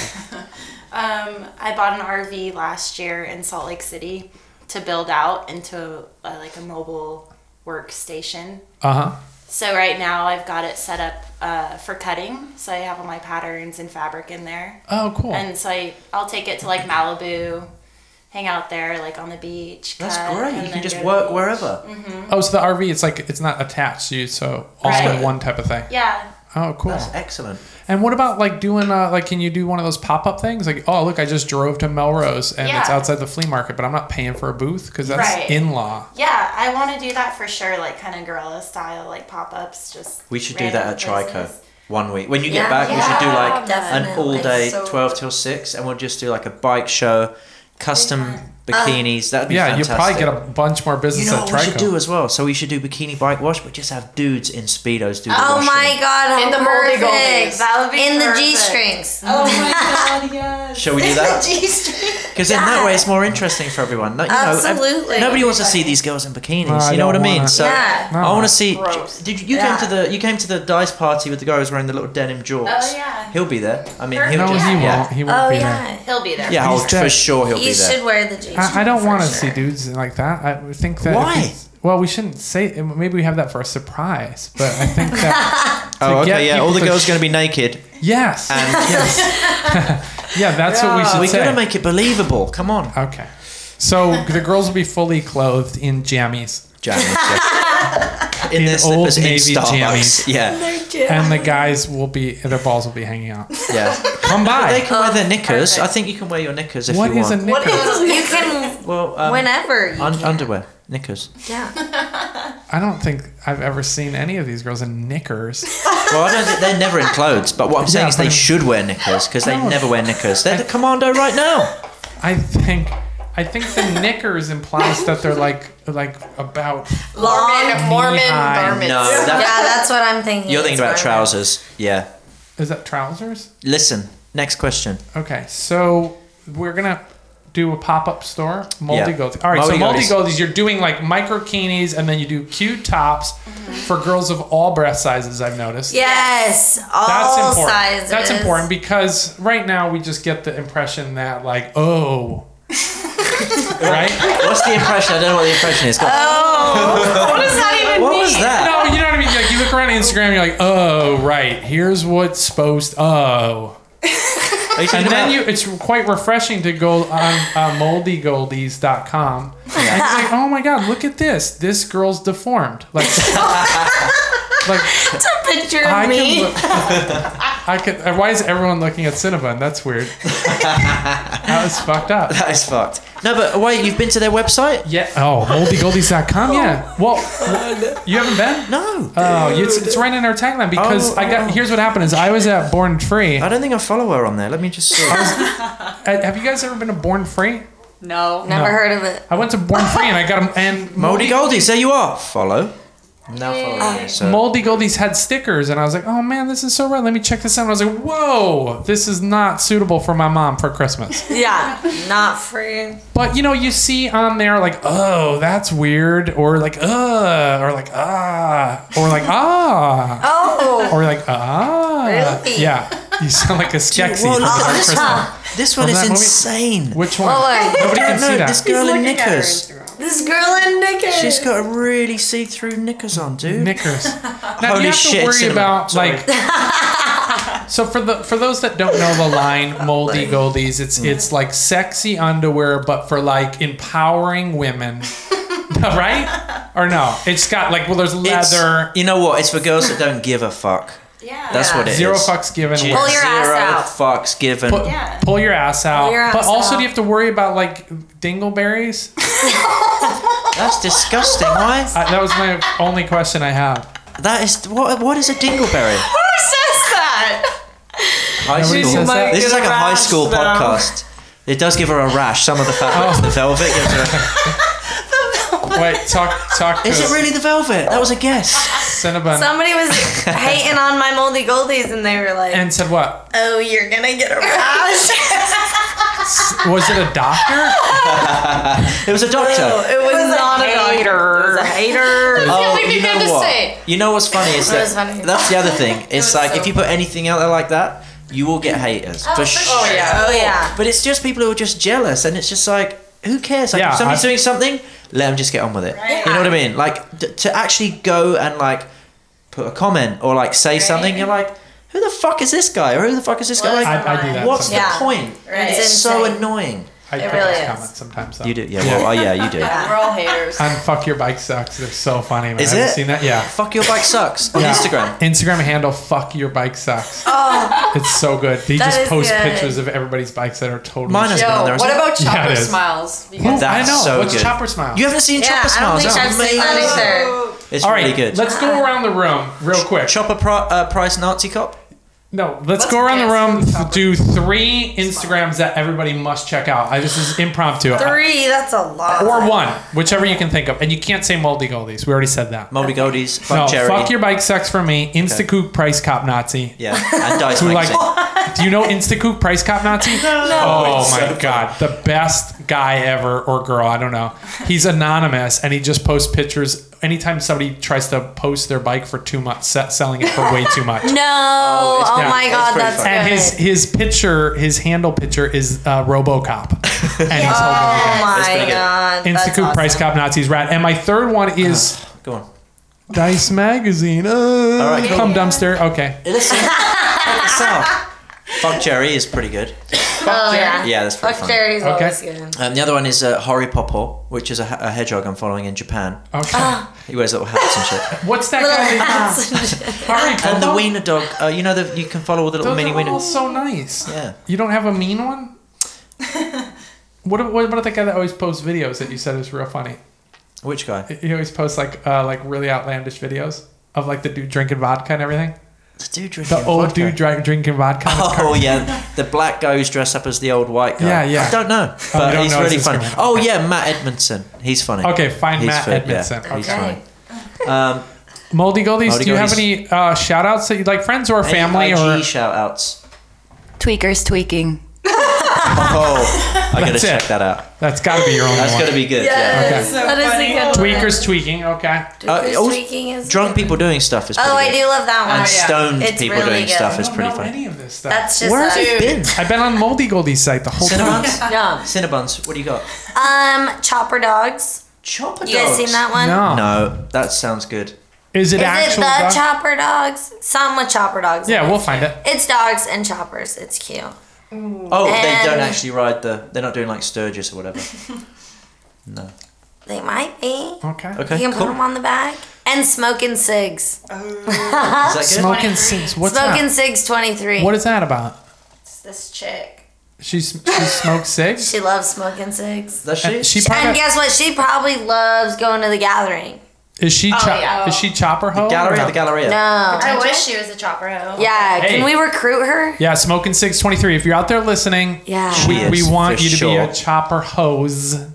[SPEAKER 4] Um, I bought an RV last year in Salt Lake City to build out into a, like a mobile workstation.
[SPEAKER 1] Uh huh.
[SPEAKER 4] So right now I've got it set up uh, for cutting. So I have all my patterns and fabric in there.
[SPEAKER 1] Oh, cool.
[SPEAKER 4] And so I, I'll take it to like Malibu, hang out there like on the beach.
[SPEAKER 3] That's
[SPEAKER 4] cut,
[SPEAKER 3] great.
[SPEAKER 4] and
[SPEAKER 3] You
[SPEAKER 4] then
[SPEAKER 3] can just
[SPEAKER 4] go to the
[SPEAKER 3] work
[SPEAKER 4] beach.
[SPEAKER 3] wherever.
[SPEAKER 1] oh, so the RV, it's like it's not attached to you, so all
[SPEAKER 4] Right.
[SPEAKER 1] in one type of thing.
[SPEAKER 4] Yeah.
[SPEAKER 1] Oh, cool.
[SPEAKER 3] That's excellent.
[SPEAKER 1] And what about like doing uh, like can you do one of those pop up things like oh look I just drove to Melrose and it's
[SPEAKER 4] Yeah.
[SPEAKER 1] outside the flea market but I'm not paying for a booth because that's
[SPEAKER 4] Right.
[SPEAKER 1] in law.
[SPEAKER 4] Yeah, I want to do that for sure, like kind of guerrilla style, like pop ups. Just
[SPEAKER 3] We should do that at
[SPEAKER 4] random
[SPEAKER 3] Trico
[SPEAKER 4] places.
[SPEAKER 3] one week. When you get
[SPEAKER 5] Yeah,
[SPEAKER 3] back, we should do like an
[SPEAKER 5] definitely.
[SPEAKER 3] all day
[SPEAKER 2] So-
[SPEAKER 3] 12 till 6, and we'll just do like a bike show, custom
[SPEAKER 5] Uh,
[SPEAKER 3] bikinis. That'd be
[SPEAKER 1] Yeah,
[SPEAKER 3] fantastic.
[SPEAKER 1] you'll probably get a bunch more business
[SPEAKER 3] You know
[SPEAKER 1] at
[SPEAKER 3] what we should
[SPEAKER 1] Trico.
[SPEAKER 3] do as well? So we should do bikini bike wash, but just have dudes in speedos do the
[SPEAKER 5] Oh
[SPEAKER 3] washing.
[SPEAKER 5] my god, how
[SPEAKER 2] In the moldy
[SPEAKER 5] perfect.
[SPEAKER 2] goldies.
[SPEAKER 4] That would be
[SPEAKER 5] In the
[SPEAKER 4] perfect.
[SPEAKER 5] G strings.
[SPEAKER 4] Oh my god, yes.
[SPEAKER 3] Shall we do that?
[SPEAKER 4] G string.
[SPEAKER 3] Because then that way it's more interesting for everyone. No- you know, ev-
[SPEAKER 5] Absolutely.
[SPEAKER 3] nobody wants to see these girls in bikinis.
[SPEAKER 1] No, I
[SPEAKER 3] you know what I
[SPEAKER 1] don't
[SPEAKER 3] mean?
[SPEAKER 1] wanna-
[SPEAKER 3] So
[SPEAKER 5] Yeah.
[SPEAKER 1] No.
[SPEAKER 3] I want to see.
[SPEAKER 2] Gross.
[SPEAKER 3] Did you, you
[SPEAKER 4] Yeah.
[SPEAKER 3] came to the you came to the dice party with the guy who was wearing the little denim jorts?
[SPEAKER 4] Oh, yeah.
[SPEAKER 3] He'll be there. I mean,
[SPEAKER 4] Perfect.
[SPEAKER 3] he'll
[SPEAKER 1] No,
[SPEAKER 3] just,
[SPEAKER 1] he
[SPEAKER 3] yeah.
[SPEAKER 1] won't. He won't
[SPEAKER 5] Oh
[SPEAKER 1] be
[SPEAKER 5] yeah.
[SPEAKER 4] He'll be there.
[SPEAKER 3] Yeah,
[SPEAKER 1] He's
[SPEAKER 3] I'll- for
[SPEAKER 1] dead.
[SPEAKER 3] sure he'll
[SPEAKER 5] You
[SPEAKER 3] be there.
[SPEAKER 5] should wear the G strings.
[SPEAKER 1] there. I, I don't
[SPEAKER 5] for
[SPEAKER 1] want to
[SPEAKER 5] sure.
[SPEAKER 1] see dudes like that. I would think that if
[SPEAKER 3] Why?
[SPEAKER 1] it's- well we shouldn't say maybe we have that for a surprise but I think that
[SPEAKER 3] Oh,
[SPEAKER 1] get
[SPEAKER 3] okay, yeah. All
[SPEAKER 1] people
[SPEAKER 3] the
[SPEAKER 1] to
[SPEAKER 3] girls
[SPEAKER 1] sh-
[SPEAKER 3] are going to be naked.
[SPEAKER 1] yes yes yeah that's what we should
[SPEAKER 3] We're
[SPEAKER 1] say.
[SPEAKER 3] going to make it believable. Come on,
[SPEAKER 1] okay, so the girls will be fully clothed in jammies.
[SPEAKER 3] Jan. in
[SPEAKER 1] In
[SPEAKER 3] their
[SPEAKER 1] Old
[SPEAKER 3] slippers, in
[SPEAKER 1] Navy
[SPEAKER 3] Starbucks. Yeah,
[SPEAKER 1] and the guys will be their balls will be hanging out.
[SPEAKER 3] yeah.
[SPEAKER 1] Come
[SPEAKER 3] They
[SPEAKER 1] by.
[SPEAKER 3] can wear their knickers.
[SPEAKER 4] perfect.
[SPEAKER 3] I think you can wear your knickers if
[SPEAKER 1] What
[SPEAKER 3] you
[SPEAKER 1] is a
[SPEAKER 3] want.
[SPEAKER 2] What
[SPEAKER 1] knicker?
[SPEAKER 2] is
[SPEAKER 5] You can
[SPEAKER 3] well, um,
[SPEAKER 5] whenever you
[SPEAKER 3] un-
[SPEAKER 5] can.
[SPEAKER 3] underwear, knickers.
[SPEAKER 5] Yeah.
[SPEAKER 1] I don't think I've ever seen any of these girls in knickers.
[SPEAKER 3] Well, I don't think they're never in clothes, but what I'm saying
[SPEAKER 1] Yeah,
[SPEAKER 3] is they
[SPEAKER 1] but-
[SPEAKER 3] should wear knickers because they
[SPEAKER 1] No.
[SPEAKER 3] never wear knickers. They're the commando right now.
[SPEAKER 1] I think I think the knickers implies that they're like like about
[SPEAKER 2] Mormon, Mormon
[SPEAKER 1] knee-high.
[SPEAKER 2] garments.
[SPEAKER 3] No,
[SPEAKER 5] Yeah,
[SPEAKER 3] that,
[SPEAKER 5] that's what I'm thinking.
[SPEAKER 3] you're thinking
[SPEAKER 5] It's
[SPEAKER 3] about
[SPEAKER 5] fine.
[SPEAKER 3] trousers. Yeah.
[SPEAKER 1] is that trousers?
[SPEAKER 3] Listen, next question.
[SPEAKER 1] Okay, so we're gonna do a pop up store. Moldy
[SPEAKER 3] Yeah.
[SPEAKER 1] Goldies. All right, so
[SPEAKER 3] Moldy
[SPEAKER 1] Moldy
[SPEAKER 3] Goldies.
[SPEAKER 1] Goldies, you're doing like microkinis, and then you do cute tops
[SPEAKER 5] Mm-hmm.
[SPEAKER 1] for girls of all breast sizes. I've noticed.
[SPEAKER 5] Yes, all
[SPEAKER 1] That's important.
[SPEAKER 5] sizes.
[SPEAKER 1] That's important because right now we just get the impression that like, oh, right?
[SPEAKER 3] What's the impression? I don't know what the impression is. Go on. Oh.
[SPEAKER 2] What does that even
[SPEAKER 3] what
[SPEAKER 2] mean?
[SPEAKER 3] was that?
[SPEAKER 1] No, you know what I mean. Like you look around Instagram, you're like, oh, right. Here's what's supposed. Oh,
[SPEAKER 3] Are you
[SPEAKER 1] and
[SPEAKER 3] talking
[SPEAKER 1] then
[SPEAKER 3] about-
[SPEAKER 1] you. It's quite refreshing to go on uh, moldygoldies.com. And you're like, oh my God, look at this. This girl's deformed. Like, like
[SPEAKER 5] Picture
[SPEAKER 1] I
[SPEAKER 5] of me.
[SPEAKER 1] can. Look, I could. uh, Why is everyone looking at Cinnabon? That's weird. that was fucked up.
[SPEAKER 3] that is fucked. No, but wait, you've been to their website?
[SPEAKER 1] Yeah. Oh, moldygoldies.com. Yeah. Well, you haven't been?
[SPEAKER 3] No.
[SPEAKER 1] Oh, it's, it's right in our tagline because
[SPEAKER 3] Oh,
[SPEAKER 1] I got.
[SPEAKER 3] oh.
[SPEAKER 1] Here's what happened: is I was at Born Free.
[SPEAKER 3] I don't think I follow her on there. Let me just see.
[SPEAKER 1] Uh, have you guys ever been to Born Free?
[SPEAKER 2] No.
[SPEAKER 5] Never
[SPEAKER 1] No.
[SPEAKER 5] heard of it.
[SPEAKER 1] I went to Born Free and I got 'em- and
[SPEAKER 3] Moldy Goldies, there you are. Follow. I'm now following you. So.
[SPEAKER 1] Moldy Goldies had stickers, and I was like, "Oh man, this is so right. Let me check this out." And I was like, "Whoa, this is not suitable for my mom for Christmas."
[SPEAKER 5] Yeah, not for.
[SPEAKER 1] But you know, you see on there like, "Oh, that's weird," or like, "Uh," or like, "Ah," or like, "Ah."
[SPEAKER 5] Oh,
[SPEAKER 1] Or you're like, ah,
[SPEAKER 5] Really?
[SPEAKER 1] yeah. You sound like a skeksis.
[SPEAKER 3] Whoa, look
[SPEAKER 1] Like
[SPEAKER 3] at
[SPEAKER 1] a
[SPEAKER 3] this
[SPEAKER 1] person.
[SPEAKER 3] one. This one
[SPEAKER 1] Well,
[SPEAKER 3] is
[SPEAKER 1] that movie-
[SPEAKER 3] insane.
[SPEAKER 1] Which one?
[SPEAKER 5] Lola,
[SPEAKER 1] Nobody can
[SPEAKER 3] No,
[SPEAKER 1] see
[SPEAKER 3] this
[SPEAKER 1] that.
[SPEAKER 3] girl in knickers.
[SPEAKER 5] this girl in knickers.
[SPEAKER 3] She's got a really see-through knickers on, dude.
[SPEAKER 1] Knickers. Now do
[SPEAKER 3] Holy
[SPEAKER 1] you have
[SPEAKER 3] shit,
[SPEAKER 1] to worry
[SPEAKER 3] Cinnamon.
[SPEAKER 1] about
[SPEAKER 3] Sorry.
[SPEAKER 1] like. So for the for those that don't know the line Moldy Goldies, it's it's like sexy underwear, but for like empowering women, right? Or no? It's got like well, there's
[SPEAKER 3] It's-
[SPEAKER 1] leather,
[SPEAKER 3] You know what? It's for girls that don't give a fuck.
[SPEAKER 4] Yeah.
[SPEAKER 3] That's what it is.
[SPEAKER 1] zero fucks given.
[SPEAKER 3] Zero
[SPEAKER 5] Pull your ass out.
[SPEAKER 3] fucks given.
[SPEAKER 1] Pull,
[SPEAKER 4] Yeah.
[SPEAKER 1] pull your ass out.
[SPEAKER 5] your
[SPEAKER 1] but
[SPEAKER 5] ass
[SPEAKER 1] also,
[SPEAKER 5] out.
[SPEAKER 1] do you have to worry about like dingleberries?
[SPEAKER 3] That's disgusting. Why?
[SPEAKER 1] I, that was my only question I have.
[SPEAKER 3] That is what? What is a dingleberry?
[SPEAKER 4] Who says that?
[SPEAKER 3] High
[SPEAKER 1] Nobody
[SPEAKER 3] school.
[SPEAKER 1] says that.
[SPEAKER 3] This is like a high
[SPEAKER 4] rash,
[SPEAKER 3] school
[SPEAKER 4] though.
[SPEAKER 3] podcast. It does give her a rash. Some of the fabrics, the
[SPEAKER 1] Oh.
[SPEAKER 3] velvet gives her.
[SPEAKER 1] Wait, talk talk.
[SPEAKER 3] A... Is
[SPEAKER 1] to
[SPEAKER 3] it
[SPEAKER 1] us.
[SPEAKER 3] really the velvet? That was a guess.
[SPEAKER 1] Cinnabon
[SPEAKER 5] Somebody was hating on my moldy goldies, and they were like,
[SPEAKER 1] and said what?
[SPEAKER 5] "Oh, you're gonna get a rash."
[SPEAKER 1] Was it a doctor?
[SPEAKER 3] It was a doctor.
[SPEAKER 5] it was not a
[SPEAKER 2] hater.
[SPEAKER 5] It was a hater.
[SPEAKER 3] Oh,
[SPEAKER 2] we
[SPEAKER 3] you
[SPEAKER 2] began
[SPEAKER 3] know
[SPEAKER 2] to
[SPEAKER 3] what?
[SPEAKER 2] say.
[SPEAKER 3] You know what's funny is
[SPEAKER 5] That was
[SPEAKER 3] that
[SPEAKER 5] funny.
[SPEAKER 3] that's the other thing. It's
[SPEAKER 5] was
[SPEAKER 3] like
[SPEAKER 5] so
[SPEAKER 3] if you put anything out there like that, you will get haters for sure.
[SPEAKER 2] Oh, yeah.
[SPEAKER 5] Oh yeah.
[SPEAKER 3] But it's just people who are just jealous, and it's just like, who cares? Like,
[SPEAKER 1] Yeah,
[SPEAKER 3] if somebody's
[SPEAKER 1] I-
[SPEAKER 3] doing something, let them just get on with it. You know what I mean? Like, d- to actually go and like put a comment or like say something, you're like, who the fuck is this guy? Or who the fuck is this guy? Like,
[SPEAKER 1] I, I do that.
[SPEAKER 3] what's
[SPEAKER 1] sometimes.
[SPEAKER 5] Yeah.
[SPEAKER 3] the point?
[SPEAKER 5] Right.
[SPEAKER 3] It's,
[SPEAKER 5] It's
[SPEAKER 3] so
[SPEAKER 5] insane.
[SPEAKER 3] annoying.
[SPEAKER 1] I
[SPEAKER 5] It
[SPEAKER 1] pick
[SPEAKER 5] really
[SPEAKER 1] his
[SPEAKER 5] is.
[SPEAKER 1] comments sometimes. Though.
[SPEAKER 3] You do, yeah. Well, oh, yeah, you do.
[SPEAKER 2] We're all haters.
[SPEAKER 1] On fuck your bike sucks. They're so funny. Man.
[SPEAKER 3] Is
[SPEAKER 1] Have you
[SPEAKER 3] it?
[SPEAKER 1] seen that? Yeah.
[SPEAKER 3] Fuck your bike sucks on
[SPEAKER 1] Yeah.
[SPEAKER 3] Instagram.
[SPEAKER 1] Instagram handle fuck your bike sucks.
[SPEAKER 5] Oh,
[SPEAKER 1] It's so good. They
[SPEAKER 5] That
[SPEAKER 1] just
[SPEAKER 5] is
[SPEAKER 1] post
[SPEAKER 5] good.
[SPEAKER 1] pictures of everybody's bikes that are totally.
[SPEAKER 3] Mine is-
[SPEAKER 1] shit.
[SPEAKER 3] been on there,
[SPEAKER 2] Yo, what
[SPEAKER 3] isn't it?
[SPEAKER 2] about
[SPEAKER 1] Yeah, it
[SPEAKER 2] chopper
[SPEAKER 1] is.
[SPEAKER 2] smiles? You guys-
[SPEAKER 1] Ooh, I
[SPEAKER 3] That's
[SPEAKER 1] know.
[SPEAKER 3] so
[SPEAKER 1] What's
[SPEAKER 3] good.
[SPEAKER 1] Chopper Smile?
[SPEAKER 3] You haven't seen
[SPEAKER 5] Yeah,
[SPEAKER 3] Chopper
[SPEAKER 5] I
[SPEAKER 3] Smiles?
[SPEAKER 5] don't think
[SPEAKER 3] That's
[SPEAKER 5] I've seen that
[SPEAKER 3] amazing.
[SPEAKER 5] either.
[SPEAKER 3] It's
[SPEAKER 1] All
[SPEAKER 3] really
[SPEAKER 1] right,
[SPEAKER 3] good.
[SPEAKER 1] let's go around the room real quick.
[SPEAKER 3] Chopper Pri- uh, Price Nazi Cop.
[SPEAKER 1] No, let's
[SPEAKER 2] Let's
[SPEAKER 1] go around the
[SPEAKER 2] guess
[SPEAKER 1] room.
[SPEAKER 2] who's
[SPEAKER 1] th-
[SPEAKER 2] Chopper.
[SPEAKER 1] Do three Instagrams that everybody must check out. I, this is impromptu.
[SPEAKER 5] three. That's a lot.
[SPEAKER 1] or one, whichever you can think of. And you can't say moldy goldies. We already said that.
[SPEAKER 3] Moldy Goldies. Fuck
[SPEAKER 1] no,
[SPEAKER 3] Jerry.
[SPEAKER 1] fuck your bike sucks for me. Instacoop price cop Nazi.
[SPEAKER 3] Yeah, and Dice
[SPEAKER 1] Who like?
[SPEAKER 3] Magazine.
[SPEAKER 1] do you know Instacoop price cop Nazi?
[SPEAKER 3] it's
[SPEAKER 1] Oh
[SPEAKER 3] so
[SPEAKER 1] my
[SPEAKER 3] funny.
[SPEAKER 1] god, the best guy ever or girl. I don't know. He's anonymous and he just posts pictures. Anytime somebody tries to post their bike for too much, se- selling it for way too much.
[SPEAKER 5] No.
[SPEAKER 3] it's
[SPEAKER 5] Oh,
[SPEAKER 3] pretty-
[SPEAKER 5] my
[SPEAKER 3] it's
[SPEAKER 5] God,
[SPEAKER 3] pretty
[SPEAKER 5] that's
[SPEAKER 3] funny.
[SPEAKER 1] And
[SPEAKER 5] good.
[SPEAKER 1] his his picture, his handle picture is uh, RoboCop, and he's holding
[SPEAKER 5] oh
[SPEAKER 3] That's
[SPEAKER 5] my
[SPEAKER 3] pretty good.
[SPEAKER 5] God.
[SPEAKER 1] it.
[SPEAKER 5] that's
[SPEAKER 1] Instacoop
[SPEAKER 5] awesome. Uh-huh.
[SPEAKER 1] price cop Nazis rat. And my third one is.
[SPEAKER 3] Go on.
[SPEAKER 1] Dice Magazine. Uh,
[SPEAKER 3] right, cool.
[SPEAKER 1] Come dumpster. Okay.
[SPEAKER 3] Listen, check this out. Fuck Jerry is pretty good.
[SPEAKER 5] Oh yeah.
[SPEAKER 3] Yeah, that's pretty
[SPEAKER 5] Fuck
[SPEAKER 3] fun.
[SPEAKER 5] Jerry's
[SPEAKER 1] Okay.
[SPEAKER 5] always good.
[SPEAKER 3] Um, the other one is uh, Hori Popo, which is a, a hedgehog I'm following in Japan.
[SPEAKER 1] Okay.
[SPEAKER 3] He wears little hats and shit.
[SPEAKER 1] What's that
[SPEAKER 5] Uh, Little
[SPEAKER 1] guy? that-
[SPEAKER 5] hats.
[SPEAKER 1] Harry
[SPEAKER 3] And the
[SPEAKER 1] Potter?
[SPEAKER 3] wiener dog. Uh, you know, the, you can follow all the little
[SPEAKER 1] Those
[SPEAKER 3] mini
[SPEAKER 1] are all
[SPEAKER 3] wieners.
[SPEAKER 1] so nice.
[SPEAKER 3] Yeah.
[SPEAKER 1] You don't have a mean one. what, a- what about the guy that always posts videos that you said is real funny?
[SPEAKER 3] Which guy?
[SPEAKER 1] He always posts like uh, like really outlandish videos of like the dude drinking vodka and everything.
[SPEAKER 3] The
[SPEAKER 1] The
[SPEAKER 3] dude drinking
[SPEAKER 1] old
[SPEAKER 3] vodka.
[SPEAKER 1] dude dri- drinking vodka. in his car.
[SPEAKER 3] Oh yeah, the black guy who's dressed up as the old white guy.
[SPEAKER 1] Yeah, yeah.
[SPEAKER 3] I don't know,
[SPEAKER 1] Oh, you
[SPEAKER 3] but
[SPEAKER 1] don't
[SPEAKER 3] he's
[SPEAKER 1] know his
[SPEAKER 3] really funny.
[SPEAKER 1] Instagram.
[SPEAKER 3] Oh yeah, Matt Edmondson. He's funny.
[SPEAKER 1] Okay, find
[SPEAKER 3] He's
[SPEAKER 1] Matt
[SPEAKER 3] fit,
[SPEAKER 1] Edmondson.
[SPEAKER 3] Yeah, he's
[SPEAKER 5] Okay.
[SPEAKER 3] funny. Um,
[SPEAKER 1] Moldy Goldies,
[SPEAKER 3] Moldy
[SPEAKER 1] do you have
[SPEAKER 3] Goldies.
[SPEAKER 1] any uh, shout outs that you'd like, friends or family
[SPEAKER 3] any
[SPEAKER 1] or
[SPEAKER 3] IG shout outs.
[SPEAKER 2] Tweakers tweaking.
[SPEAKER 3] Oh, I gotta
[SPEAKER 1] That's it.
[SPEAKER 3] check that out.
[SPEAKER 1] That's got to be your own
[SPEAKER 3] That's
[SPEAKER 1] one.
[SPEAKER 3] gonna be good. Yeah.
[SPEAKER 5] Yes.
[SPEAKER 1] Okay.
[SPEAKER 5] That is
[SPEAKER 4] funny.
[SPEAKER 5] a good one.
[SPEAKER 1] Tweakers tweaking. Okay.
[SPEAKER 5] Tweakers
[SPEAKER 3] Uh, also,
[SPEAKER 5] tweaking is
[SPEAKER 3] Drunk
[SPEAKER 5] good.
[SPEAKER 3] people doing stuff is. Pretty
[SPEAKER 5] Oh, I
[SPEAKER 3] good.
[SPEAKER 5] do love that one.
[SPEAKER 3] And
[SPEAKER 5] Yeah.
[SPEAKER 3] stoned
[SPEAKER 5] It's
[SPEAKER 3] people
[SPEAKER 5] really
[SPEAKER 3] doing
[SPEAKER 5] good.
[SPEAKER 3] stuff is
[SPEAKER 1] I don't
[SPEAKER 3] pretty
[SPEAKER 1] know
[SPEAKER 3] funny.
[SPEAKER 1] any of this stuff.
[SPEAKER 5] That's just
[SPEAKER 3] Where
[SPEAKER 5] us.
[SPEAKER 3] have you been?
[SPEAKER 1] I've been on Moldy Goldie's site the whole time.
[SPEAKER 3] Cinnabons.
[SPEAKER 5] Yum.
[SPEAKER 3] Cinnabons. What do you got?
[SPEAKER 5] Um, chopper dogs.
[SPEAKER 3] Chopper
[SPEAKER 5] You guys seen that one?
[SPEAKER 1] No.
[SPEAKER 3] No, that sounds good.
[SPEAKER 1] Is it
[SPEAKER 5] Is it the
[SPEAKER 1] actual? dog-
[SPEAKER 5] chopper dogs? Something with chopper dogs. in
[SPEAKER 1] yeah,
[SPEAKER 5] it.
[SPEAKER 1] we'll find it.
[SPEAKER 5] It's dogs and choppers. It's cute.
[SPEAKER 3] Oh, they don't
[SPEAKER 5] And-
[SPEAKER 3] actually ride the. They're not doing like Sturgis or whatever. No.
[SPEAKER 5] They might be.
[SPEAKER 1] Okay.
[SPEAKER 3] Okay.
[SPEAKER 5] you can
[SPEAKER 3] cool.
[SPEAKER 5] put them on the back. And smoking cigs.
[SPEAKER 3] Is that good?
[SPEAKER 1] Smoking cigs. What's
[SPEAKER 5] smoking
[SPEAKER 1] that?
[SPEAKER 5] cigs 23.
[SPEAKER 1] What is that about?
[SPEAKER 4] It's this chick.
[SPEAKER 1] She's she smokes cigs.
[SPEAKER 5] she loves smoking cigs.
[SPEAKER 3] Does she?
[SPEAKER 1] And she
[SPEAKER 5] And
[SPEAKER 1] probably
[SPEAKER 5] guess what? She probably loves going to the gathering.
[SPEAKER 1] is she chop
[SPEAKER 4] yeah.
[SPEAKER 1] is she chopper hoe?
[SPEAKER 3] gallery.
[SPEAKER 1] or no?
[SPEAKER 3] The gallery.
[SPEAKER 5] No.
[SPEAKER 4] I wish she was a chopper hoe.
[SPEAKER 5] Yeah.
[SPEAKER 1] Hey.
[SPEAKER 5] Can we recruit her?
[SPEAKER 1] Yeah, smoking cigs twenty three. If you're out there listening,
[SPEAKER 5] Yeah.
[SPEAKER 3] She
[SPEAKER 1] we,
[SPEAKER 3] is,
[SPEAKER 1] we want
[SPEAKER 3] for
[SPEAKER 1] you to be
[SPEAKER 3] sure.
[SPEAKER 1] a chopper hose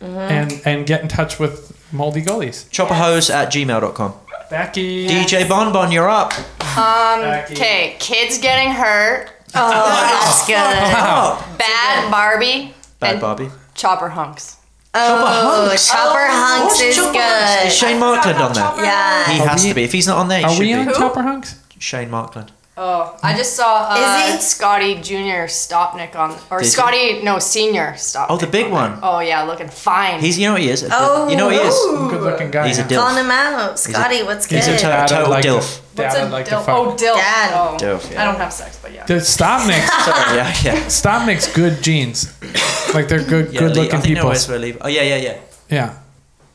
[SPEAKER 1] and and get in touch with Moldy Goalies.
[SPEAKER 3] Chopperhose at gmail.com.
[SPEAKER 1] Becky.
[SPEAKER 3] DJ Bon Bon, you're up.
[SPEAKER 2] um, Okay, kids getting hurt.
[SPEAKER 5] That's good.
[SPEAKER 3] Oh.
[SPEAKER 2] Bad Barbie.
[SPEAKER 3] Bad
[SPEAKER 2] and
[SPEAKER 3] Barbie.
[SPEAKER 2] Chopper hunks.
[SPEAKER 5] Oh,
[SPEAKER 3] Hunks.
[SPEAKER 5] chopper hunks
[SPEAKER 3] What's
[SPEAKER 5] is
[SPEAKER 3] Chopper Hunks? Is
[SPEAKER 5] good.
[SPEAKER 3] Shane Markland on there?
[SPEAKER 5] Yeah.
[SPEAKER 3] He
[SPEAKER 1] Are
[SPEAKER 3] has
[SPEAKER 1] we-
[SPEAKER 3] to be. If he's not on there, he
[SPEAKER 1] Are
[SPEAKER 3] should
[SPEAKER 1] we on
[SPEAKER 3] be.
[SPEAKER 1] Chopper Hunks?
[SPEAKER 3] Shane Markland.
[SPEAKER 2] Oh, I just saw uh,
[SPEAKER 5] Is he?
[SPEAKER 2] Scotty Junior Stopnick on, or
[SPEAKER 3] Did you?
[SPEAKER 2] Scotty no Senior Stopnick.
[SPEAKER 3] Oh, the big
[SPEAKER 2] on
[SPEAKER 3] one.
[SPEAKER 2] there. Oh yeah, looking fine.
[SPEAKER 3] He's, you know what he is? A dil-
[SPEAKER 5] Oh.
[SPEAKER 3] You know what he is?
[SPEAKER 1] Good looking guy.
[SPEAKER 3] He's a
[SPEAKER 1] yeah.
[SPEAKER 5] Calling
[SPEAKER 3] dilf.
[SPEAKER 5] him out. Scotty, what's good?
[SPEAKER 3] He's a
[SPEAKER 1] Dad
[SPEAKER 3] to-
[SPEAKER 1] I'd
[SPEAKER 3] total
[SPEAKER 1] like to-
[SPEAKER 3] dilf.
[SPEAKER 1] Dad
[SPEAKER 2] What's a
[SPEAKER 1] I'd like to
[SPEAKER 2] Dilf?
[SPEAKER 1] fuck.
[SPEAKER 2] Oh, Dilf.
[SPEAKER 5] Dad.
[SPEAKER 2] Oh.
[SPEAKER 3] Dilf, yeah.
[SPEAKER 2] I don't have sex, but yeah.
[SPEAKER 1] The Stopnick's
[SPEAKER 3] Sorry, yeah, yeah.
[SPEAKER 1] Stopnick's good jeans. Like they're good,
[SPEAKER 3] yeah
[SPEAKER 1] good
[SPEAKER 3] Le-
[SPEAKER 1] looking
[SPEAKER 3] I think
[SPEAKER 1] people.
[SPEAKER 3] Noah's where Levi. Oh, yeah, yeah, yeah.
[SPEAKER 1] Yeah.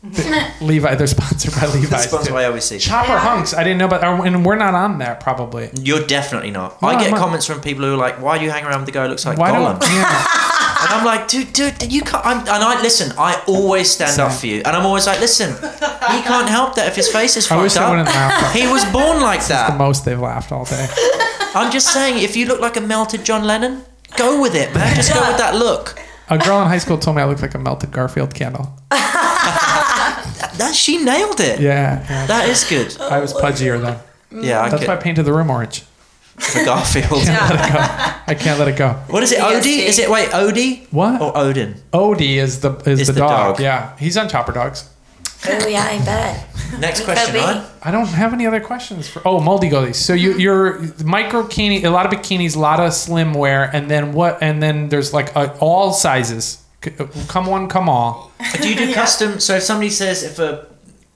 [SPEAKER 1] The- Levi, they're sponsored by
[SPEAKER 3] That's
[SPEAKER 1] Levi's.
[SPEAKER 3] sponsored
[SPEAKER 1] too.
[SPEAKER 3] by OEC.
[SPEAKER 1] Chopper hunks. I didn't know about, oh, and we're not on that probably.
[SPEAKER 3] You're definitely not.
[SPEAKER 1] No,
[SPEAKER 3] I get
[SPEAKER 1] I'm not.
[SPEAKER 3] comments from people who are like, "Why do you hang around with the guy who looks like
[SPEAKER 1] Why
[SPEAKER 3] Gollum?"
[SPEAKER 1] don't? Yeah.
[SPEAKER 3] And I'm like, "Dude, dude, you can't." I'm, and I listen. I always stand up for you, and I'm always like, "Listen, he can't help that if his face is
[SPEAKER 1] I wish
[SPEAKER 3] fucked
[SPEAKER 1] they wouldn't
[SPEAKER 3] up.
[SPEAKER 1] laugh.
[SPEAKER 3] He was born like
[SPEAKER 1] That's the
[SPEAKER 3] that."
[SPEAKER 1] most they've laughed all day.
[SPEAKER 3] I'm just saying, if you look like a melted John Lennon, go with it, man. Just go with that look.
[SPEAKER 1] A girl in high school told me I looked like a melted Garfield candle.
[SPEAKER 3] That she nailed it.
[SPEAKER 1] Yeah, yeah.
[SPEAKER 3] That is good.
[SPEAKER 1] I was pudgier then.
[SPEAKER 3] Yeah, I
[SPEAKER 1] That's why I
[SPEAKER 3] could.
[SPEAKER 1] painted the room orange.
[SPEAKER 3] For Garfield.
[SPEAKER 1] I can't let it go.
[SPEAKER 3] What is it? Odie? Is it wait Odie
[SPEAKER 1] What?
[SPEAKER 3] or Odin?
[SPEAKER 1] Odie is the is,
[SPEAKER 3] Oh, Is
[SPEAKER 1] the,
[SPEAKER 3] the
[SPEAKER 1] dog.
[SPEAKER 3] dog.
[SPEAKER 1] Yeah, he's on Chopper Dogs.
[SPEAKER 5] Oh, yeah, I bet.
[SPEAKER 3] Next
[SPEAKER 5] Could
[SPEAKER 3] question,
[SPEAKER 5] be.
[SPEAKER 3] right?
[SPEAKER 1] I don't have any other questions for. Oh, moldy goalies. So you you're micro bikini, a lot of bikinis, a lot of slim wear, and then what? And then there's like uh all sizes. C- Come one, come all.
[SPEAKER 3] Do you do custom? So if somebody says, if a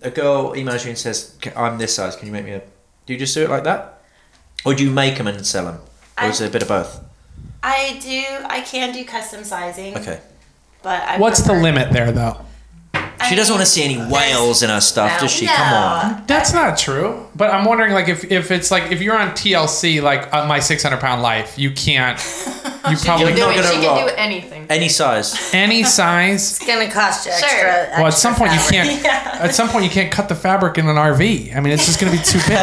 [SPEAKER 3] a girl emails you and says, "C- "I'm this size, can you make me a?" Do you just do it like that, or do you make them and sell them, or is
[SPEAKER 4] I-
[SPEAKER 3] it a bit of both?
[SPEAKER 4] I do. I can do custom sizing.
[SPEAKER 3] Okay.
[SPEAKER 4] But I
[SPEAKER 1] What's the
[SPEAKER 4] prefer-
[SPEAKER 1] limit there, though?
[SPEAKER 4] I
[SPEAKER 3] She doesn't
[SPEAKER 4] mean,
[SPEAKER 3] want to see any whales in her stuff, does she?
[SPEAKER 5] No.
[SPEAKER 3] Come on.
[SPEAKER 1] That's not true. But I'm wondering, like, if, if it's like if you're on TLC, like uh, my 600 pound life, you can't. You probably
[SPEAKER 3] You're
[SPEAKER 2] Do
[SPEAKER 3] not
[SPEAKER 2] it.
[SPEAKER 3] gonna
[SPEAKER 2] She can
[SPEAKER 3] rock.
[SPEAKER 2] do anything.
[SPEAKER 3] Any size.
[SPEAKER 1] any size.
[SPEAKER 5] It's gonna cost you extra.
[SPEAKER 2] Sure.
[SPEAKER 1] Well, at some
[SPEAKER 5] extra
[SPEAKER 1] point you
[SPEAKER 5] fabric.
[SPEAKER 1] can't. At some point you can't cut the fabric in an RV. I mean, it's just gonna be too big.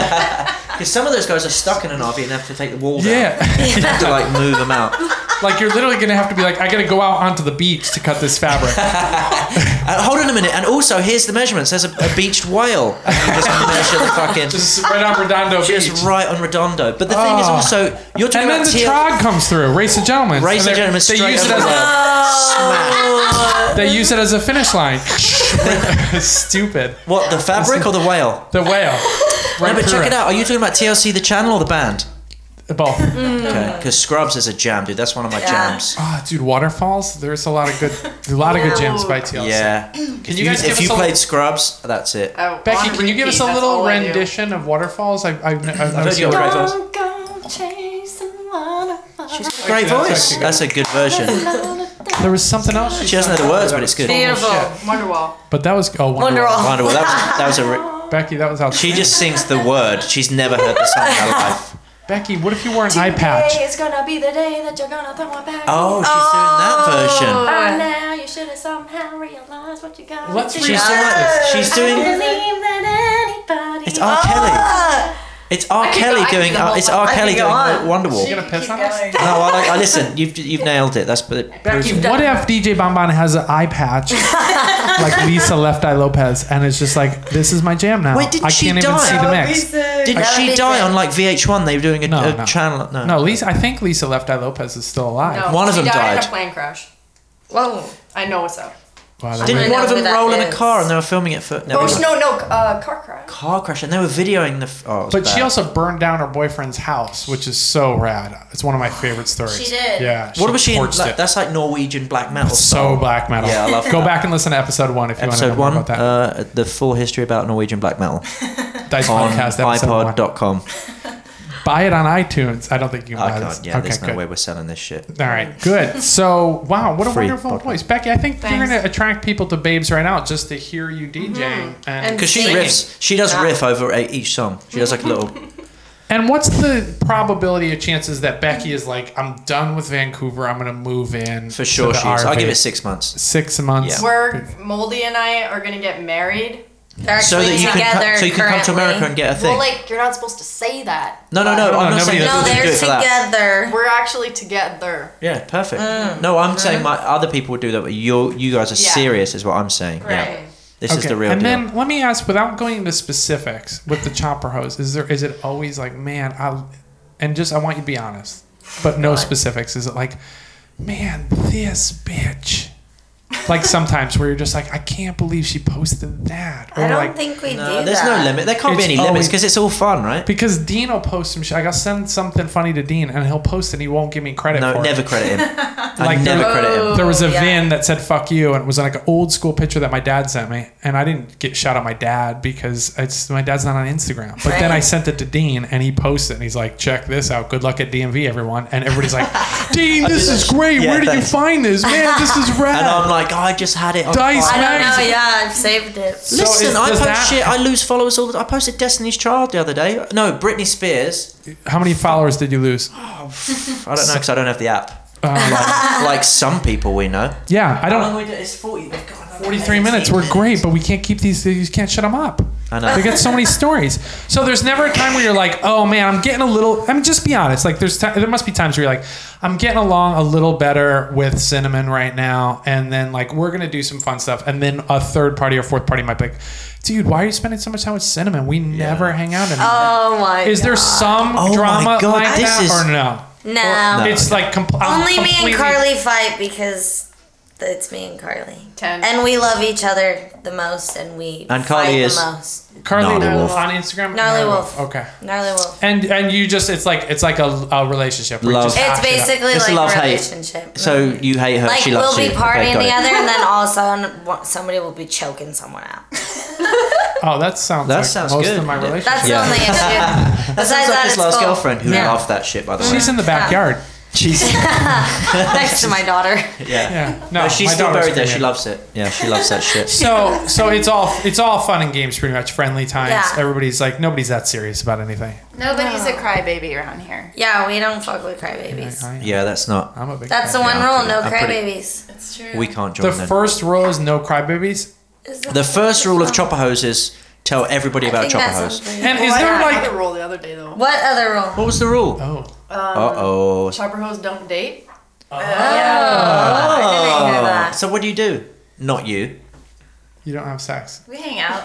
[SPEAKER 3] Because some of those guys are stuck in an RV and have to take the wall down.
[SPEAKER 1] Yeah,
[SPEAKER 3] You have to like move them out.
[SPEAKER 1] like you're literally gonna have to be like, I gotta go out onto the beach to cut this fabric.
[SPEAKER 3] Uh, hold on a minute. And also, here's the measurements. There's a, a beached whale. And you just measure the fucking.
[SPEAKER 1] Just right on Redondo
[SPEAKER 3] just
[SPEAKER 1] Beach.
[SPEAKER 3] right on Redondo. But the thing is
[SPEAKER 1] Oh.
[SPEAKER 3] also, you're talking
[SPEAKER 1] And then
[SPEAKER 3] about
[SPEAKER 1] the
[SPEAKER 3] TL
[SPEAKER 1] trog comes through. Race of gentlemen. And
[SPEAKER 3] Race of
[SPEAKER 1] they-
[SPEAKER 3] Gentlemen
[SPEAKER 1] They
[SPEAKER 3] straight
[SPEAKER 1] use it as
[SPEAKER 3] over there.
[SPEAKER 1] a,
[SPEAKER 3] Smack.
[SPEAKER 1] they use it as a finish line. Stupid.
[SPEAKER 3] What the fabric or the whale?
[SPEAKER 1] The whale. Right
[SPEAKER 3] No, but
[SPEAKER 1] through
[SPEAKER 3] check it out. Are you talking about TLC, the channel, or the band?
[SPEAKER 1] Both.
[SPEAKER 3] Okay, because Scrubs is a jam, dude. That's one of my jams.
[SPEAKER 1] Ah, dude, waterfalls. There's a lot of good, a lot of good gems by TLC.
[SPEAKER 3] Yeah. Can if
[SPEAKER 1] you
[SPEAKER 3] you,
[SPEAKER 1] guys give
[SPEAKER 3] if
[SPEAKER 1] us
[SPEAKER 3] you
[SPEAKER 1] a-
[SPEAKER 3] played Scrubs, that's it.
[SPEAKER 2] I wanna
[SPEAKER 1] Becky, can you give us
[SPEAKER 2] repeat,
[SPEAKER 1] a
[SPEAKER 2] that's
[SPEAKER 1] little
[SPEAKER 2] all I do.
[SPEAKER 1] rendition of waterfalls? I've, I've, I've never
[SPEAKER 3] heard you
[SPEAKER 1] seen
[SPEAKER 3] go
[SPEAKER 1] one.
[SPEAKER 3] voice.
[SPEAKER 4] I'm gonna chase the waterfall.
[SPEAKER 3] Great
[SPEAKER 1] that's
[SPEAKER 3] voice.
[SPEAKER 1] actually
[SPEAKER 3] That's a good version.
[SPEAKER 1] There was something else.
[SPEAKER 3] She doesn't know the words, but it's good.
[SPEAKER 5] Beautiful.
[SPEAKER 1] Shit.
[SPEAKER 2] Wonderwall.
[SPEAKER 1] But that was oh Wonderwall.
[SPEAKER 5] Wonderwall.
[SPEAKER 3] Wonderful. That was, that was a. Re-
[SPEAKER 1] Becky, that was out.
[SPEAKER 3] she just sings the word. She's never heard the song in her life.
[SPEAKER 1] Becky, what if you wore an eye patch?
[SPEAKER 4] Today is gonna be the day that you're gonna throw it back.
[SPEAKER 3] Oh, she's doing that version.
[SPEAKER 4] By now you should have somehow realized what you got.
[SPEAKER 1] Let's
[SPEAKER 4] to
[SPEAKER 1] read
[SPEAKER 4] do.
[SPEAKER 3] She's doing
[SPEAKER 5] Yeah.
[SPEAKER 3] that. She's
[SPEAKER 4] I don't
[SPEAKER 3] doing.
[SPEAKER 4] believe that anybody.
[SPEAKER 3] It's R. Kelly.
[SPEAKER 5] Ah,
[SPEAKER 3] It's R.
[SPEAKER 2] I could
[SPEAKER 3] Kelly
[SPEAKER 2] go- I could
[SPEAKER 3] doing.
[SPEAKER 2] go
[SPEAKER 3] Uh,
[SPEAKER 2] on.
[SPEAKER 3] it's R.
[SPEAKER 5] I
[SPEAKER 3] Kelly
[SPEAKER 5] could
[SPEAKER 3] doing
[SPEAKER 5] go on.
[SPEAKER 1] You
[SPEAKER 3] Wonderwall.
[SPEAKER 1] gonna piss
[SPEAKER 2] Keep
[SPEAKER 1] on
[SPEAKER 2] going.
[SPEAKER 1] us?
[SPEAKER 3] No, I like. I listen. You've you've nailed it. That's but
[SPEAKER 1] Becky, what if DJ Bonbon has an eye patch like Lisa Left Eye Lopez, and it's just like this is my jam now.
[SPEAKER 3] Wait, didn't
[SPEAKER 1] I
[SPEAKER 3] she Oh,
[SPEAKER 1] can't even
[SPEAKER 3] die?
[SPEAKER 1] see the mix.
[SPEAKER 3] Did
[SPEAKER 5] That would
[SPEAKER 3] she
[SPEAKER 5] be
[SPEAKER 3] die
[SPEAKER 5] sick.
[SPEAKER 3] on like VH1? They were doing a,
[SPEAKER 1] No,
[SPEAKER 3] a
[SPEAKER 1] no.
[SPEAKER 3] channel. No.
[SPEAKER 1] No, Lisa. I think Lisa Left Eye Lopez is still alive.
[SPEAKER 2] No,
[SPEAKER 3] One of
[SPEAKER 2] she
[SPEAKER 3] them
[SPEAKER 2] died in
[SPEAKER 3] died.
[SPEAKER 2] a plane crash.
[SPEAKER 5] Whoa.
[SPEAKER 2] I know what's up.
[SPEAKER 1] Wow, that
[SPEAKER 3] Didn't
[SPEAKER 5] I
[SPEAKER 3] one of
[SPEAKER 5] know
[SPEAKER 3] them
[SPEAKER 5] who that
[SPEAKER 3] roll in a
[SPEAKER 5] is.
[SPEAKER 3] car and they were filming it for? No,
[SPEAKER 2] Oh
[SPEAKER 3] it was a
[SPEAKER 2] no, no, uh, car crash.
[SPEAKER 3] car crash and they were videoing the. f- Oh, it was
[SPEAKER 1] But she
[SPEAKER 3] bad.
[SPEAKER 1] also burned down her boyfriend's house, which is so rad. It's one of my favorite stories.
[SPEAKER 4] She did.
[SPEAKER 1] Yeah.
[SPEAKER 3] What was she in?
[SPEAKER 1] torched
[SPEAKER 3] Like,
[SPEAKER 1] it.
[SPEAKER 3] that's like Norwegian black metal.
[SPEAKER 1] so
[SPEAKER 3] style.
[SPEAKER 1] black metal.
[SPEAKER 3] Yeah, I love
[SPEAKER 1] Go
[SPEAKER 3] that.
[SPEAKER 1] back and listen to episode one if you want to know
[SPEAKER 3] Episode
[SPEAKER 1] more
[SPEAKER 3] one,
[SPEAKER 1] about that.
[SPEAKER 3] uh, the full history about Norwegian black metal
[SPEAKER 1] Dice
[SPEAKER 3] on
[SPEAKER 1] Podcast episode one.
[SPEAKER 3] iPod.com.
[SPEAKER 1] Buy it on iTunes. I don't think you can
[SPEAKER 3] I
[SPEAKER 1] buy
[SPEAKER 3] can't.
[SPEAKER 1] this.
[SPEAKER 3] Yeah,
[SPEAKER 1] okay,
[SPEAKER 3] there's no
[SPEAKER 1] good.
[SPEAKER 3] way we're selling this shit.
[SPEAKER 1] All right, good. So, wow, what a
[SPEAKER 3] Free
[SPEAKER 1] wonderful
[SPEAKER 3] podcast.
[SPEAKER 1] voice, Becky. I think you're
[SPEAKER 2] Thanks.
[SPEAKER 1] going to attract people to Babes right now just to hear you DJing. And,
[SPEAKER 5] And-
[SPEAKER 3] Because she
[SPEAKER 5] Singing.
[SPEAKER 3] riffs. She does riff over uh, each song. She does like a little.
[SPEAKER 1] and what's the probability of chances that Becky is like, I'm done with Vancouver. I'm going to move in
[SPEAKER 3] For sure,
[SPEAKER 1] to
[SPEAKER 3] she
[SPEAKER 1] the
[SPEAKER 3] is. I'll
[SPEAKER 1] RV."
[SPEAKER 3] give it six months.
[SPEAKER 1] six months.
[SPEAKER 3] Yeah.
[SPEAKER 2] Where Moldy and I are gonna get married.
[SPEAKER 5] They're
[SPEAKER 3] So
[SPEAKER 5] actually
[SPEAKER 3] that you can,
[SPEAKER 5] together
[SPEAKER 3] co- so you can come to
[SPEAKER 5] currently.
[SPEAKER 3] America and get a thing.
[SPEAKER 2] Well, like you're not supposed to say that.
[SPEAKER 3] no, no, no.
[SPEAKER 2] but
[SPEAKER 1] No,
[SPEAKER 3] I'm not
[SPEAKER 1] Oh, nobody
[SPEAKER 3] saying
[SPEAKER 1] does
[SPEAKER 5] No,
[SPEAKER 3] that.
[SPEAKER 5] they're
[SPEAKER 3] do it for that.
[SPEAKER 5] together.
[SPEAKER 2] We're actually together.
[SPEAKER 3] Yeah, perfect. No, I'm saying my other people would do that, but you you guys are
[SPEAKER 2] Yeah.
[SPEAKER 3] serious, is what I'm saying.
[SPEAKER 2] Right.
[SPEAKER 3] Yeah, this is the real
[SPEAKER 1] and
[SPEAKER 3] deal.
[SPEAKER 1] then let me ask, without going into specifics, with the chopper hose, is there is it always like, man, I, and just I want you to be honest, but no specifics. Is it like, man, this bitch, like sometimes where you're just like, I can't believe she posted that, or
[SPEAKER 5] I don't
[SPEAKER 1] like
[SPEAKER 5] think we
[SPEAKER 3] no,
[SPEAKER 5] do
[SPEAKER 3] Uh, there's
[SPEAKER 5] that.
[SPEAKER 3] no limit. There can't be
[SPEAKER 1] It's
[SPEAKER 3] any limits
[SPEAKER 1] always-
[SPEAKER 3] because it's all fun, right?
[SPEAKER 1] because Dean will post some shit. Like I'll send something funny to Dean, and he'll post it. and He won't give me credit.
[SPEAKER 3] No,
[SPEAKER 1] for
[SPEAKER 3] never
[SPEAKER 1] It.
[SPEAKER 3] credit him. I
[SPEAKER 1] Like
[SPEAKER 3] never
[SPEAKER 1] the-
[SPEAKER 3] credit him.
[SPEAKER 5] Oh.
[SPEAKER 1] There was a
[SPEAKER 5] yeah.
[SPEAKER 1] VIN that said "fuck you" and it was like an old school picture that my dad sent me, and I didn't get shout out my dad because it's my dad's not on Instagram. But then I
[SPEAKER 5] Right.
[SPEAKER 1] sent it to Dean, and he posted, it, and he's like, "Check this out. Good luck at DMV, everyone." And everybody's like, "Dean, this
[SPEAKER 3] that
[SPEAKER 1] is
[SPEAKER 3] shit.
[SPEAKER 1] great.
[SPEAKER 3] Yeah,
[SPEAKER 1] Where did
[SPEAKER 3] thanks.
[SPEAKER 1] you find this, man? This is rad."
[SPEAKER 3] And I'm like, oh, I just had it. on
[SPEAKER 1] Dice
[SPEAKER 3] fire."
[SPEAKER 5] I don't know.
[SPEAKER 1] magazine.
[SPEAKER 5] Yeah, I've saved it.
[SPEAKER 1] So
[SPEAKER 3] Listen,
[SPEAKER 1] is-
[SPEAKER 3] I
[SPEAKER 1] does
[SPEAKER 3] post
[SPEAKER 1] that-
[SPEAKER 3] shit. I lose followers all the. I posted Destiny's Child the other day. No, Britney Spears.
[SPEAKER 1] How many followers did you lose?
[SPEAKER 3] I don't know because I don't have the app.
[SPEAKER 1] Um,
[SPEAKER 3] Like, like some people we know.
[SPEAKER 1] yeah, I
[SPEAKER 3] How long
[SPEAKER 1] don't.
[SPEAKER 3] we do- It's forty. We've got another
[SPEAKER 1] Forty-three
[SPEAKER 3] 18
[SPEAKER 1] minutes. We're great, but we can't keep these. You can't shut them up.
[SPEAKER 3] I
[SPEAKER 1] They
[SPEAKER 3] know.
[SPEAKER 1] got so many stories. So there's never a time where you're like, oh man, I'm getting a little. I mean, just be honest. Like there's ti there must be times where you're like, I'm getting along a little better with cinnamon right now, and then like we're gonna do some fun stuff, and then a third party or fourth party might be like, dude, why are you spending so much time with cinnamon? We never hang out anymore.
[SPEAKER 5] Oh my.
[SPEAKER 1] Is there
[SPEAKER 5] God.
[SPEAKER 1] some
[SPEAKER 3] Oh my
[SPEAKER 1] drama
[SPEAKER 3] God,
[SPEAKER 1] like
[SPEAKER 3] this
[SPEAKER 1] that
[SPEAKER 3] is-
[SPEAKER 1] or no?
[SPEAKER 5] No.
[SPEAKER 3] No.
[SPEAKER 1] It's like compl- I'm
[SPEAKER 5] Only me
[SPEAKER 1] completely-
[SPEAKER 5] and Carly fight because it's me and Carly.
[SPEAKER 2] Ten.
[SPEAKER 5] And we love each other the most, and we
[SPEAKER 3] And
[SPEAKER 5] fight
[SPEAKER 3] Carly
[SPEAKER 5] the
[SPEAKER 3] is-
[SPEAKER 5] most.
[SPEAKER 1] Carly
[SPEAKER 3] Gnarly Wolf.
[SPEAKER 1] on Instagram.
[SPEAKER 5] Gnarly Wolf.
[SPEAKER 1] Okay.
[SPEAKER 5] Gnarly Wolf.
[SPEAKER 1] And and you just it's like it's like a, a relationship. where you
[SPEAKER 3] Love.
[SPEAKER 1] just
[SPEAKER 5] It's
[SPEAKER 1] hash it out.
[SPEAKER 5] basically
[SPEAKER 3] It's
[SPEAKER 5] like
[SPEAKER 3] love
[SPEAKER 5] a
[SPEAKER 3] hate.
[SPEAKER 5] relationship.
[SPEAKER 3] So you hate her.
[SPEAKER 5] like
[SPEAKER 3] she
[SPEAKER 5] we'll
[SPEAKER 3] loves
[SPEAKER 5] be
[SPEAKER 3] you.
[SPEAKER 5] partying
[SPEAKER 3] got it.
[SPEAKER 5] together, and then all of a sudden one- somebody will be choking someone out.
[SPEAKER 1] Oh, that sounds
[SPEAKER 3] That
[SPEAKER 1] like
[SPEAKER 3] sounds
[SPEAKER 1] most
[SPEAKER 3] good.
[SPEAKER 1] of my
[SPEAKER 3] Yeah.
[SPEAKER 1] relationships.
[SPEAKER 5] That's
[SPEAKER 3] Yeah.
[SPEAKER 5] the only issue.
[SPEAKER 3] Sounds
[SPEAKER 5] Besides
[SPEAKER 3] like
[SPEAKER 5] that,
[SPEAKER 3] his
[SPEAKER 5] it's
[SPEAKER 3] last
[SPEAKER 5] cool.
[SPEAKER 3] girlfriend who
[SPEAKER 5] Yeah.
[SPEAKER 3] laughed that shit by the way.
[SPEAKER 1] She's in the backyard.
[SPEAKER 3] Jesus.
[SPEAKER 5] next to my daughter.
[SPEAKER 3] Yeah.
[SPEAKER 1] Yeah. No,
[SPEAKER 3] No, she's
[SPEAKER 1] my
[SPEAKER 3] still
[SPEAKER 1] daughter's
[SPEAKER 3] buried there. She
[SPEAKER 1] screaming.
[SPEAKER 3] loves it. Yeah, she loves that shit.
[SPEAKER 1] So so it's all it's all fun and games pretty much. Friendly times.
[SPEAKER 5] Yeah.
[SPEAKER 1] Everybody's like nobody's that serious about anything.
[SPEAKER 4] Nobody's a crybaby around here.
[SPEAKER 5] Yeah, we don't fuck with crybabies.
[SPEAKER 1] I,
[SPEAKER 3] Yeah, that's not.
[SPEAKER 1] am a big
[SPEAKER 5] That's the
[SPEAKER 1] fan.
[SPEAKER 5] one
[SPEAKER 3] Yeah,
[SPEAKER 5] rule:
[SPEAKER 3] I'm
[SPEAKER 5] no
[SPEAKER 3] pretty-
[SPEAKER 5] crybabies.
[SPEAKER 4] It's true.
[SPEAKER 3] We can't join
[SPEAKER 1] The
[SPEAKER 3] them.
[SPEAKER 1] first row is no crybabies.
[SPEAKER 5] Is
[SPEAKER 3] the
[SPEAKER 5] that-
[SPEAKER 3] first rule of chopper hose is tell everybody
[SPEAKER 5] I
[SPEAKER 3] about
[SPEAKER 5] think
[SPEAKER 3] chopper
[SPEAKER 5] that sounds
[SPEAKER 3] hose.
[SPEAKER 5] pretty-
[SPEAKER 1] And is
[SPEAKER 2] Well, I
[SPEAKER 1] there
[SPEAKER 2] had
[SPEAKER 1] like
[SPEAKER 2] another rule the other day though?
[SPEAKER 5] What other rule?
[SPEAKER 3] What was the rule? Uh
[SPEAKER 1] oh
[SPEAKER 3] oh.
[SPEAKER 2] Chopper hose don't date.
[SPEAKER 5] I didn't hear that.
[SPEAKER 3] So what do you do? Not you.
[SPEAKER 1] you don't have sex?
[SPEAKER 4] We hang out.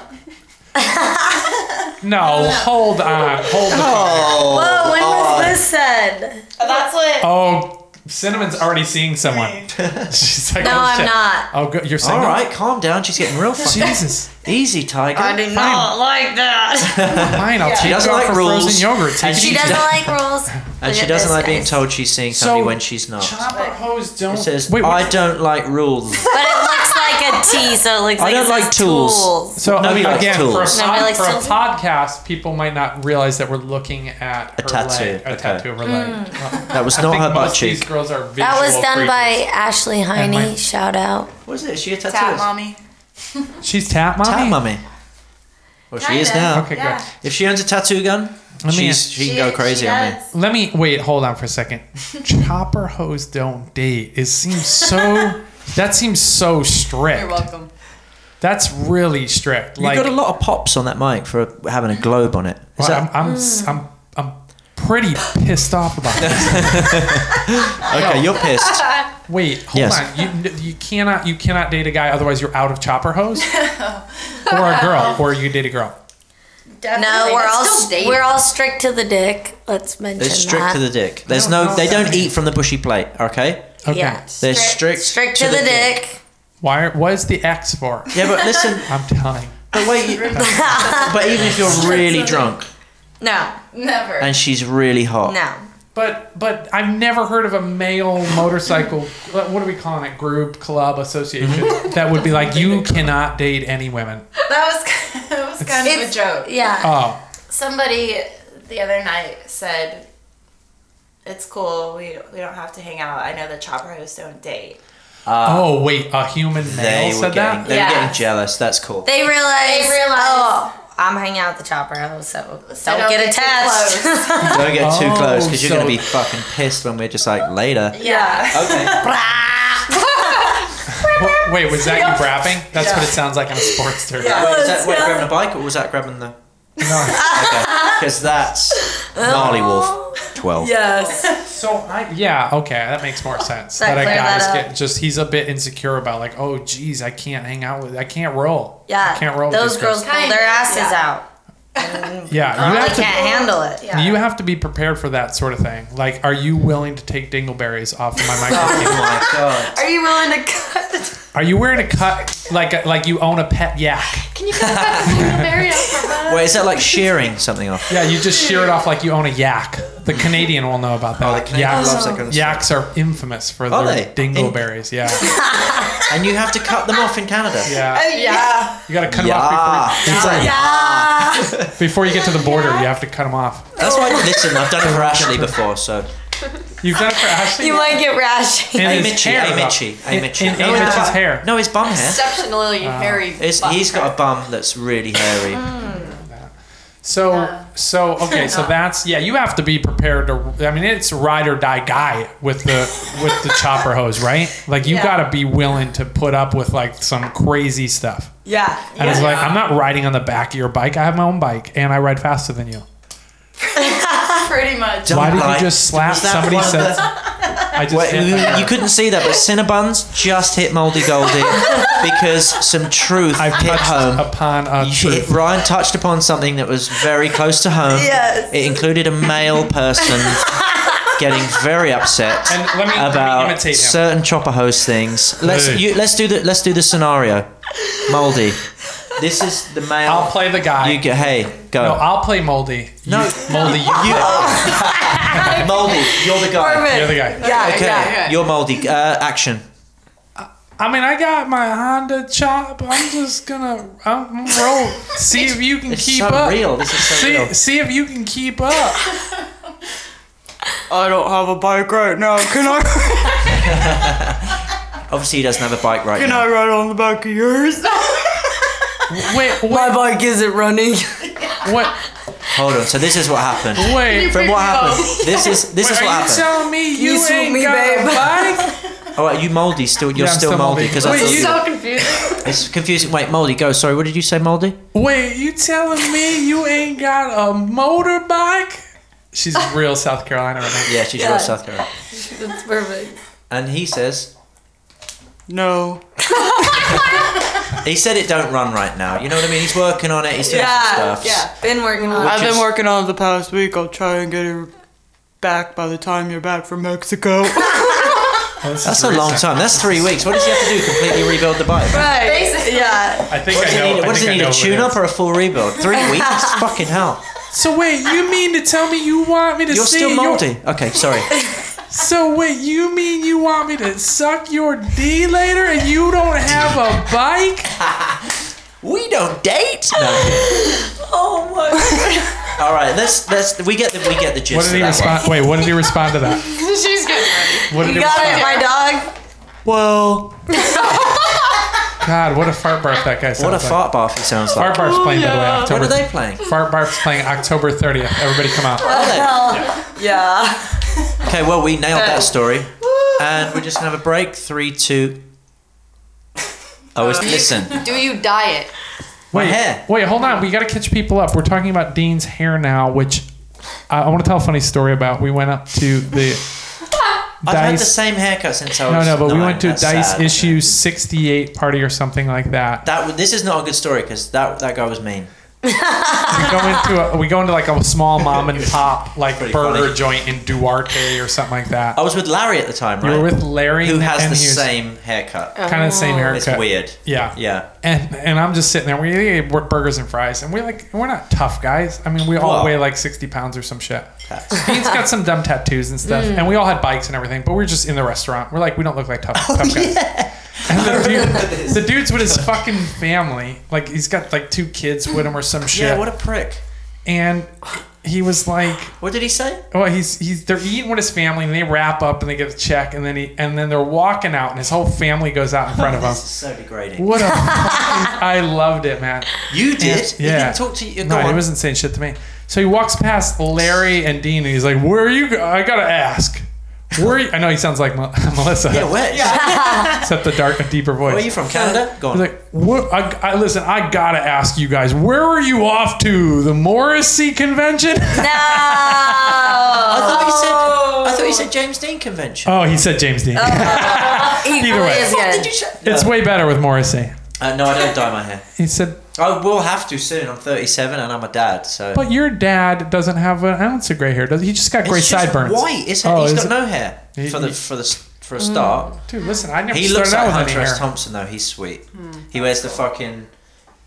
[SPEAKER 1] No, hold on, hold on.
[SPEAKER 3] Oh.
[SPEAKER 5] Whoa, when was this said?
[SPEAKER 4] That's what.
[SPEAKER 1] Oh, Cinnamon's already seeing someone. She's like,
[SPEAKER 5] No,
[SPEAKER 1] oh,
[SPEAKER 5] I'm
[SPEAKER 1] shit.
[SPEAKER 5] not.
[SPEAKER 1] Oh, go, you're
[SPEAKER 3] All
[SPEAKER 1] single. Oh,
[SPEAKER 3] right, calm down. She's getting real fucking
[SPEAKER 1] Jesus,
[SPEAKER 3] easy,
[SPEAKER 5] I
[SPEAKER 3] Tiger.
[SPEAKER 5] do not like that.
[SPEAKER 1] fine. I'll take you out
[SPEAKER 3] doesn't like
[SPEAKER 1] for
[SPEAKER 3] rules.
[SPEAKER 1] frozen yogurt. Take
[SPEAKER 3] And
[SPEAKER 5] She
[SPEAKER 1] you-
[SPEAKER 5] doesn't like rules.
[SPEAKER 3] And she doesn't like being told she's seeing somebody
[SPEAKER 1] So-
[SPEAKER 3] when she's not.
[SPEAKER 1] Chopper hose don't.
[SPEAKER 3] It says,
[SPEAKER 1] wait,
[SPEAKER 3] I
[SPEAKER 1] wait.
[SPEAKER 3] don't like rules.
[SPEAKER 5] But it looks like a T, so it looks
[SPEAKER 3] I
[SPEAKER 5] like
[SPEAKER 3] don't
[SPEAKER 5] it
[SPEAKER 3] like
[SPEAKER 5] says
[SPEAKER 3] tools.
[SPEAKER 1] So I
[SPEAKER 3] Nobody
[SPEAKER 1] mean,
[SPEAKER 3] likes
[SPEAKER 1] again, for, a,
[SPEAKER 3] tools.
[SPEAKER 5] Nobody
[SPEAKER 1] pod-
[SPEAKER 5] likes
[SPEAKER 1] for a
[SPEAKER 5] tools.
[SPEAKER 1] podcast, people might not realize that we're looking at her
[SPEAKER 3] tattoo,
[SPEAKER 1] leg, a
[SPEAKER 3] okay.
[SPEAKER 1] tattoo of her leg. Well,
[SPEAKER 3] That was
[SPEAKER 1] I
[SPEAKER 3] not
[SPEAKER 1] think
[SPEAKER 3] her butt
[SPEAKER 1] most of these
[SPEAKER 3] cheek.
[SPEAKER 1] girls are visual.
[SPEAKER 5] Mm. That was done by
[SPEAKER 1] creatures.
[SPEAKER 5] Ashley
[SPEAKER 1] And
[SPEAKER 5] Heine.
[SPEAKER 1] mine.
[SPEAKER 5] Shout out.
[SPEAKER 3] Was it? Is she a tattooist?
[SPEAKER 2] Ah,
[SPEAKER 4] Tap, mommy.
[SPEAKER 1] She's tap mommy.
[SPEAKER 3] Tap mummy. Well, she is
[SPEAKER 4] Kinda.
[SPEAKER 3] now.
[SPEAKER 1] Okay,
[SPEAKER 4] Yeah.
[SPEAKER 1] good.
[SPEAKER 3] If she owns a tattoo gun,
[SPEAKER 1] Let me-
[SPEAKER 3] she's, she can go crazy on me.
[SPEAKER 1] Let me wait. Hold on for a second. Chopper hose don't date. It seems so. that seems so strict.
[SPEAKER 2] You're welcome.
[SPEAKER 1] That's really strict. like
[SPEAKER 3] you got a lot of pops on that mic for having a globe on it.
[SPEAKER 1] well,
[SPEAKER 3] Is that-
[SPEAKER 1] I'm, I'm, s- I'm, I'm pretty pissed off about this.
[SPEAKER 3] okay, you're pissed.
[SPEAKER 1] Wait, hold
[SPEAKER 3] Yes.
[SPEAKER 1] on. You, you cannot you cannot date a guy otherwise you're out of chopper hose. or a girl, or you date a girl.
[SPEAKER 5] No, we're
[SPEAKER 2] That's
[SPEAKER 5] all
[SPEAKER 2] still dating.
[SPEAKER 5] we're all strict to the dick. Let's mention
[SPEAKER 3] They're strict
[SPEAKER 5] that.
[SPEAKER 3] to the dick. There's
[SPEAKER 1] don't know
[SPEAKER 3] no.
[SPEAKER 1] what
[SPEAKER 3] They
[SPEAKER 1] that
[SPEAKER 3] don't eat from the bushy plate. Okay.
[SPEAKER 1] Okay.
[SPEAKER 5] Yeah.
[SPEAKER 3] They're strict.
[SPEAKER 5] Strict to, the, dick.
[SPEAKER 1] Why? are- What is the X for?
[SPEAKER 3] Yeah, but listen.
[SPEAKER 1] I'm telling.
[SPEAKER 3] But wait. You, but even if you're really drunk
[SPEAKER 5] No,
[SPEAKER 4] Never.
[SPEAKER 3] and she's really hot,
[SPEAKER 5] no.
[SPEAKER 1] But but I've never heard of a male motorcycle. What are we calling it? Group, club, association that would be like you cannot date any women.
[SPEAKER 4] That was that was kind of a
[SPEAKER 5] It's-
[SPEAKER 4] joke.
[SPEAKER 5] Yeah.
[SPEAKER 3] Uh,
[SPEAKER 1] Oh,
[SPEAKER 4] Somebody the other night said, "It's cool. We we don't have to hang out. I know the chopper hosts don't date."
[SPEAKER 1] oh wait, a human male
[SPEAKER 3] they were
[SPEAKER 1] said
[SPEAKER 3] getting
[SPEAKER 1] that.
[SPEAKER 3] they were
[SPEAKER 4] Yeah.
[SPEAKER 3] getting jealous. That's cool.
[SPEAKER 5] They realize.
[SPEAKER 4] They realize-
[SPEAKER 5] Oh, I'm hanging out with the chopper hose, so,
[SPEAKER 4] So
[SPEAKER 5] don't,
[SPEAKER 4] don't
[SPEAKER 5] get
[SPEAKER 4] get too
[SPEAKER 5] attached.
[SPEAKER 3] Don't get too
[SPEAKER 1] Oh,
[SPEAKER 3] close because you're
[SPEAKER 1] so-
[SPEAKER 3] gonna be fucking pissed when we're just like later.
[SPEAKER 4] Yeah.
[SPEAKER 3] Okay.
[SPEAKER 1] Wha- Wait, was that you rapping? That's what it sounds like on a sports turf.
[SPEAKER 3] Wait, is that wait, grabbing a bike or was that grabbing the?
[SPEAKER 1] No.
[SPEAKER 3] Because that's gnarly wolf. Twelve.
[SPEAKER 5] yes.
[SPEAKER 1] So I yeah okay that makes more sense.
[SPEAKER 5] That
[SPEAKER 1] That, a
[SPEAKER 5] cleared
[SPEAKER 1] guy's
[SPEAKER 5] that up.
[SPEAKER 1] get just he's a bit insecure about like oh geez I can't hang out with I can't roll.
[SPEAKER 5] Yeah.
[SPEAKER 1] I can't roll.
[SPEAKER 5] Those
[SPEAKER 1] with these
[SPEAKER 5] girls pull
[SPEAKER 4] Kinda,
[SPEAKER 5] their asses
[SPEAKER 4] yeah.
[SPEAKER 5] out.
[SPEAKER 1] Yeah, you
[SPEAKER 5] They
[SPEAKER 1] have to
[SPEAKER 5] can't handle it.
[SPEAKER 4] Yeah.
[SPEAKER 1] you have to be prepared for that sort of thing. Like, are you willing to take dingleberries off of my microphone?
[SPEAKER 3] my god.
[SPEAKER 2] Are you willing to cut? The
[SPEAKER 1] are you wearing a cut like like you own a pet yak?
[SPEAKER 2] Can you cut the berry off for that?
[SPEAKER 3] Wait, is that like shearing something off?
[SPEAKER 1] Yeah, you just shear it off like you own a yak. The Canadian will know about that.
[SPEAKER 3] Oh, the Canadian
[SPEAKER 1] yaks,
[SPEAKER 3] loves that kind of
[SPEAKER 1] yaks are infamous for
[SPEAKER 3] Are
[SPEAKER 1] their
[SPEAKER 3] they?
[SPEAKER 1] dingleberries. Yeah,
[SPEAKER 3] And you have to cut them off in Canada.
[SPEAKER 1] yeah.
[SPEAKER 2] Yeah.
[SPEAKER 1] You got to cut them
[SPEAKER 3] Yeah.
[SPEAKER 1] off before,
[SPEAKER 3] It's like-
[SPEAKER 1] before you get to the border. You have to cut them off.
[SPEAKER 3] That's why. Listen, I've done it for Ashley before, so.
[SPEAKER 1] You've done it for Ashley.
[SPEAKER 5] You might get rashy.
[SPEAKER 1] in
[SPEAKER 3] Hey,
[SPEAKER 1] his
[SPEAKER 3] Mitchie,
[SPEAKER 1] hair,
[SPEAKER 3] hey,
[SPEAKER 1] though.
[SPEAKER 3] Mitchie, hey,
[SPEAKER 1] In-
[SPEAKER 3] Mitchie.
[SPEAKER 1] In,
[SPEAKER 3] No,
[SPEAKER 1] in
[SPEAKER 3] no,
[SPEAKER 1] Mitchie's
[SPEAKER 3] no.
[SPEAKER 1] hair.
[SPEAKER 3] No, his bum hair.
[SPEAKER 2] Exceptionally hairy.
[SPEAKER 3] It's,
[SPEAKER 2] butt
[SPEAKER 3] he's got a
[SPEAKER 2] crack.
[SPEAKER 3] bum that's really hairy.
[SPEAKER 1] So so okay, so that's yeah, you have to be prepared to I mean it's ride or die guy with the with the chopper hose, right? Like you
[SPEAKER 2] Yeah.
[SPEAKER 1] gotta be willing to put up with like some crazy stuff.
[SPEAKER 5] Yeah.
[SPEAKER 1] And it's like I'm not riding on the back of your bike, I have my own bike and I ride faster than you.
[SPEAKER 4] Pretty much.
[SPEAKER 3] Don't
[SPEAKER 1] Why did
[SPEAKER 3] lie.
[SPEAKER 1] you just slap
[SPEAKER 3] Was that
[SPEAKER 1] somebody
[SPEAKER 3] one of
[SPEAKER 1] said
[SPEAKER 3] the-
[SPEAKER 1] I just
[SPEAKER 3] Wait,
[SPEAKER 1] hit
[SPEAKER 3] you,
[SPEAKER 1] that.
[SPEAKER 3] you couldn't see that, but Cinnabuns just hit Moldy Goldie because some truth
[SPEAKER 1] I've
[SPEAKER 3] hit
[SPEAKER 1] touched
[SPEAKER 3] home.
[SPEAKER 1] upon a
[SPEAKER 3] You-
[SPEAKER 1] truth.
[SPEAKER 3] Ryan touched upon something that was very close to home.
[SPEAKER 5] Yes.
[SPEAKER 3] It included a male person getting very upset
[SPEAKER 1] And let me, let me
[SPEAKER 3] about
[SPEAKER 1] imitate him.
[SPEAKER 3] certain chopper hose things. Let's
[SPEAKER 1] Hey.
[SPEAKER 3] you, let's do the let's do the scenario. Moldy, this is the male.
[SPEAKER 1] I'll play the guy.
[SPEAKER 3] You get hey go.
[SPEAKER 1] no, I'll play Moldy.
[SPEAKER 3] No.
[SPEAKER 1] you, Moldy, you,
[SPEAKER 3] You- Moldy, you're the guy.
[SPEAKER 1] you're the guy.
[SPEAKER 5] Yeah,
[SPEAKER 3] Okay,
[SPEAKER 5] yeah.
[SPEAKER 3] you're Moldy. Uh, action.
[SPEAKER 1] I mean, I got my Honda chop. I'm just gonna I'm gonna roll. See if you can
[SPEAKER 3] It's
[SPEAKER 1] keep
[SPEAKER 3] so
[SPEAKER 1] up.
[SPEAKER 3] real. This is so
[SPEAKER 1] See,
[SPEAKER 3] real.
[SPEAKER 1] see if you can keep up.
[SPEAKER 3] I don't have a bike right now. Can I? Obviously, he doesn't have a bike right now.
[SPEAKER 4] ride on the back of yours?
[SPEAKER 1] Wait, wait,
[SPEAKER 5] My bike isn't running.
[SPEAKER 1] what?
[SPEAKER 3] Hold on. So this is what happened.
[SPEAKER 1] Wait,
[SPEAKER 3] From
[SPEAKER 2] pick
[SPEAKER 3] what
[SPEAKER 2] me up?
[SPEAKER 3] happened? This is this
[SPEAKER 1] wait, are
[SPEAKER 3] is what
[SPEAKER 1] you
[SPEAKER 3] happened.
[SPEAKER 1] telling me you,
[SPEAKER 5] sue
[SPEAKER 1] ain't
[SPEAKER 5] me,
[SPEAKER 1] got
[SPEAKER 5] babe.
[SPEAKER 1] a bike?
[SPEAKER 3] Oh, are you moldy still? You're
[SPEAKER 1] Yeah, I'm
[SPEAKER 3] still
[SPEAKER 1] still
[SPEAKER 3] moldy
[SPEAKER 1] moldy.
[SPEAKER 3] because
[SPEAKER 1] Wait,
[SPEAKER 3] I
[SPEAKER 1] you-
[SPEAKER 2] It's
[SPEAKER 3] thought
[SPEAKER 2] so confusing.
[SPEAKER 3] you. It's confusing. Wait, moldy. Go. Sorry. What did you say, moldy?
[SPEAKER 1] Wait, you telling me you ain't got a motorbike? She's real South Carolina right now.
[SPEAKER 3] Yeah, she's
[SPEAKER 5] Yeah.
[SPEAKER 3] real South Carolina.
[SPEAKER 5] That's perfect.
[SPEAKER 3] And he says, No. he said it don't run right now. You know what I mean? He's working on it. He's doing
[SPEAKER 5] Yeah,
[SPEAKER 3] some stuff.
[SPEAKER 5] yeah. Been working on
[SPEAKER 3] I've
[SPEAKER 5] it.
[SPEAKER 3] been
[SPEAKER 6] working on it the past week. I'll try and get her back by the time you're back from Mexico.
[SPEAKER 1] Oh, this
[SPEAKER 3] That's
[SPEAKER 1] is
[SPEAKER 3] a
[SPEAKER 1] really
[SPEAKER 3] long
[SPEAKER 1] sad.
[SPEAKER 3] time. That's three weeks. What does he have to do? Completely rebuild the bike? What
[SPEAKER 5] Right.
[SPEAKER 2] Basically.
[SPEAKER 5] Yeah.
[SPEAKER 1] I think
[SPEAKER 3] does
[SPEAKER 1] I
[SPEAKER 3] he
[SPEAKER 1] know.
[SPEAKER 3] need?
[SPEAKER 1] I
[SPEAKER 3] What does
[SPEAKER 1] think
[SPEAKER 3] he
[SPEAKER 1] I
[SPEAKER 3] need?
[SPEAKER 1] know
[SPEAKER 3] A
[SPEAKER 1] what it
[SPEAKER 3] tune-up
[SPEAKER 1] is.
[SPEAKER 3] or a full rebuild? Three weeks? Fucking hell!
[SPEAKER 1] So wait, you mean to tell me you want me to
[SPEAKER 3] You're
[SPEAKER 1] see
[SPEAKER 3] still
[SPEAKER 1] your-
[SPEAKER 3] moldy. Okay, sorry.
[SPEAKER 1] So wait, you mean you want me to suck your D later and you don't have a bike?
[SPEAKER 3] We don't date. No.
[SPEAKER 5] Oh my.
[SPEAKER 3] All right. Let's let's we get the we get the gist.
[SPEAKER 1] What did
[SPEAKER 3] of
[SPEAKER 1] he
[SPEAKER 3] that
[SPEAKER 1] respond? Wait, what did he respond to that?
[SPEAKER 2] She's getting ready.
[SPEAKER 1] What did
[SPEAKER 5] You
[SPEAKER 1] he
[SPEAKER 5] got
[SPEAKER 1] respond?
[SPEAKER 5] it, my dog.
[SPEAKER 3] One.
[SPEAKER 1] Oh,
[SPEAKER 3] Well,
[SPEAKER 1] God, what a fart barf that guy sounds
[SPEAKER 3] what a
[SPEAKER 1] like.
[SPEAKER 3] fart bath he sounds like.
[SPEAKER 1] Fart barf's playing by the way.
[SPEAKER 3] What
[SPEAKER 1] October.
[SPEAKER 3] are they playing?
[SPEAKER 1] Fart barf's playing October 30th. Everybody come out.
[SPEAKER 3] Are they?
[SPEAKER 5] Yeah.
[SPEAKER 3] Okay, well, we nailed that story. And we're just going to have a break. Three, two. Oh, it's, listen.
[SPEAKER 2] Do you diet?
[SPEAKER 3] My
[SPEAKER 1] Wait,
[SPEAKER 3] hair.
[SPEAKER 1] wait, hold on. We got to catch people up. We're talking about Dean's hair now, which I, I want to tell a funny story about. We went up to the
[SPEAKER 3] I've had the
[SPEAKER 1] Dice.
[SPEAKER 3] same haircut since I
[SPEAKER 1] No,
[SPEAKER 3] was
[SPEAKER 1] no, but we
[SPEAKER 3] nine.
[SPEAKER 1] went to
[SPEAKER 3] Oh, That's
[SPEAKER 1] Dice
[SPEAKER 3] sad.
[SPEAKER 1] Issue 68 party or something like that.
[SPEAKER 3] That w- this is not a good story because that that guy was mean.
[SPEAKER 1] We go into a, we go into like a small mom and pop like
[SPEAKER 3] Pretty
[SPEAKER 1] burger
[SPEAKER 3] funny.
[SPEAKER 1] joint in Duarte or something like that.
[SPEAKER 3] I was with Larry at the time,
[SPEAKER 1] We
[SPEAKER 3] right?
[SPEAKER 1] were with Larry,
[SPEAKER 3] Who has
[SPEAKER 1] and
[SPEAKER 3] the
[SPEAKER 1] he was
[SPEAKER 3] same haircut?
[SPEAKER 1] kind of the same
[SPEAKER 3] it's
[SPEAKER 1] haircut.
[SPEAKER 3] weird.
[SPEAKER 1] Yeah,
[SPEAKER 3] Yeah.
[SPEAKER 1] And and I'm just sitting there. We ate burgers and fries, and we like we're not tough guys. I mean, we all
[SPEAKER 3] Whoa.
[SPEAKER 1] weigh like 60 pounds or some shit.
[SPEAKER 3] That's-
[SPEAKER 1] Dean's got some dumb tattoos and stuff, and we all had bikes and everything. But we were just in the restaurant. We're like, we don't look like tough,
[SPEAKER 3] Oh,
[SPEAKER 1] tough guys. And the dude, the dude's with his fucking family. Like he's got like two kids with him or some shit.
[SPEAKER 3] Yeah, what a prick.
[SPEAKER 1] and he was like,
[SPEAKER 3] What did he say?
[SPEAKER 1] well, he's he's they're eating with his family, and they wrap up and they get the check, and then he and then they're walking out, and his whole family goes out in front of him.
[SPEAKER 3] This is so degrading.
[SPEAKER 1] What a fucking, I loved it, man.
[SPEAKER 3] You did?
[SPEAKER 1] Yeah.
[SPEAKER 3] He didn't talk to you. Go
[SPEAKER 1] No,
[SPEAKER 3] on.
[SPEAKER 1] he wasn't saying shit to me. So he walks past Larry and Dean, and he's like, "Where are you? Go- I gotta ask. Where? Are you-" I know he sounds like Mel- Melissa,
[SPEAKER 3] yeah, where? Yeah.
[SPEAKER 1] except the dark and deeper voice.
[SPEAKER 3] Where are you from? Canada? Go on.
[SPEAKER 1] He's like, "What? I, I- listen. I gotta ask you guys. Where are you off to? The Morrissey convention?
[SPEAKER 5] No.
[SPEAKER 3] I thought he said. I thought he said James Dean convention.
[SPEAKER 1] oh, he said James Dean.
[SPEAKER 5] Equally
[SPEAKER 1] way.
[SPEAKER 5] as
[SPEAKER 3] Did
[SPEAKER 5] good.
[SPEAKER 3] you? Sh-
[SPEAKER 1] it's way better with Morrissey.
[SPEAKER 3] Uh, no, I don't dye my hair.
[SPEAKER 1] He said,
[SPEAKER 3] I will have to soon. I'm 37 and I'm a dad, so.
[SPEAKER 1] "But your dad doesn't have an ounce of gray hair. Does he? He just got
[SPEAKER 3] It's
[SPEAKER 1] gray
[SPEAKER 3] just
[SPEAKER 1] sideburns.
[SPEAKER 3] White. His hair,
[SPEAKER 1] Oh,
[SPEAKER 3] he's
[SPEAKER 1] is
[SPEAKER 3] got
[SPEAKER 1] it-
[SPEAKER 3] no hair
[SPEAKER 1] He-
[SPEAKER 3] for the
[SPEAKER 1] he-
[SPEAKER 3] for the s- for a start.
[SPEAKER 1] Dude, listen, I never
[SPEAKER 3] He
[SPEAKER 1] started
[SPEAKER 3] looks
[SPEAKER 1] out
[SPEAKER 3] like
[SPEAKER 1] with
[SPEAKER 3] Hunter
[SPEAKER 1] any hair.
[SPEAKER 3] S. Thompson though. He's sweet. He wears the fucking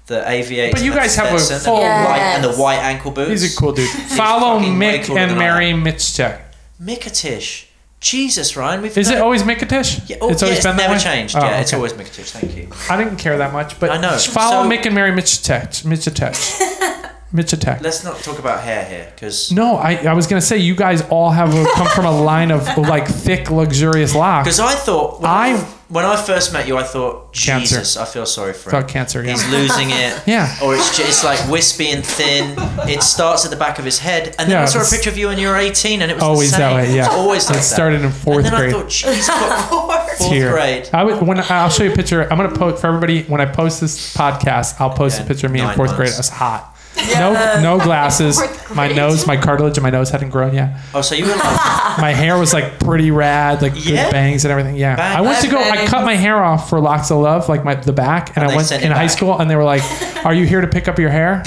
[SPEAKER 3] the aviator.
[SPEAKER 1] But you
[SPEAKER 3] and the
[SPEAKER 1] guys have a
[SPEAKER 3] Stetson and
[SPEAKER 1] full-
[SPEAKER 3] the white and the
[SPEAKER 5] Yes.
[SPEAKER 3] white ankle boots.
[SPEAKER 1] He's a cool dude. Follow
[SPEAKER 3] fucking way
[SPEAKER 1] Mick
[SPEAKER 3] cooler
[SPEAKER 1] and
[SPEAKER 3] than I
[SPEAKER 1] Mary Mitchtek.
[SPEAKER 3] Mikatish. Jesus, Ryan. We've
[SPEAKER 1] Is
[SPEAKER 3] known-
[SPEAKER 1] it always Mikatish?
[SPEAKER 3] Yeah, oh,
[SPEAKER 1] it's always
[SPEAKER 3] yeah,
[SPEAKER 1] been
[SPEAKER 3] never
[SPEAKER 1] that way?
[SPEAKER 3] changed.
[SPEAKER 1] Oh,
[SPEAKER 3] yeah, it's
[SPEAKER 1] okay.
[SPEAKER 3] always Mikatish. Thank you.
[SPEAKER 1] I didn't care that much, but
[SPEAKER 3] I know.
[SPEAKER 1] Follow
[SPEAKER 3] So-
[SPEAKER 1] Mick and Mary Mitchtek. Mitchtek. Mitchtek.
[SPEAKER 3] Let's not talk about hair here because
[SPEAKER 1] No, I, I was gonna say you guys all have a, come from a line of like thick, luxurious locks.
[SPEAKER 3] because I thought when
[SPEAKER 1] I-
[SPEAKER 3] I when I first met you, I thought
[SPEAKER 1] Cancer.
[SPEAKER 3] Jesus, I feel sorry for him.
[SPEAKER 1] About cancer, yeah.
[SPEAKER 3] he's losing it.
[SPEAKER 1] Yeah.
[SPEAKER 3] Or it's just, it's like wispy and thin. It starts at the back of his head, and then
[SPEAKER 1] Yeah,
[SPEAKER 3] I saw a
[SPEAKER 1] it's-
[SPEAKER 3] picture of you when you were 18, and it was the
[SPEAKER 1] Always
[SPEAKER 3] same.
[SPEAKER 1] that way, yeah.
[SPEAKER 3] It's always like
[SPEAKER 1] It
[SPEAKER 3] that.
[SPEAKER 1] started in fourth
[SPEAKER 3] and then
[SPEAKER 1] grade.
[SPEAKER 3] I thought, jeez, fuck, fourth
[SPEAKER 1] Here.
[SPEAKER 3] grade.
[SPEAKER 1] I would when I'll show you a picture. I'm gonna post for everybody when I post this podcast. I'll post a
[SPEAKER 3] Yeah,
[SPEAKER 1] picture of me in
[SPEAKER 3] nine
[SPEAKER 1] fourth grade. I
[SPEAKER 3] months.
[SPEAKER 1] was hot. No, no glasses.
[SPEAKER 2] Fourth
[SPEAKER 1] My
[SPEAKER 2] grade.
[SPEAKER 1] nose, my cartilage, in my nose hadn't grown yet.
[SPEAKER 3] Oh, so you were like,
[SPEAKER 1] my hair was like pretty rad, like good
[SPEAKER 3] Yeah?
[SPEAKER 1] bangs and everything. Yeah,
[SPEAKER 3] Bang.
[SPEAKER 1] I went to go. I cut my hair off for Locks of Love, like my the back, and,
[SPEAKER 3] And
[SPEAKER 1] I
[SPEAKER 3] they
[SPEAKER 1] went in
[SPEAKER 3] sent it
[SPEAKER 1] high
[SPEAKER 3] back.
[SPEAKER 1] school, and they were like, "Are you here to pick up your hair?"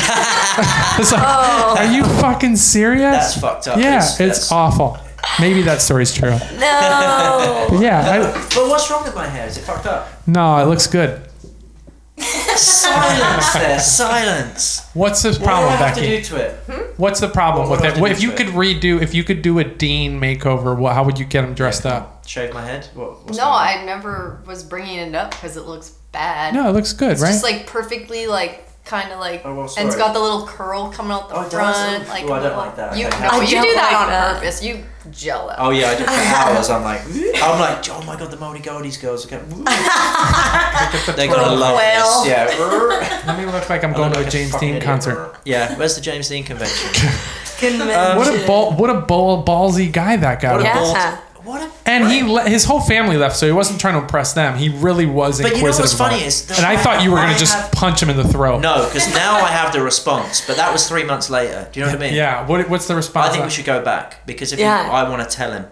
[SPEAKER 1] it's like,
[SPEAKER 2] Oh.
[SPEAKER 1] are you fucking serious?
[SPEAKER 3] that's fucked up.
[SPEAKER 1] yeah, it's,
[SPEAKER 3] that's-
[SPEAKER 1] awful. Maybe that story's true.
[SPEAKER 5] No.
[SPEAKER 1] But yeah,
[SPEAKER 3] But what's wrong with my hair? Is it fucked up?
[SPEAKER 1] I, no, it looks good.
[SPEAKER 3] Silence there, silence.
[SPEAKER 1] What's the
[SPEAKER 3] What do I
[SPEAKER 1] problem,
[SPEAKER 3] have
[SPEAKER 1] Becky?
[SPEAKER 3] to do to it?
[SPEAKER 1] What's the problem with
[SPEAKER 3] What do I
[SPEAKER 1] it?
[SPEAKER 3] have to
[SPEAKER 1] What,
[SPEAKER 3] do
[SPEAKER 1] if you
[SPEAKER 3] to
[SPEAKER 1] could redo, if you could do a Dean makeover, what, how would you get him dressed up?
[SPEAKER 3] Shave my head? What, what's
[SPEAKER 2] No,
[SPEAKER 3] going on?
[SPEAKER 2] I never was bringing it up because it looks bad.
[SPEAKER 1] No, it looks good,
[SPEAKER 2] it's
[SPEAKER 1] right?
[SPEAKER 2] just like perfectly like kind of like,
[SPEAKER 3] Oh, well,
[SPEAKER 2] and it's
[SPEAKER 3] sorry.
[SPEAKER 2] got the little curl coming out the
[SPEAKER 3] Oh, it does?
[SPEAKER 2] front.
[SPEAKER 3] Ooh,
[SPEAKER 2] Like,
[SPEAKER 3] I don't
[SPEAKER 2] little-
[SPEAKER 3] like that.
[SPEAKER 2] You,
[SPEAKER 3] I
[SPEAKER 2] no,
[SPEAKER 5] don't
[SPEAKER 2] you do
[SPEAKER 5] like
[SPEAKER 2] that on
[SPEAKER 5] that.
[SPEAKER 2] purpose. You jello.
[SPEAKER 3] Oh yeah, I did for hours. I'm like, I'm like, oh my god, the Moldy Goldies girls are going. They're gonna
[SPEAKER 5] Little
[SPEAKER 3] love
[SPEAKER 5] quail.
[SPEAKER 3] this. Yeah.
[SPEAKER 1] Let me look like I'm going to a James Dean concert.
[SPEAKER 3] yeah. Where's the James Dean convention?
[SPEAKER 5] Convention.
[SPEAKER 1] What a ball, what a ball, ballsy guy that guy.
[SPEAKER 3] What
[SPEAKER 1] was.
[SPEAKER 5] Yeah.
[SPEAKER 3] a bold. What a.
[SPEAKER 1] And he le- his whole family left, so he wasn't trying to impress them. He really was
[SPEAKER 3] But you know
[SPEAKER 1] inquisitive.
[SPEAKER 3] what's
[SPEAKER 1] about
[SPEAKER 3] funny
[SPEAKER 1] it.
[SPEAKER 3] is the-
[SPEAKER 1] and I thought you were going
[SPEAKER 3] I
[SPEAKER 1] to just
[SPEAKER 3] have-
[SPEAKER 1] punch him in the throat.
[SPEAKER 3] No, because now I have the response, but that was three months later. Do you know what I mean?
[SPEAKER 1] Yeah. What, what's the response? Uh,
[SPEAKER 3] I think we should go back because if
[SPEAKER 5] Yeah.
[SPEAKER 3] you, I want to tell him,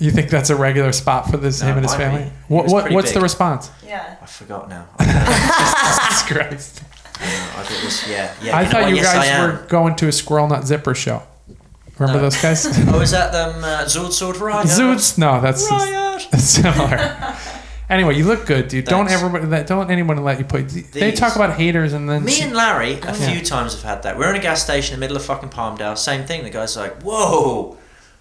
[SPEAKER 1] You think that's a regular spot for this
[SPEAKER 3] No,
[SPEAKER 1] him and his
[SPEAKER 3] might be.
[SPEAKER 1] family?
[SPEAKER 3] He
[SPEAKER 1] What,
[SPEAKER 3] was
[SPEAKER 1] what
[SPEAKER 3] pretty
[SPEAKER 1] what's the
[SPEAKER 3] big.
[SPEAKER 1] response?
[SPEAKER 4] Yeah.
[SPEAKER 3] I forgot now.
[SPEAKER 1] Jesus Christ.
[SPEAKER 3] I thought this, yeah, yeah.
[SPEAKER 1] I
[SPEAKER 3] you know
[SPEAKER 1] thought
[SPEAKER 3] what?
[SPEAKER 1] you
[SPEAKER 3] Yes, I
[SPEAKER 1] guys
[SPEAKER 3] am.
[SPEAKER 1] were going to a squirrel nut zipper show. Remember
[SPEAKER 3] No.
[SPEAKER 1] those guys?
[SPEAKER 3] Oh, is that them uh, Zood Sword Riot?
[SPEAKER 1] Zoots. No, that's
[SPEAKER 3] Riot.
[SPEAKER 1] that's similar. Anyway, you look good, dude. Don't
[SPEAKER 3] Thanks.
[SPEAKER 1] everybody, that- don't anyone let you play. They
[SPEAKER 3] These.
[SPEAKER 1] talk about haters and then
[SPEAKER 3] Me and Larry, a
[SPEAKER 1] Yeah.
[SPEAKER 3] few times have had that. We're in a gas station in the middle of fucking Palmdale. Same thing. The guy's like, "Whoa,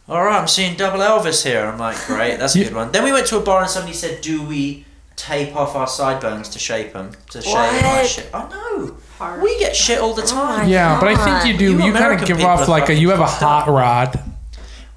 [SPEAKER 3] all right, I'm seeing double Elvis here." I'm like, "Great, that's a
[SPEAKER 1] You-
[SPEAKER 3] good one." Then we went to a bar and somebody said, "Do we tape off our sideburns to shape them to shave?" I'm like,
[SPEAKER 5] What?
[SPEAKER 3] "Shit, I know. We get shit
[SPEAKER 4] Oh
[SPEAKER 3] all the time.
[SPEAKER 1] yeah, but I
[SPEAKER 5] God.
[SPEAKER 1] think you do.
[SPEAKER 3] You
[SPEAKER 1] You, kind
[SPEAKER 3] American
[SPEAKER 1] of give
[SPEAKER 3] people
[SPEAKER 1] off
[SPEAKER 3] are
[SPEAKER 1] like a you have a
[SPEAKER 3] fucking
[SPEAKER 1] hot rod.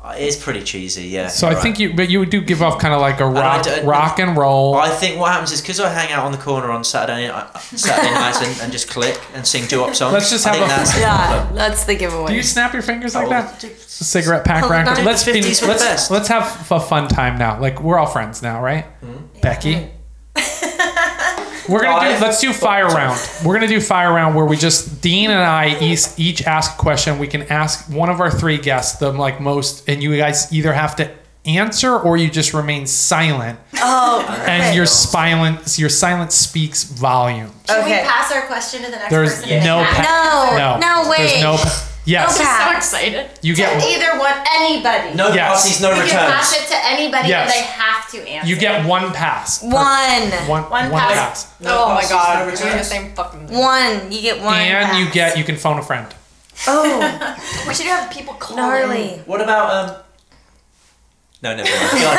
[SPEAKER 3] Uh, It's pretty cheesy, yeah.
[SPEAKER 1] So
[SPEAKER 3] you're
[SPEAKER 1] I
[SPEAKER 3] right.
[SPEAKER 1] think you, but you do give off kind of like a rock,
[SPEAKER 3] don't-
[SPEAKER 1] rock and roll.
[SPEAKER 3] uh, I think what happens is because I hang out on the corner on Saturday, uh, Saturday nights and, and just click and sing doo-wop songs.
[SPEAKER 1] Let's just
[SPEAKER 3] I
[SPEAKER 1] have
[SPEAKER 3] think
[SPEAKER 1] a-
[SPEAKER 3] that's
[SPEAKER 5] Yeah, that's the giveaway.
[SPEAKER 1] do you snap your fingers like
[SPEAKER 3] Oh,
[SPEAKER 1] that? cigarette pack
[SPEAKER 5] Oh,
[SPEAKER 1] rack.
[SPEAKER 5] nice.
[SPEAKER 1] Let's be,
[SPEAKER 3] 50s were the
[SPEAKER 1] let's
[SPEAKER 3] best.
[SPEAKER 1] let's have a fun time now. Like we're all friends now, right? Becky. We're gonna
[SPEAKER 3] Five.
[SPEAKER 1] do. Let's do fire round. We're gonna do fire round where we just Dean and I each, each ask a question. We can ask one of our three guests the like most, and you guys either have to answer or you just remain silent.
[SPEAKER 5] Oh,
[SPEAKER 1] And your silent your silence speaks volumes.
[SPEAKER 4] Should
[SPEAKER 5] Okay.
[SPEAKER 4] we pass our question to the next
[SPEAKER 1] There's
[SPEAKER 4] person? and
[SPEAKER 1] no
[SPEAKER 4] then
[SPEAKER 1] pa-
[SPEAKER 4] ask
[SPEAKER 1] No,
[SPEAKER 5] no, no,
[SPEAKER 1] There's
[SPEAKER 5] wait.
[SPEAKER 1] no. Yes,
[SPEAKER 5] No
[SPEAKER 2] I'm so
[SPEAKER 5] pass.
[SPEAKER 2] excited.
[SPEAKER 1] you get
[SPEAKER 4] Either one, anybody.
[SPEAKER 3] no
[SPEAKER 1] Yes.
[SPEAKER 3] parties, no
[SPEAKER 4] We can pass
[SPEAKER 3] returns.
[SPEAKER 4] it to anybody,
[SPEAKER 1] Yes.
[SPEAKER 4] and they have to answer.
[SPEAKER 1] you get one pass.
[SPEAKER 5] One.
[SPEAKER 1] One,
[SPEAKER 4] One
[SPEAKER 1] one
[SPEAKER 4] pass.
[SPEAKER 1] pass.
[SPEAKER 3] No
[SPEAKER 2] oh my
[SPEAKER 3] passes, no
[SPEAKER 2] god, we're doing the
[SPEAKER 3] returns.
[SPEAKER 2] same fucking. thing.
[SPEAKER 5] One. You get one.
[SPEAKER 1] and
[SPEAKER 5] pass.
[SPEAKER 1] you get you can phone a friend.
[SPEAKER 5] Oh,
[SPEAKER 2] We should have people call. in.
[SPEAKER 5] gnarly.
[SPEAKER 3] What about um? No, never mind. Go on.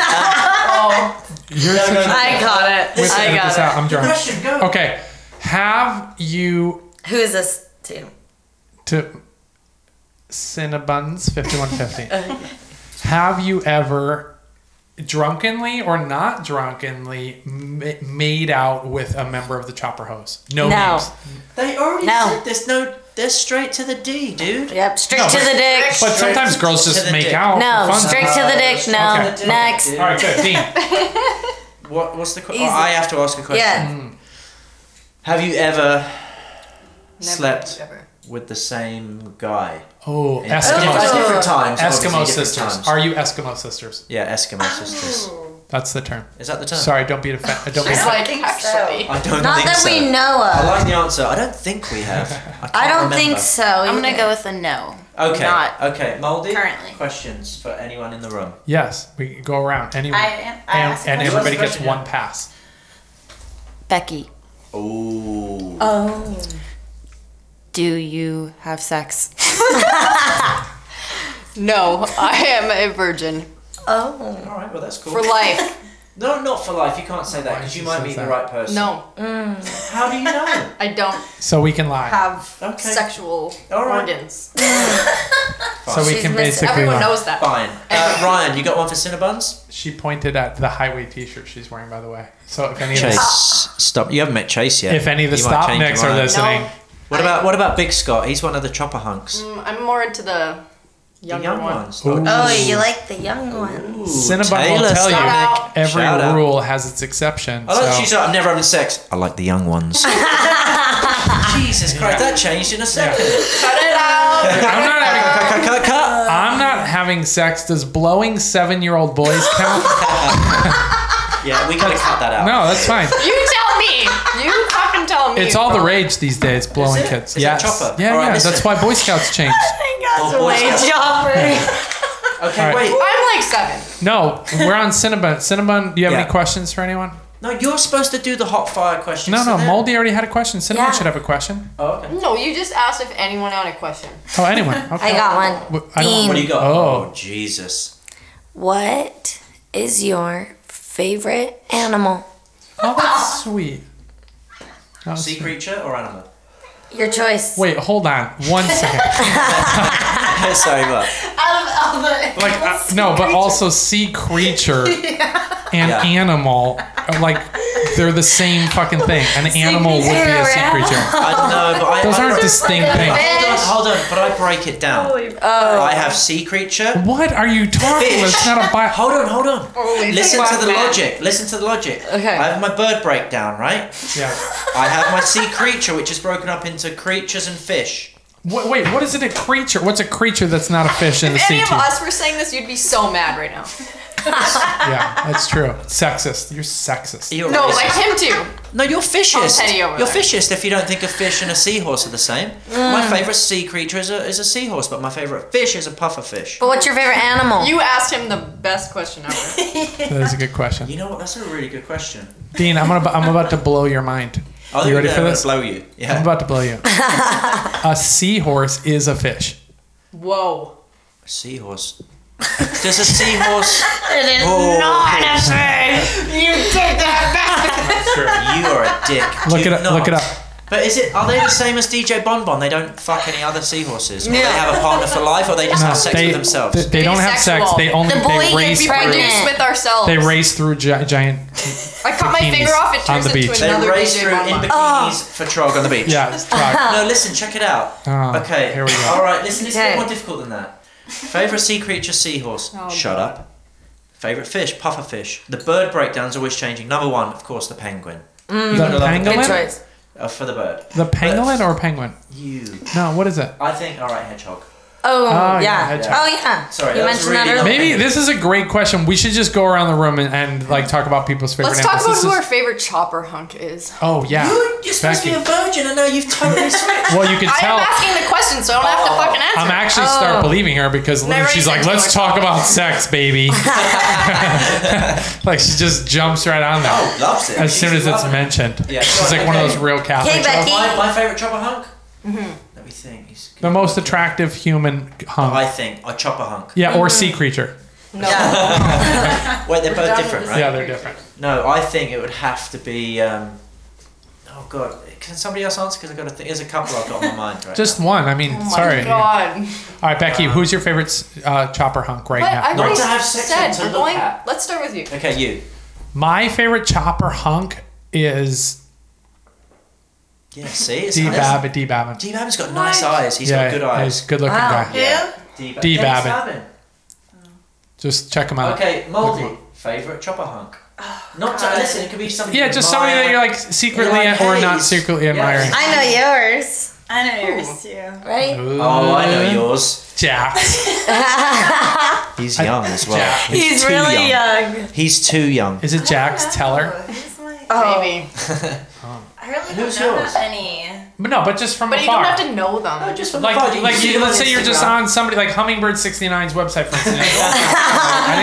[SPEAKER 3] Uh,
[SPEAKER 2] Oh,
[SPEAKER 1] You're
[SPEAKER 3] No, no,
[SPEAKER 1] such-
[SPEAKER 3] no.
[SPEAKER 5] I got
[SPEAKER 1] Wait,
[SPEAKER 5] it.
[SPEAKER 1] edit
[SPEAKER 5] I
[SPEAKER 1] this
[SPEAKER 5] got
[SPEAKER 1] out. I'm drunk.
[SPEAKER 3] question, Uh, go.
[SPEAKER 1] Okay, have you
[SPEAKER 5] it. Who is this to?
[SPEAKER 1] to Cinnabuns fifty one fifty? Have you ever drunkenly or not drunkenly m- made out with a member of the Chopper Hose? No,
[SPEAKER 5] No.
[SPEAKER 1] names.
[SPEAKER 3] They already
[SPEAKER 5] No.
[SPEAKER 3] said there's no. They're straight to the D, dude.
[SPEAKER 5] Yep, straight
[SPEAKER 1] No,
[SPEAKER 5] to
[SPEAKER 1] but-
[SPEAKER 5] the dick.
[SPEAKER 1] But
[SPEAKER 3] Straight
[SPEAKER 1] sometimes girls
[SPEAKER 3] to
[SPEAKER 1] just
[SPEAKER 3] the
[SPEAKER 1] make
[SPEAKER 3] dick.
[SPEAKER 1] out.
[SPEAKER 5] No,
[SPEAKER 1] for fun.
[SPEAKER 5] straight to the dick. No,
[SPEAKER 1] Okay.
[SPEAKER 5] next.
[SPEAKER 1] All right, good. Dean,
[SPEAKER 3] What, what's the question?
[SPEAKER 5] Easy.
[SPEAKER 3] I have to ask a question.
[SPEAKER 5] Yeah.
[SPEAKER 1] Mm.
[SPEAKER 3] Have you ever
[SPEAKER 2] never,
[SPEAKER 3] slept
[SPEAKER 2] never.
[SPEAKER 3] with the same guy?
[SPEAKER 1] oh
[SPEAKER 3] In- At
[SPEAKER 1] Eskimo,
[SPEAKER 3] different times. obviously,
[SPEAKER 1] Eskimo
[SPEAKER 3] different
[SPEAKER 1] sisters.
[SPEAKER 3] times.
[SPEAKER 1] Are you Eskimo sisters?
[SPEAKER 3] Yeah, Eskimo sisters.
[SPEAKER 1] That's the term.
[SPEAKER 3] Is that the term?
[SPEAKER 1] Sorry, don't be offended. Don't be.
[SPEAKER 2] It's
[SPEAKER 1] offended.
[SPEAKER 2] like actually,
[SPEAKER 3] I don't
[SPEAKER 5] Not
[SPEAKER 3] think
[SPEAKER 5] that
[SPEAKER 3] so.
[SPEAKER 5] we know
[SPEAKER 3] I
[SPEAKER 5] of.
[SPEAKER 3] like the answer. I don't think we have. I, can't
[SPEAKER 5] I don't
[SPEAKER 3] remember.
[SPEAKER 5] think so.
[SPEAKER 4] I'm
[SPEAKER 5] either.
[SPEAKER 4] gonna go with a no.
[SPEAKER 3] Okay.
[SPEAKER 4] Not
[SPEAKER 3] okay. Moldy.
[SPEAKER 4] currently.
[SPEAKER 3] Questions for anyone in the room.
[SPEAKER 1] Yes, we go around. Anyone.
[SPEAKER 4] I, I
[SPEAKER 1] and,
[SPEAKER 4] asked a
[SPEAKER 1] and
[SPEAKER 4] question.
[SPEAKER 1] everybody gets
[SPEAKER 3] Question, yeah.
[SPEAKER 1] one pass.
[SPEAKER 4] Becky,
[SPEAKER 2] Um,
[SPEAKER 3] Ooh.
[SPEAKER 5] Oh.
[SPEAKER 4] do you have sex?
[SPEAKER 2] no, I am a virgin
[SPEAKER 5] Oh.
[SPEAKER 3] All right. Well, that's cool.
[SPEAKER 2] for life.
[SPEAKER 3] no, not for life. You can't say that because
[SPEAKER 1] she
[SPEAKER 3] you might
[SPEAKER 1] says
[SPEAKER 3] meet
[SPEAKER 1] that.
[SPEAKER 3] the right person.
[SPEAKER 2] No,
[SPEAKER 3] How do you know?
[SPEAKER 2] I don't
[SPEAKER 1] So we can lie.
[SPEAKER 2] have
[SPEAKER 3] Okay.
[SPEAKER 2] sexual
[SPEAKER 3] All right.
[SPEAKER 2] organs.
[SPEAKER 1] So we
[SPEAKER 5] She's
[SPEAKER 1] can
[SPEAKER 5] missing-
[SPEAKER 1] basically
[SPEAKER 2] Everyone
[SPEAKER 1] lie.
[SPEAKER 2] knows that.
[SPEAKER 3] Fine. Uh, Ryan, you got one for Cinnabuns?
[SPEAKER 1] She pointed at the highway T-shirt she's wearing, by the way. So if any of
[SPEAKER 3] Chase,
[SPEAKER 1] the,
[SPEAKER 3] stop. You haven't met Chase yet.
[SPEAKER 1] if any of the
[SPEAKER 3] You might
[SPEAKER 1] stop
[SPEAKER 3] change your
[SPEAKER 1] nicks are
[SPEAKER 3] mind.
[SPEAKER 1] listening,
[SPEAKER 2] No.
[SPEAKER 3] What about what about Big Scott? He's one of the chopper hunks.
[SPEAKER 2] Mm, I'm more into the
[SPEAKER 3] the
[SPEAKER 2] younger
[SPEAKER 3] young
[SPEAKER 2] one.
[SPEAKER 3] ones.
[SPEAKER 1] Ooh.
[SPEAKER 5] Oh, you like the young one.
[SPEAKER 3] Ooh,
[SPEAKER 1] Cinnabon will
[SPEAKER 3] Taylor
[SPEAKER 1] tell you
[SPEAKER 2] Shout
[SPEAKER 3] Swift.
[SPEAKER 2] out.
[SPEAKER 1] Nick, every
[SPEAKER 3] Shout out.
[SPEAKER 1] rule has its exception.
[SPEAKER 3] I like that she's
[SPEAKER 1] so
[SPEAKER 3] like, I'm never having sex. I like the young ones. Jesus Christ, that changed in a second.
[SPEAKER 2] Cut it out.
[SPEAKER 1] I'm not having.
[SPEAKER 3] Cut, cut, cut, cut.
[SPEAKER 1] I'm not having sex. Does blowing seven-year-old boys count?
[SPEAKER 3] Yeah, we gotta cut that out.
[SPEAKER 1] No, that's fine.
[SPEAKER 2] You tell me. You fucking tell me.
[SPEAKER 1] It's all the rage these days, blowing
[SPEAKER 3] it?
[SPEAKER 1] kids.
[SPEAKER 3] Is it
[SPEAKER 1] yes.
[SPEAKER 3] chopper?
[SPEAKER 1] Yeah,
[SPEAKER 3] All right,
[SPEAKER 1] yeah.
[SPEAKER 3] listen.
[SPEAKER 1] That's why Boy Scouts changed.
[SPEAKER 3] Oh, Boy Scouts.
[SPEAKER 5] Jopper.
[SPEAKER 3] Okay,
[SPEAKER 1] All right.
[SPEAKER 3] wait.
[SPEAKER 2] I'm like seven.
[SPEAKER 1] No, we're on Cinnabon. Cinnabon, do you have any
[SPEAKER 3] Yeah.
[SPEAKER 1] questions for anyone?
[SPEAKER 3] No, you're supposed to do the hot fire question.
[SPEAKER 1] No, no.
[SPEAKER 3] Moldy.
[SPEAKER 1] Moldy already had a question. Cinnamon
[SPEAKER 5] Yeah.
[SPEAKER 1] should have a question.
[SPEAKER 3] Oh, okay.
[SPEAKER 2] No, you just asked if anyone had a question.
[SPEAKER 1] Oh, anyone. Okay.
[SPEAKER 5] I got one.
[SPEAKER 1] W- I don't-
[SPEAKER 5] Dean.
[SPEAKER 3] What do you got?
[SPEAKER 1] Oh.
[SPEAKER 3] Jesus.
[SPEAKER 5] What is your favorite animal?
[SPEAKER 1] Oh, that's sweet. That was
[SPEAKER 3] Sea
[SPEAKER 1] sweet.
[SPEAKER 3] creature or animal?
[SPEAKER 5] Your choice.
[SPEAKER 1] Wait, hold on one second.
[SPEAKER 3] It's over.
[SPEAKER 4] Out of all the
[SPEAKER 1] Like uh, no, but also sea creature and
[SPEAKER 3] Yeah.
[SPEAKER 1] animal, are like they're the same fucking thing. An animal would be a sea creature.
[SPEAKER 3] I don't know, but I.
[SPEAKER 1] Those
[SPEAKER 3] I
[SPEAKER 1] aren't
[SPEAKER 3] break-
[SPEAKER 1] distinct things.
[SPEAKER 3] Hold on, hold on, but I break it down. I have sea creature.
[SPEAKER 1] What are you talking? about? It's not a bio.
[SPEAKER 3] Hold on, hold on. Listen to
[SPEAKER 2] fuck,
[SPEAKER 3] the
[SPEAKER 2] man.
[SPEAKER 3] logic. Listen to the logic.
[SPEAKER 5] Okay.
[SPEAKER 3] I have my bird breakdown, right?
[SPEAKER 1] Yeah.
[SPEAKER 3] I have my sea creature, which is broken up into creatures and fish.
[SPEAKER 1] Wait, wait, what is it? A creature? What's a creature that's not a fish in the
[SPEAKER 2] If
[SPEAKER 1] sea?
[SPEAKER 2] any of
[SPEAKER 1] too?
[SPEAKER 2] us were saying this, you'd be so mad right now.
[SPEAKER 1] Yeah, that's true. Sexist. You're sexist.
[SPEAKER 3] You're
[SPEAKER 2] No,
[SPEAKER 3] racist.
[SPEAKER 2] like him too.
[SPEAKER 3] no, you're fishist.
[SPEAKER 2] I'll tell you over
[SPEAKER 3] You're
[SPEAKER 2] there.
[SPEAKER 3] fishist if you don't think a fish and a seahorse are the same. My favourite sea creature is a, is a seahorse, but my favourite fish is a pufferfish.
[SPEAKER 5] But what's your favorite animal?
[SPEAKER 2] You asked him the best question ever.
[SPEAKER 1] That is a good question.
[SPEAKER 3] You know what? That's a really good question.
[SPEAKER 1] Dean, I'm gonna, I'm about to blow your mind.
[SPEAKER 3] I
[SPEAKER 1] you
[SPEAKER 3] think
[SPEAKER 1] ready
[SPEAKER 3] they're
[SPEAKER 1] for
[SPEAKER 3] gonna
[SPEAKER 1] this?
[SPEAKER 3] Oh, Blow you.
[SPEAKER 1] I'm
[SPEAKER 3] Yeah.
[SPEAKER 1] about to blow you. a seahorse is a fish.
[SPEAKER 2] Whoa.
[SPEAKER 3] Seahorse. Does a seahorse?
[SPEAKER 5] it is
[SPEAKER 3] Oh,
[SPEAKER 5] not a fish.
[SPEAKER 3] you are a dick.
[SPEAKER 1] Look
[SPEAKER 3] Do
[SPEAKER 1] it up.
[SPEAKER 3] not.
[SPEAKER 1] Look it up.
[SPEAKER 3] But is it? Are they the same as DJ Bon Bon? They don't fuck any other seahorses. Or They
[SPEAKER 5] Yeah.
[SPEAKER 3] have a partner for life, or they just have sex
[SPEAKER 1] they,
[SPEAKER 3] with themselves.
[SPEAKER 1] They, they don't have sex.
[SPEAKER 2] Asexual.
[SPEAKER 1] They only
[SPEAKER 5] The
[SPEAKER 1] they
[SPEAKER 5] boy
[SPEAKER 1] race
[SPEAKER 5] gets
[SPEAKER 1] through,
[SPEAKER 5] pregnant.
[SPEAKER 2] Just with ourselves.
[SPEAKER 1] they race through gi- giant.
[SPEAKER 2] I cut my
[SPEAKER 1] bikinis
[SPEAKER 2] finger off. It
[SPEAKER 1] on
[SPEAKER 2] turns
[SPEAKER 1] the
[SPEAKER 2] into
[SPEAKER 1] beach.
[SPEAKER 3] They
[SPEAKER 2] another
[SPEAKER 3] race
[SPEAKER 2] DJ
[SPEAKER 3] through in
[SPEAKER 2] Bamba.
[SPEAKER 3] bikinis for Trog on the beach.
[SPEAKER 1] Yeah, it's dry.
[SPEAKER 3] No, listen, check it out.
[SPEAKER 1] Ah,
[SPEAKER 3] okay.
[SPEAKER 1] here we go.
[SPEAKER 3] All right, listen, it's a bit
[SPEAKER 5] Okay.
[SPEAKER 3] more difficult than that. Favorite sea creature, seahorse.
[SPEAKER 2] Oh,
[SPEAKER 3] Shut up. Favorite fish, pufferfish. The bird breakdown's always changing. Number one, of course, the penguin.
[SPEAKER 1] The
[SPEAKER 3] gotta love it.
[SPEAKER 5] Good
[SPEAKER 1] pangolin.
[SPEAKER 5] choice.
[SPEAKER 3] Uh, for the bird.
[SPEAKER 1] The pangolin or penguin?
[SPEAKER 3] You.
[SPEAKER 1] No, what is it?
[SPEAKER 3] I think, all right, hedgehog.
[SPEAKER 5] Oh,
[SPEAKER 1] Oh, yeah,
[SPEAKER 5] yeah.
[SPEAKER 1] hedgehog.
[SPEAKER 5] Oh yeah.
[SPEAKER 3] Sorry,
[SPEAKER 5] you
[SPEAKER 3] that was
[SPEAKER 5] mentioned that
[SPEAKER 3] really
[SPEAKER 5] earlier.
[SPEAKER 1] Maybe this is a great question. We should just go around the room and, and like talk about people's favorite.
[SPEAKER 2] Let's talk about
[SPEAKER 1] animals.
[SPEAKER 2] who our
[SPEAKER 1] This
[SPEAKER 2] favorite chopper hunk is.
[SPEAKER 1] is- Oh yeah.
[SPEAKER 3] You, you're supposed to be a
[SPEAKER 1] Becky.
[SPEAKER 3] virgin, and now you've totally switched.
[SPEAKER 1] Well, you can
[SPEAKER 2] I
[SPEAKER 1] tell.
[SPEAKER 2] am asking the question, so I don't have to
[SPEAKER 3] Oh.
[SPEAKER 2] fucking answer.
[SPEAKER 1] I'm
[SPEAKER 2] it.
[SPEAKER 1] actually
[SPEAKER 5] Oh.
[SPEAKER 1] start believing her because
[SPEAKER 2] Never
[SPEAKER 1] she's like,
[SPEAKER 2] even
[SPEAKER 1] "Let's
[SPEAKER 2] told
[SPEAKER 1] talk about sex, baby." like she just jumps right on that
[SPEAKER 3] oh, loves it.
[SPEAKER 1] as soon as
[SPEAKER 3] She's
[SPEAKER 1] it's
[SPEAKER 3] loving it.
[SPEAKER 1] mentioned.
[SPEAKER 3] Yeah.
[SPEAKER 1] She's like one of those real
[SPEAKER 5] Hey,
[SPEAKER 1] Catholics.
[SPEAKER 5] Becky.
[SPEAKER 3] My, my favorite chopper hunk? Mm-hmm. Let me think. He's
[SPEAKER 1] The most attractive human
[SPEAKER 3] Oh, I
[SPEAKER 1] hunk.
[SPEAKER 3] think a chopper hunk.
[SPEAKER 1] Yeah, or sea creature.
[SPEAKER 5] Yeah.
[SPEAKER 3] Wait, they're both
[SPEAKER 2] done
[SPEAKER 3] different,
[SPEAKER 2] with
[SPEAKER 3] right?
[SPEAKER 2] this.
[SPEAKER 1] Yeah, they're different.
[SPEAKER 3] No, I think it would have to be. Um, oh God, can somebody else answer? Because I got to think. There's a couple I've got on my mind right
[SPEAKER 1] Just one. I mean, sorry.
[SPEAKER 2] Oh My God.
[SPEAKER 1] All right, Becky, who's your favorite uh, chopper hunk right
[SPEAKER 2] But
[SPEAKER 1] now?
[SPEAKER 2] I
[SPEAKER 3] Not
[SPEAKER 2] already
[SPEAKER 3] to have sex
[SPEAKER 2] said
[SPEAKER 3] with, to
[SPEAKER 2] we're
[SPEAKER 3] look
[SPEAKER 2] going.
[SPEAKER 3] at.
[SPEAKER 2] Let's start with you.
[SPEAKER 3] now. Okay, you.
[SPEAKER 1] My favorite chopper hunk is
[SPEAKER 3] Yeah, see, it's
[SPEAKER 1] D
[SPEAKER 3] nice.
[SPEAKER 1] Bab. D Babbin.
[SPEAKER 3] D Babin's got nice eyes. He's got good
[SPEAKER 1] He's
[SPEAKER 3] eyes.
[SPEAKER 1] a good looking
[SPEAKER 5] Wow.
[SPEAKER 1] guy.
[SPEAKER 3] Yeah.
[SPEAKER 1] D
[SPEAKER 3] Dennis
[SPEAKER 1] Babin. Just check him out.
[SPEAKER 3] Uh, Okay, Moldy.
[SPEAKER 1] Look-
[SPEAKER 3] Favorite chopper hunk.
[SPEAKER 5] Oh,
[SPEAKER 3] Not to, listen. It could be something.
[SPEAKER 1] Yeah,
[SPEAKER 3] you
[SPEAKER 1] just somebody that
[SPEAKER 3] admire.
[SPEAKER 1] you're like secretly
[SPEAKER 3] You're like,
[SPEAKER 1] or
[SPEAKER 3] hey,
[SPEAKER 1] not
[SPEAKER 3] he's-
[SPEAKER 1] secretly
[SPEAKER 3] yeah.
[SPEAKER 1] admiring.
[SPEAKER 5] I know yours,
[SPEAKER 4] I know yours too.
[SPEAKER 5] right?
[SPEAKER 3] Oh, I
[SPEAKER 1] Uh,
[SPEAKER 3] know yours.
[SPEAKER 1] Jack.
[SPEAKER 3] He's young as well.
[SPEAKER 1] Yeah.
[SPEAKER 5] He's
[SPEAKER 3] too
[SPEAKER 5] really young.
[SPEAKER 3] He's too young.
[SPEAKER 1] Is it Jack's teller?
[SPEAKER 4] Who's my?
[SPEAKER 5] Oh.
[SPEAKER 2] Maybe,
[SPEAKER 4] I really
[SPEAKER 3] Who's
[SPEAKER 4] don't
[SPEAKER 3] yours? Oh,
[SPEAKER 4] have any.
[SPEAKER 1] But no, but just from
[SPEAKER 2] but you
[SPEAKER 1] afar.
[SPEAKER 2] don't have to know them.
[SPEAKER 3] just from
[SPEAKER 1] like,
[SPEAKER 3] the body. You
[SPEAKER 1] like
[SPEAKER 3] see
[SPEAKER 1] you,
[SPEAKER 3] him
[SPEAKER 1] let's say you're just
[SPEAKER 3] Instagram.
[SPEAKER 1] on somebody like Hummingbird 69's website, for instance. I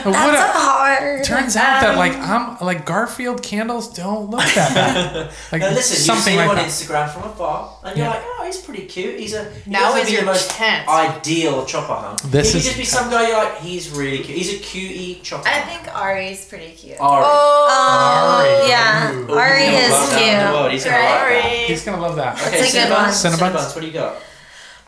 [SPEAKER 1] didn't. What
[SPEAKER 5] That's
[SPEAKER 1] a-
[SPEAKER 5] so hard.
[SPEAKER 1] turns out that like I'm like Garfield candles don't look that bad. Like
[SPEAKER 3] Now listen,
[SPEAKER 1] something
[SPEAKER 3] you
[SPEAKER 1] like
[SPEAKER 3] see him on
[SPEAKER 1] that.
[SPEAKER 3] Instagram from afar, and you're
[SPEAKER 1] Yeah.
[SPEAKER 3] like, oh, he's pretty cute. He's a he
[SPEAKER 2] Now
[SPEAKER 3] doesn't
[SPEAKER 2] is
[SPEAKER 3] be the
[SPEAKER 2] your
[SPEAKER 3] most
[SPEAKER 2] chance.
[SPEAKER 3] ideal chopper hunt.
[SPEAKER 1] This
[SPEAKER 3] he
[SPEAKER 1] is-
[SPEAKER 3] could just be some guy you're like, he's really cute. He's a cutie chopper.
[SPEAKER 4] I
[SPEAKER 3] hunt."
[SPEAKER 4] think Ari's pretty cute.
[SPEAKER 3] Ari.
[SPEAKER 5] Oh,
[SPEAKER 1] Ari.
[SPEAKER 5] yeah.
[SPEAKER 1] Ooh.
[SPEAKER 3] Oh,
[SPEAKER 5] Ari
[SPEAKER 3] he's gonna love that in the world. He's
[SPEAKER 5] is
[SPEAKER 3] gonna like that.
[SPEAKER 2] Sorry.
[SPEAKER 1] He's gonna love that.
[SPEAKER 3] Okay,
[SPEAKER 5] That's a good
[SPEAKER 3] Cinnabons,
[SPEAKER 5] one.
[SPEAKER 1] Cinnabons?
[SPEAKER 3] Cinnabons, what do you got?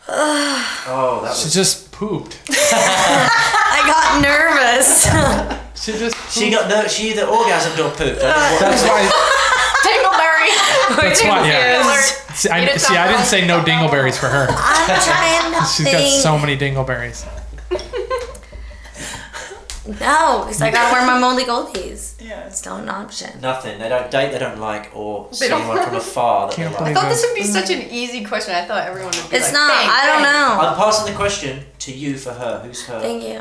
[SPEAKER 3] oh, that
[SPEAKER 1] She
[SPEAKER 3] was.
[SPEAKER 1] just pooped.
[SPEAKER 5] I got nervous.
[SPEAKER 1] She just.
[SPEAKER 3] She got no. She either orgasmed or pooped. I don't know
[SPEAKER 1] That's why.
[SPEAKER 2] Dingleberry.
[SPEAKER 1] That's why. Yeah. See,
[SPEAKER 2] You
[SPEAKER 1] I,
[SPEAKER 2] didn't
[SPEAKER 1] see, I
[SPEAKER 2] sound
[SPEAKER 1] didn't
[SPEAKER 2] like-
[SPEAKER 1] say no dingleberries for her.
[SPEAKER 5] I'm trying to
[SPEAKER 1] She's got
[SPEAKER 5] think.
[SPEAKER 1] so many dingleberries.
[SPEAKER 5] no, because I gotta wear my moldy goldies.
[SPEAKER 4] Yeah.
[SPEAKER 5] It's not an option.
[SPEAKER 3] Nothing. They don't date. They don't like or see
[SPEAKER 2] don't-
[SPEAKER 3] anyone from afar that they
[SPEAKER 1] Can't
[SPEAKER 3] like.
[SPEAKER 1] believe
[SPEAKER 2] I thought
[SPEAKER 1] that.
[SPEAKER 2] this would be such an easy question. I thought everyone would be
[SPEAKER 5] It's
[SPEAKER 2] like,
[SPEAKER 5] not.
[SPEAKER 2] "Bang,
[SPEAKER 5] I don't
[SPEAKER 2] bang."
[SPEAKER 5] know.
[SPEAKER 3] I'm passing the question to you for her. Who's her?
[SPEAKER 5] Thank you.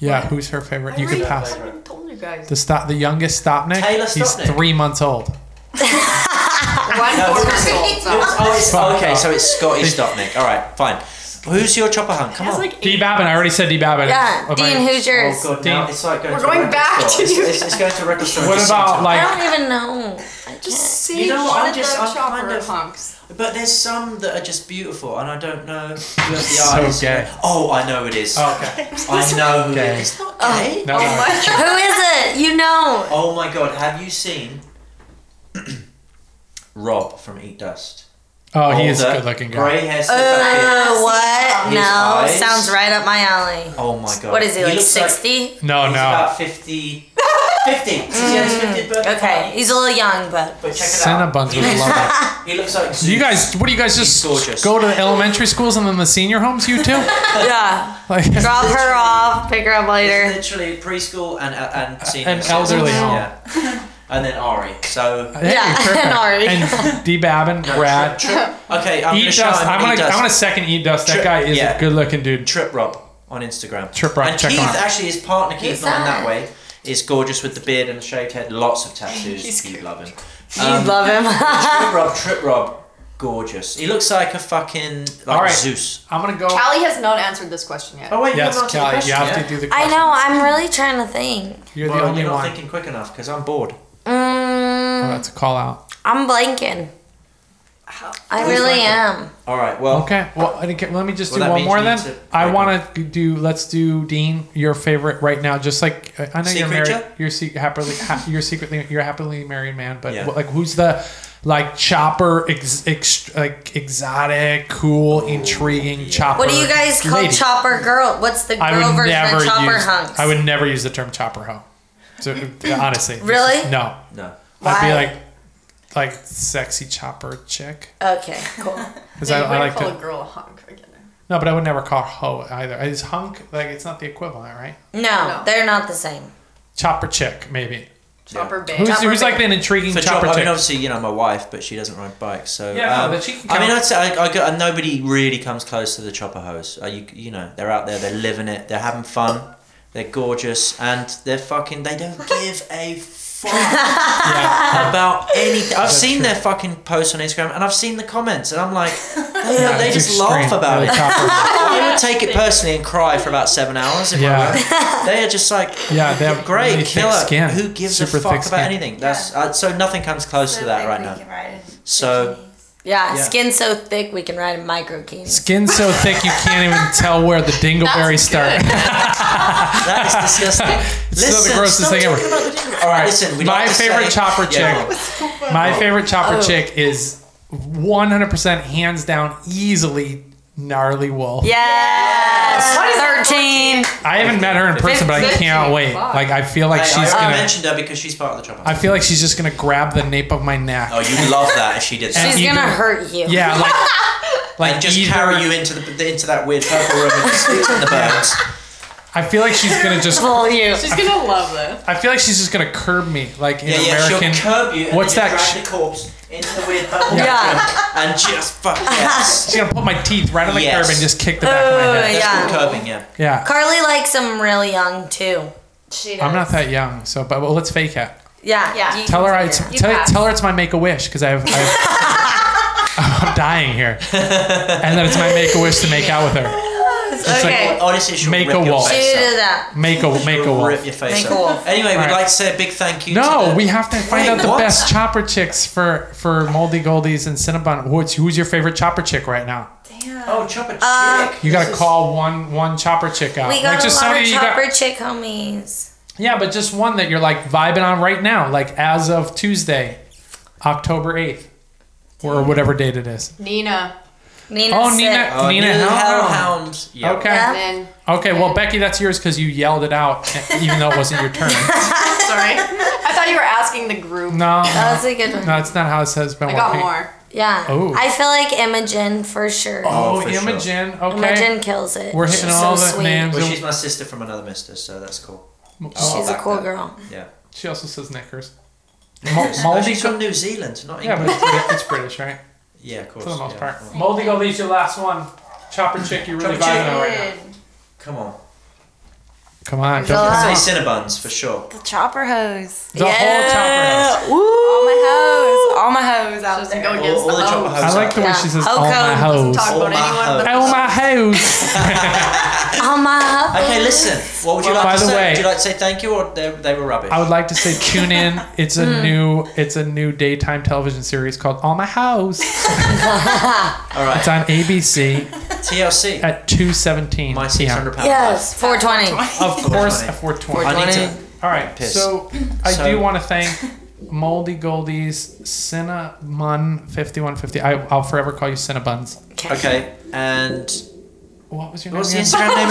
[SPEAKER 1] Yeah, who's her favorite? You
[SPEAKER 2] I
[SPEAKER 1] could
[SPEAKER 2] really
[SPEAKER 1] pass.
[SPEAKER 2] haven't told you guys.
[SPEAKER 1] The stop, the youngest Stopnik.
[SPEAKER 3] Taylor
[SPEAKER 1] He's
[SPEAKER 3] Stopnik.
[SPEAKER 1] three months old.
[SPEAKER 2] One
[SPEAKER 3] No,
[SPEAKER 2] four
[SPEAKER 3] it's-
[SPEAKER 2] years old, so-
[SPEAKER 3] Oh, it's,
[SPEAKER 1] Fuck
[SPEAKER 3] okay,
[SPEAKER 1] up.
[SPEAKER 3] so it's Scotty Stopnik. All right, fine. Who's your chopper hunt? Come
[SPEAKER 2] It's
[SPEAKER 3] on.
[SPEAKER 2] like
[SPEAKER 1] D
[SPEAKER 2] eight-
[SPEAKER 1] Babin. I already said D Babin.
[SPEAKER 5] Yeah, Dean, who's yours?
[SPEAKER 3] oh god, now
[SPEAKER 1] Dean.
[SPEAKER 3] it's like going
[SPEAKER 2] We're
[SPEAKER 3] to a
[SPEAKER 2] going
[SPEAKER 3] record
[SPEAKER 2] back
[SPEAKER 3] store.
[SPEAKER 2] to
[SPEAKER 3] It's-
[SPEAKER 2] you.
[SPEAKER 3] It's, it's going to a record store.
[SPEAKER 1] What
[SPEAKER 3] It's
[SPEAKER 1] about
[SPEAKER 3] sometimes-
[SPEAKER 1] like?
[SPEAKER 5] I don't even know. I just.
[SPEAKER 2] See,
[SPEAKER 3] You know what,
[SPEAKER 2] one
[SPEAKER 3] I'm
[SPEAKER 2] of
[SPEAKER 3] just-
[SPEAKER 2] the
[SPEAKER 3] I'm
[SPEAKER 2] chopper
[SPEAKER 3] kind of-
[SPEAKER 2] hunks.
[SPEAKER 3] But there's some that are just beautiful, and I don't know who has the
[SPEAKER 1] So
[SPEAKER 3] eyes.
[SPEAKER 1] gay.
[SPEAKER 3] Oh, I know it is.
[SPEAKER 1] Oh, okay.
[SPEAKER 3] I know who
[SPEAKER 1] Gay.
[SPEAKER 3] it is. It's not gay.
[SPEAKER 1] No,
[SPEAKER 2] Oh
[SPEAKER 1] no.
[SPEAKER 2] my
[SPEAKER 5] Who is it? You know.
[SPEAKER 3] Oh my god, have you seen Rob from Eat Dust?
[SPEAKER 1] Oh, he is a
[SPEAKER 3] older,
[SPEAKER 1] good-looking guy.
[SPEAKER 3] Grey hair, slick back beard.
[SPEAKER 5] Uh, what?
[SPEAKER 3] His
[SPEAKER 5] No,
[SPEAKER 3] eyes-
[SPEAKER 5] sounds right up my alley.
[SPEAKER 3] Oh my god.
[SPEAKER 5] What is he, like
[SPEAKER 3] looks
[SPEAKER 5] sixty?
[SPEAKER 1] Oh, No,
[SPEAKER 3] he's
[SPEAKER 1] no.
[SPEAKER 3] about 50. 50. He's in his 50th birthday
[SPEAKER 5] Okay,
[SPEAKER 3] party.
[SPEAKER 5] he's a little young, but
[SPEAKER 3] But check it out.
[SPEAKER 1] Cinnabons would love it.
[SPEAKER 3] He looks like
[SPEAKER 1] Do you guys, what do you guys
[SPEAKER 3] He's gorgeous.
[SPEAKER 1] just go to the elementary schools and then the senior homes? You too?
[SPEAKER 5] yeah.
[SPEAKER 1] Like,
[SPEAKER 5] Drop her off, pick her up
[SPEAKER 3] It's
[SPEAKER 5] later.
[SPEAKER 3] literally preschool and uh, and senior
[SPEAKER 1] And elderly.
[SPEAKER 3] Yeah. and then Ari. So
[SPEAKER 1] hey,
[SPEAKER 5] Yeah,
[SPEAKER 1] perfect.
[SPEAKER 5] and Ari.
[SPEAKER 1] and D Babin, Brad,
[SPEAKER 3] Trip, trip. Okay, I'm gonna
[SPEAKER 1] Eat
[SPEAKER 3] shout
[SPEAKER 1] Dust.
[SPEAKER 3] him.
[SPEAKER 1] I'm gonna,
[SPEAKER 3] Eat Dust.
[SPEAKER 1] I'm gonna second Eat Dust. That
[SPEAKER 3] Trip-
[SPEAKER 1] guy is
[SPEAKER 3] yeah.
[SPEAKER 1] a good-looking dude.
[SPEAKER 3] Trip Rob on Instagram.
[SPEAKER 1] Trip Rob,
[SPEAKER 3] And
[SPEAKER 1] check
[SPEAKER 3] Keith
[SPEAKER 1] him out.
[SPEAKER 3] actually his partner Keith
[SPEAKER 5] He's
[SPEAKER 3] not in that
[SPEAKER 5] sad.
[SPEAKER 3] way is gorgeous with the beard and the shaved head, lots of tattoos.
[SPEAKER 2] He's
[SPEAKER 3] you
[SPEAKER 2] cute.
[SPEAKER 3] love him. Um,
[SPEAKER 5] you love him.
[SPEAKER 3] Trip Rob, Trip Rob, gorgeous. He looks like a fucking like
[SPEAKER 1] All right.
[SPEAKER 3] Zeus.
[SPEAKER 1] I'm gonna go.
[SPEAKER 2] Callie has not answered this question yet.
[SPEAKER 3] Oh wait,
[SPEAKER 1] Yes,
[SPEAKER 3] you haven't answered the
[SPEAKER 1] Callie,
[SPEAKER 3] question
[SPEAKER 1] you have to
[SPEAKER 3] yet.
[SPEAKER 1] do the.
[SPEAKER 5] I
[SPEAKER 1] Question.
[SPEAKER 5] know. I'm really trying to think.
[SPEAKER 1] You're
[SPEAKER 3] Well,
[SPEAKER 1] the only
[SPEAKER 3] you're not
[SPEAKER 1] one.
[SPEAKER 3] thinking quick enough because I'm bored.
[SPEAKER 1] Oh,
[SPEAKER 5] Mm,
[SPEAKER 1] that's a call out.
[SPEAKER 5] I'm blanking. I really am.
[SPEAKER 3] All right, well,
[SPEAKER 1] Okay. Well, I think- let me just
[SPEAKER 3] Well, that
[SPEAKER 1] do one
[SPEAKER 3] means
[SPEAKER 1] more
[SPEAKER 3] you
[SPEAKER 1] then.
[SPEAKER 3] need to
[SPEAKER 1] I
[SPEAKER 3] break
[SPEAKER 1] want to do. Let's do Dean, your favorite right now. Just like uh, I know
[SPEAKER 3] Sea
[SPEAKER 1] you're married.
[SPEAKER 3] creature?
[SPEAKER 1] You're se- happily. Ha- you're secretly. You're a happily married man. But
[SPEAKER 3] Yeah.
[SPEAKER 1] what- like, who's the like chopper? Ex, ex, like exotic, cool, intriguing chopper.
[SPEAKER 5] What do you guys call
[SPEAKER 1] lady?
[SPEAKER 5] chopper girl? What's the girl
[SPEAKER 1] I would
[SPEAKER 5] version
[SPEAKER 1] never
[SPEAKER 5] of chopper
[SPEAKER 1] use.
[SPEAKER 5] hunks?
[SPEAKER 1] I would never use the term chopper hoe. So uh, honestly, this
[SPEAKER 5] Really?
[SPEAKER 1] is- no.
[SPEAKER 3] no.
[SPEAKER 1] I'd be
[SPEAKER 5] Why?
[SPEAKER 1] like, like sexy chopper chick.
[SPEAKER 5] Okay, cool.
[SPEAKER 1] Because
[SPEAKER 2] Yeah,
[SPEAKER 1] I,
[SPEAKER 2] you
[SPEAKER 1] I
[SPEAKER 2] wouldn't
[SPEAKER 1] like
[SPEAKER 2] call
[SPEAKER 1] to.
[SPEAKER 2] a girl a hunk again.
[SPEAKER 1] No, but I would never call her hoe either. Is hunk like it's not the equivalent, right?
[SPEAKER 5] No,
[SPEAKER 2] No.
[SPEAKER 5] they're not the same.
[SPEAKER 1] Chopper chick, maybe.
[SPEAKER 2] Chopper babe.
[SPEAKER 1] Who's,
[SPEAKER 5] Chopper
[SPEAKER 1] who's like
[SPEAKER 5] chick.
[SPEAKER 1] an intriguing
[SPEAKER 3] For
[SPEAKER 1] chopper
[SPEAKER 3] job, I
[SPEAKER 1] chick?
[SPEAKER 3] mean, obviously, you know, my wife, but she doesn't ride bikes, so.
[SPEAKER 1] Yeah, no,
[SPEAKER 3] um,
[SPEAKER 1] but she can
[SPEAKER 3] I mean,
[SPEAKER 1] count.
[SPEAKER 3] I'd say I, I go- and nobody really comes close to the chopper hose. Uh, you, you know, they're out there, they're living it, they're having fun, they're gorgeous, and they're fucking. They don't give a fuck
[SPEAKER 1] yeah.
[SPEAKER 3] about anything. I've
[SPEAKER 1] That's
[SPEAKER 3] seen
[SPEAKER 1] true.
[SPEAKER 3] their fucking posts on Instagram, and I've seen the comments, and I'm like, they,
[SPEAKER 1] Yeah,
[SPEAKER 3] they
[SPEAKER 1] it's
[SPEAKER 3] just
[SPEAKER 1] extreme.
[SPEAKER 3] laugh about
[SPEAKER 1] Yeah,
[SPEAKER 3] it.
[SPEAKER 1] chopper.
[SPEAKER 3] I would take it personally and cry for about seven hours. If
[SPEAKER 1] Yeah.
[SPEAKER 3] I were. they are just like,
[SPEAKER 1] Yeah, they have
[SPEAKER 3] great
[SPEAKER 1] really thick
[SPEAKER 3] killer.
[SPEAKER 1] skin.
[SPEAKER 3] Who gives
[SPEAKER 1] Super
[SPEAKER 3] a fuck
[SPEAKER 1] thick skin.
[SPEAKER 3] about anything? That's uh, so nothing comes close to that right now. So-
[SPEAKER 5] Yeah,
[SPEAKER 3] Yeah.
[SPEAKER 5] skin so thick we can ride a micro cane.
[SPEAKER 1] Skin so thick you can't even tell where the dingleberries start.
[SPEAKER 3] That is disgusting.
[SPEAKER 1] still the grossest
[SPEAKER 3] stop
[SPEAKER 1] thing ever.
[SPEAKER 3] talking about the different- All right, listen. We
[SPEAKER 1] My
[SPEAKER 3] like to
[SPEAKER 1] favorite
[SPEAKER 3] say-
[SPEAKER 1] chopper
[SPEAKER 3] Yeah.
[SPEAKER 1] chick. My favorite
[SPEAKER 3] Oh.
[SPEAKER 1] chopper chick is 100% hands down, easily gnarly wolf.
[SPEAKER 5] Yes,
[SPEAKER 2] What is that,
[SPEAKER 5] thirteen.
[SPEAKER 1] I haven't met her in person, but I
[SPEAKER 2] Fifteen.
[SPEAKER 1] can't wait.
[SPEAKER 2] Wow.
[SPEAKER 1] Like I feel like
[SPEAKER 3] I,
[SPEAKER 1] she's
[SPEAKER 3] I
[SPEAKER 1] gonna.
[SPEAKER 3] mentioned her because she's part of the chopper.
[SPEAKER 1] I feel like she's just gonna grab the nape of my neck.
[SPEAKER 3] oh, you'd love that if she did.
[SPEAKER 1] And
[SPEAKER 5] She's
[SPEAKER 3] that.
[SPEAKER 1] you
[SPEAKER 5] gonna
[SPEAKER 1] do-
[SPEAKER 5] hurt you.
[SPEAKER 1] Yeah, like like
[SPEAKER 3] and just
[SPEAKER 1] either-
[SPEAKER 3] carry you into the into that weird purple room with the sticks and the birds.
[SPEAKER 1] I feel like she's gonna just.
[SPEAKER 5] pull you.
[SPEAKER 2] She's gonna love this.
[SPEAKER 1] I feel like she's just gonna curb me, like in
[SPEAKER 3] Yeah, yeah.
[SPEAKER 1] American.
[SPEAKER 3] She'll curb you. And
[SPEAKER 1] What's
[SPEAKER 3] then
[SPEAKER 1] that
[SPEAKER 3] just
[SPEAKER 1] sh-
[SPEAKER 3] Drag the corpse into the weird purple
[SPEAKER 5] Yeah.
[SPEAKER 3] room and just fuck yes.
[SPEAKER 1] She's gonna put my teeth right on the
[SPEAKER 3] Yes.
[SPEAKER 1] curb and just kick the back of my
[SPEAKER 5] Oh,
[SPEAKER 1] head.
[SPEAKER 3] That's
[SPEAKER 5] Yeah.
[SPEAKER 3] called curbing. Yeah.
[SPEAKER 1] Yeah,
[SPEAKER 5] Carly likes them really young too.
[SPEAKER 4] She
[SPEAKER 1] I'm not that young, so but well, let's fake it.
[SPEAKER 5] Yeah,
[SPEAKER 4] Yeah.
[SPEAKER 5] you-
[SPEAKER 1] Tell her I tell,
[SPEAKER 2] You
[SPEAKER 1] tell,
[SPEAKER 2] pass.
[SPEAKER 1] her it's my make a wish because I have. I have I'm dying here, and then it's my make a wish to make out with her. It's like-
[SPEAKER 5] Okay,
[SPEAKER 3] Honestly, she'll
[SPEAKER 1] Make
[SPEAKER 3] rip
[SPEAKER 1] a
[SPEAKER 3] your
[SPEAKER 1] wall.
[SPEAKER 5] she
[SPEAKER 3] face
[SPEAKER 5] did
[SPEAKER 3] up.
[SPEAKER 5] that.
[SPEAKER 1] Make a make a
[SPEAKER 3] She'll
[SPEAKER 1] wolf.
[SPEAKER 3] rip your face
[SPEAKER 5] Make
[SPEAKER 3] up.
[SPEAKER 5] a wolf.
[SPEAKER 3] Anyway, we'd
[SPEAKER 1] Alright.
[SPEAKER 3] like to say a big thank you. to
[SPEAKER 1] No,
[SPEAKER 3] the-
[SPEAKER 1] we have to find
[SPEAKER 3] Wait,
[SPEAKER 1] out the
[SPEAKER 3] what?
[SPEAKER 1] best chopper chicks for for Moldy Goldies and Cinnabon. Who's who's your favorite chopper chick right now?
[SPEAKER 3] Oh, chopper
[SPEAKER 5] Uh,
[SPEAKER 3] chick.
[SPEAKER 1] You got
[SPEAKER 3] This
[SPEAKER 1] to
[SPEAKER 3] is-
[SPEAKER 1] call one one chopper chick out.
[SPEAKER 5] We got
[SPEAKER 1] like just
[SPEAKER 5] a lot of
[SPEAKER 1] somebody you got-
[SPEAKER 5] chopper chick homies.
[SPEAKER 1] yeah, but just one that you're like vibing on right now, like as of Tuesday, October eighth, or whatever date it is.
[SPEAKER 2] Nina.
[SPEAKER 5] Nina.
[SPEAKER 1] Oh,
[SPEAKER 5] said-
[SPEAKER 1] Nina,
[SPEAKER 3] Oh,
[SPEAKER 1] Nina,
[SPEAKER 3] new
[SPEAKER 1] Hellhound.
[SPEAKER 3] hellhound. Yeah.
[SPEAKER 1] Okay.
[SPEAKER 5] Yeah.
[SPEAKER 2] And then,
[SPEAKER 1] Okay, well, Becky, that's yours because you yelled it out, e-, even though it wasn't your turn.
[SPEAKER 2] sorry. I thought you were asking the group.
[SPEAKER 1] No,
[SPEAKER 5] That
[SPEAKER 1] no,
[SPEAKER 5] was a good one.
[SPEAKER 1] that's not how it has been
[SPEAKER 2] I
[SPEAKER 1] working.
[SPEAKER 2] got more.
[SPEAKER 5] Yeah.
[SPEAKER 1] Oh.
[SPEAKER 5] I feel like Imogen for sure.
[SPEAKER 1] Oh,
[SPEAKER 3] Oh, for sure.
[SPEAKER 1] Imogen. Okay,
[SPEAKER 5] Imogen kills it.
[SPEAKER 1] We're hitting
[SPEAKER 5] She's
[SPEAKER 1] all
[SPEAKER 5] so
[SPEAKER 1] the
[SPEAKER 5] sweet.
[SPEAKER 1] names. Oh,
[SPEAKER 3] Well, she's my sister from another mister, so that's cool. I'll
[SPEAKER 5] She's a
[SPEAKER 3] back
[SPEAKER 5] cool
[SPEAKER 3] that.
[SPEAKER 5] girl.
[SPEAKER 3] Yeah.
[SPEAKER 1] She also says knickers. Mo-
[SPEAKER 3] Oh,
[SPEAKER 1] Moldy
[SPEAKER 3] she's from New Zealand, not
[SPEAKER 1] Yeah,
[SPEAKER 3] England.
[SPEAKER 1] but
[SPEAKER 3] Yeah,
[SPEAKER 1] it's, Brit- it's British, right?
[SPEAKER 3] of course.
[SPEAKER 1] For the most
[SPEAKER 3] yeah.
[SPEAKER 1] part. Moldy Goldie's your last one. Chopper chick, you're really
[SPEAKER 3] Chopper chick.
[SPEAKER 1] vibing on right now.
[SPEAKER 3] Come on.
[SPEAKER 1] Come on,
[SPEAKER 5] Villa.
[SPEAKER 1] come
[SPEAKER 3] Say
[SPEAKER 1] on.
[SPEAKER 3] Cinnabons for sure.
[SPEAKER 4] The chopper hose.
[SPEAKER 1] The whole chopper.
[SPEAKER 4] All my hose. All my hose out there.
[SPEAKER 2] Doesn't go
[SPEAKER 3] All,
[SPEAKER 1] Oh,
[SPEAKER 2] against
[SPEAKER 3] all the
[SPEAKER 2] the
[SPEAKER 5] Oh.
[SPEAKER 3] chopper
[SPEAKER 2] hoes.
[SPEAKER 1] I
[SPEAKER 3] hose.
[SPEAKER 1] like the way
[SPEAKER 5] Yeah.
[SPEAKER 1] she says,
[SPEAKER 5] Oh,
[SPEAKER 1] "Oh my
[SPEAKER 5] code.
[SPEAKER 1] hose,
[SPEAKER 2] Talk
[SPEAKER 3] All
[SPEAKER 2] about
[SPEAKER 3] my
[SPEAKER 2] anyone. but-
[SPEAKER 3] hoes.
[SPEAKER 1] oh my hose."
[SPEAKER 5] Oh my.
[SPEAKER 3] Okay, listen. What would you
[SPEAKER 1] Well,
[SPEAKER 3] like
[SPEAKER 1] by
[SPEAKER 3] to
[SPEAKER 1] the
[SPEAKER 3] say?
[SPEAKER 1] way-
[SPEAKER 3] Would you like to say thank you or they, they were rubbish?
[SPEAKER 1] I would like to say, tune in. It's a new, it's a new daytime television series called "All My House."
[SPEAKER 3] All right.
[SPEAKER 1] It's on ABC
[SPEAKER 3] TLC.
[SPEAKER 1] at two seventeen.
[SPEAKER 3] My six hundred pounds.
[SPEAKER 5] Yes, 420.
[SPEAKER 1] Of course,
[SPEAKER 3] Money.
[SPEAKER 1] at four twenty.
[SPEAKER 3] I need to.
[SPEAKER 1] All right,
[SPEAKER 3] Piss.
[SPEAKER 1] so I
[SPEAKER 3] So-
[SPEAKER 1] do want to thank Moldy Goldies, Cinnamon 5150. I, I'll forever call you Cinnabuns.
[SPEAKER 3] Okay, and
[SPEAKER 1] What was your
[SPEAKER 3] what's the
[SPEAKER 1] name? again?
[SPEAKER 3] Instagram name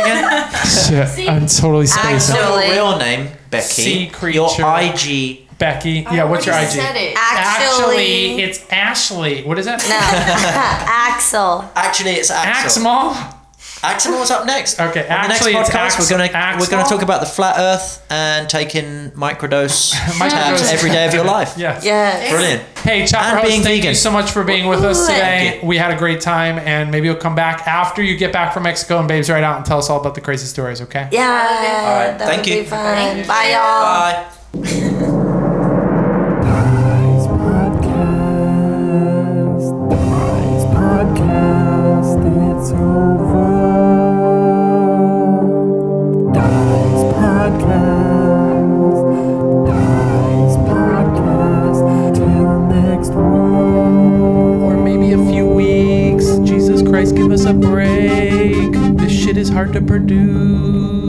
[SPEAKER 3] again?
[SPEAKER 1] Shit, I'm totally spacing.
[SPEAKER 5] Actually-
[SPEAKER 3] Your real name, Becky.
[SPEAKER 1] Sea
[SPEAKER 3] Your
[SPEAKER 1] creature.
[SPEAKER 3] IG.
[SPEAKER 1] Becky, yeah, what's your IG?
[SPEAKER 2] already said it.
[SPEAKER 1] Actually,
[SPEAKER 5] Actually,
[SPEAKER 1] it's Ashley. What is that?
[SPEAKER 5] no, Axel.
[SPEAKER 3] Actually, it's Axel.
[SPEAKER 1] Axmal?
[SPEAKER 3] Axel, what's up next?
[SPEAKER 1] Okay,
[SPEAKER 3] On the next
[SPEAKER 1] actually, it's
[SPEAKER 3] podcast,
[SPEAKER 1] Axel-
[SPEAKER 3] we're gonna we're gonna
[SPEAKER 1] Axel?
[SPEAKER 3] talk about the flat Earth and taking microdose tabs
[SPEAKER 1] Microdose.
[SPEAKER 3] every day of your life.
[SPEAKER 1] Yes.
[SPEAKER 5] Yes.
[SPEAKER 3] Brilliant.
[SPEAKER 1] Hey, Chopper
[SPEAKER 3] And
[SPEAKER 1] Host,
[SPEAKER 3] being
[SPEAKER 1] thank
[SPEAKER 3] vegan.
[SPEAKER 1] you so much for being with us
[SPEAKER 5] Thank
[SPEAKER 1] today.
[SPEAKER 3] you.
[SPEAKER 1] We had a great time, and maybe you'll come back after you get back from Mexico and Babes Right Out and tell us all about the crazy stories, okay?
[SPEAKER 5] Yeah.
[SPEAKER 3] All right,
[SPEAKER 5] That
[SPEAKER 3] thank
[SPEAKER 5] would
[SPEAKER 3] you.
[SPEAKER 5] be fun. Bye, y'all.
[SPEAKER 3] Bye.
[SPEAKER 1] Or maybe a few weeks. Jesus Christ, give us a break. This shit is hard to produce.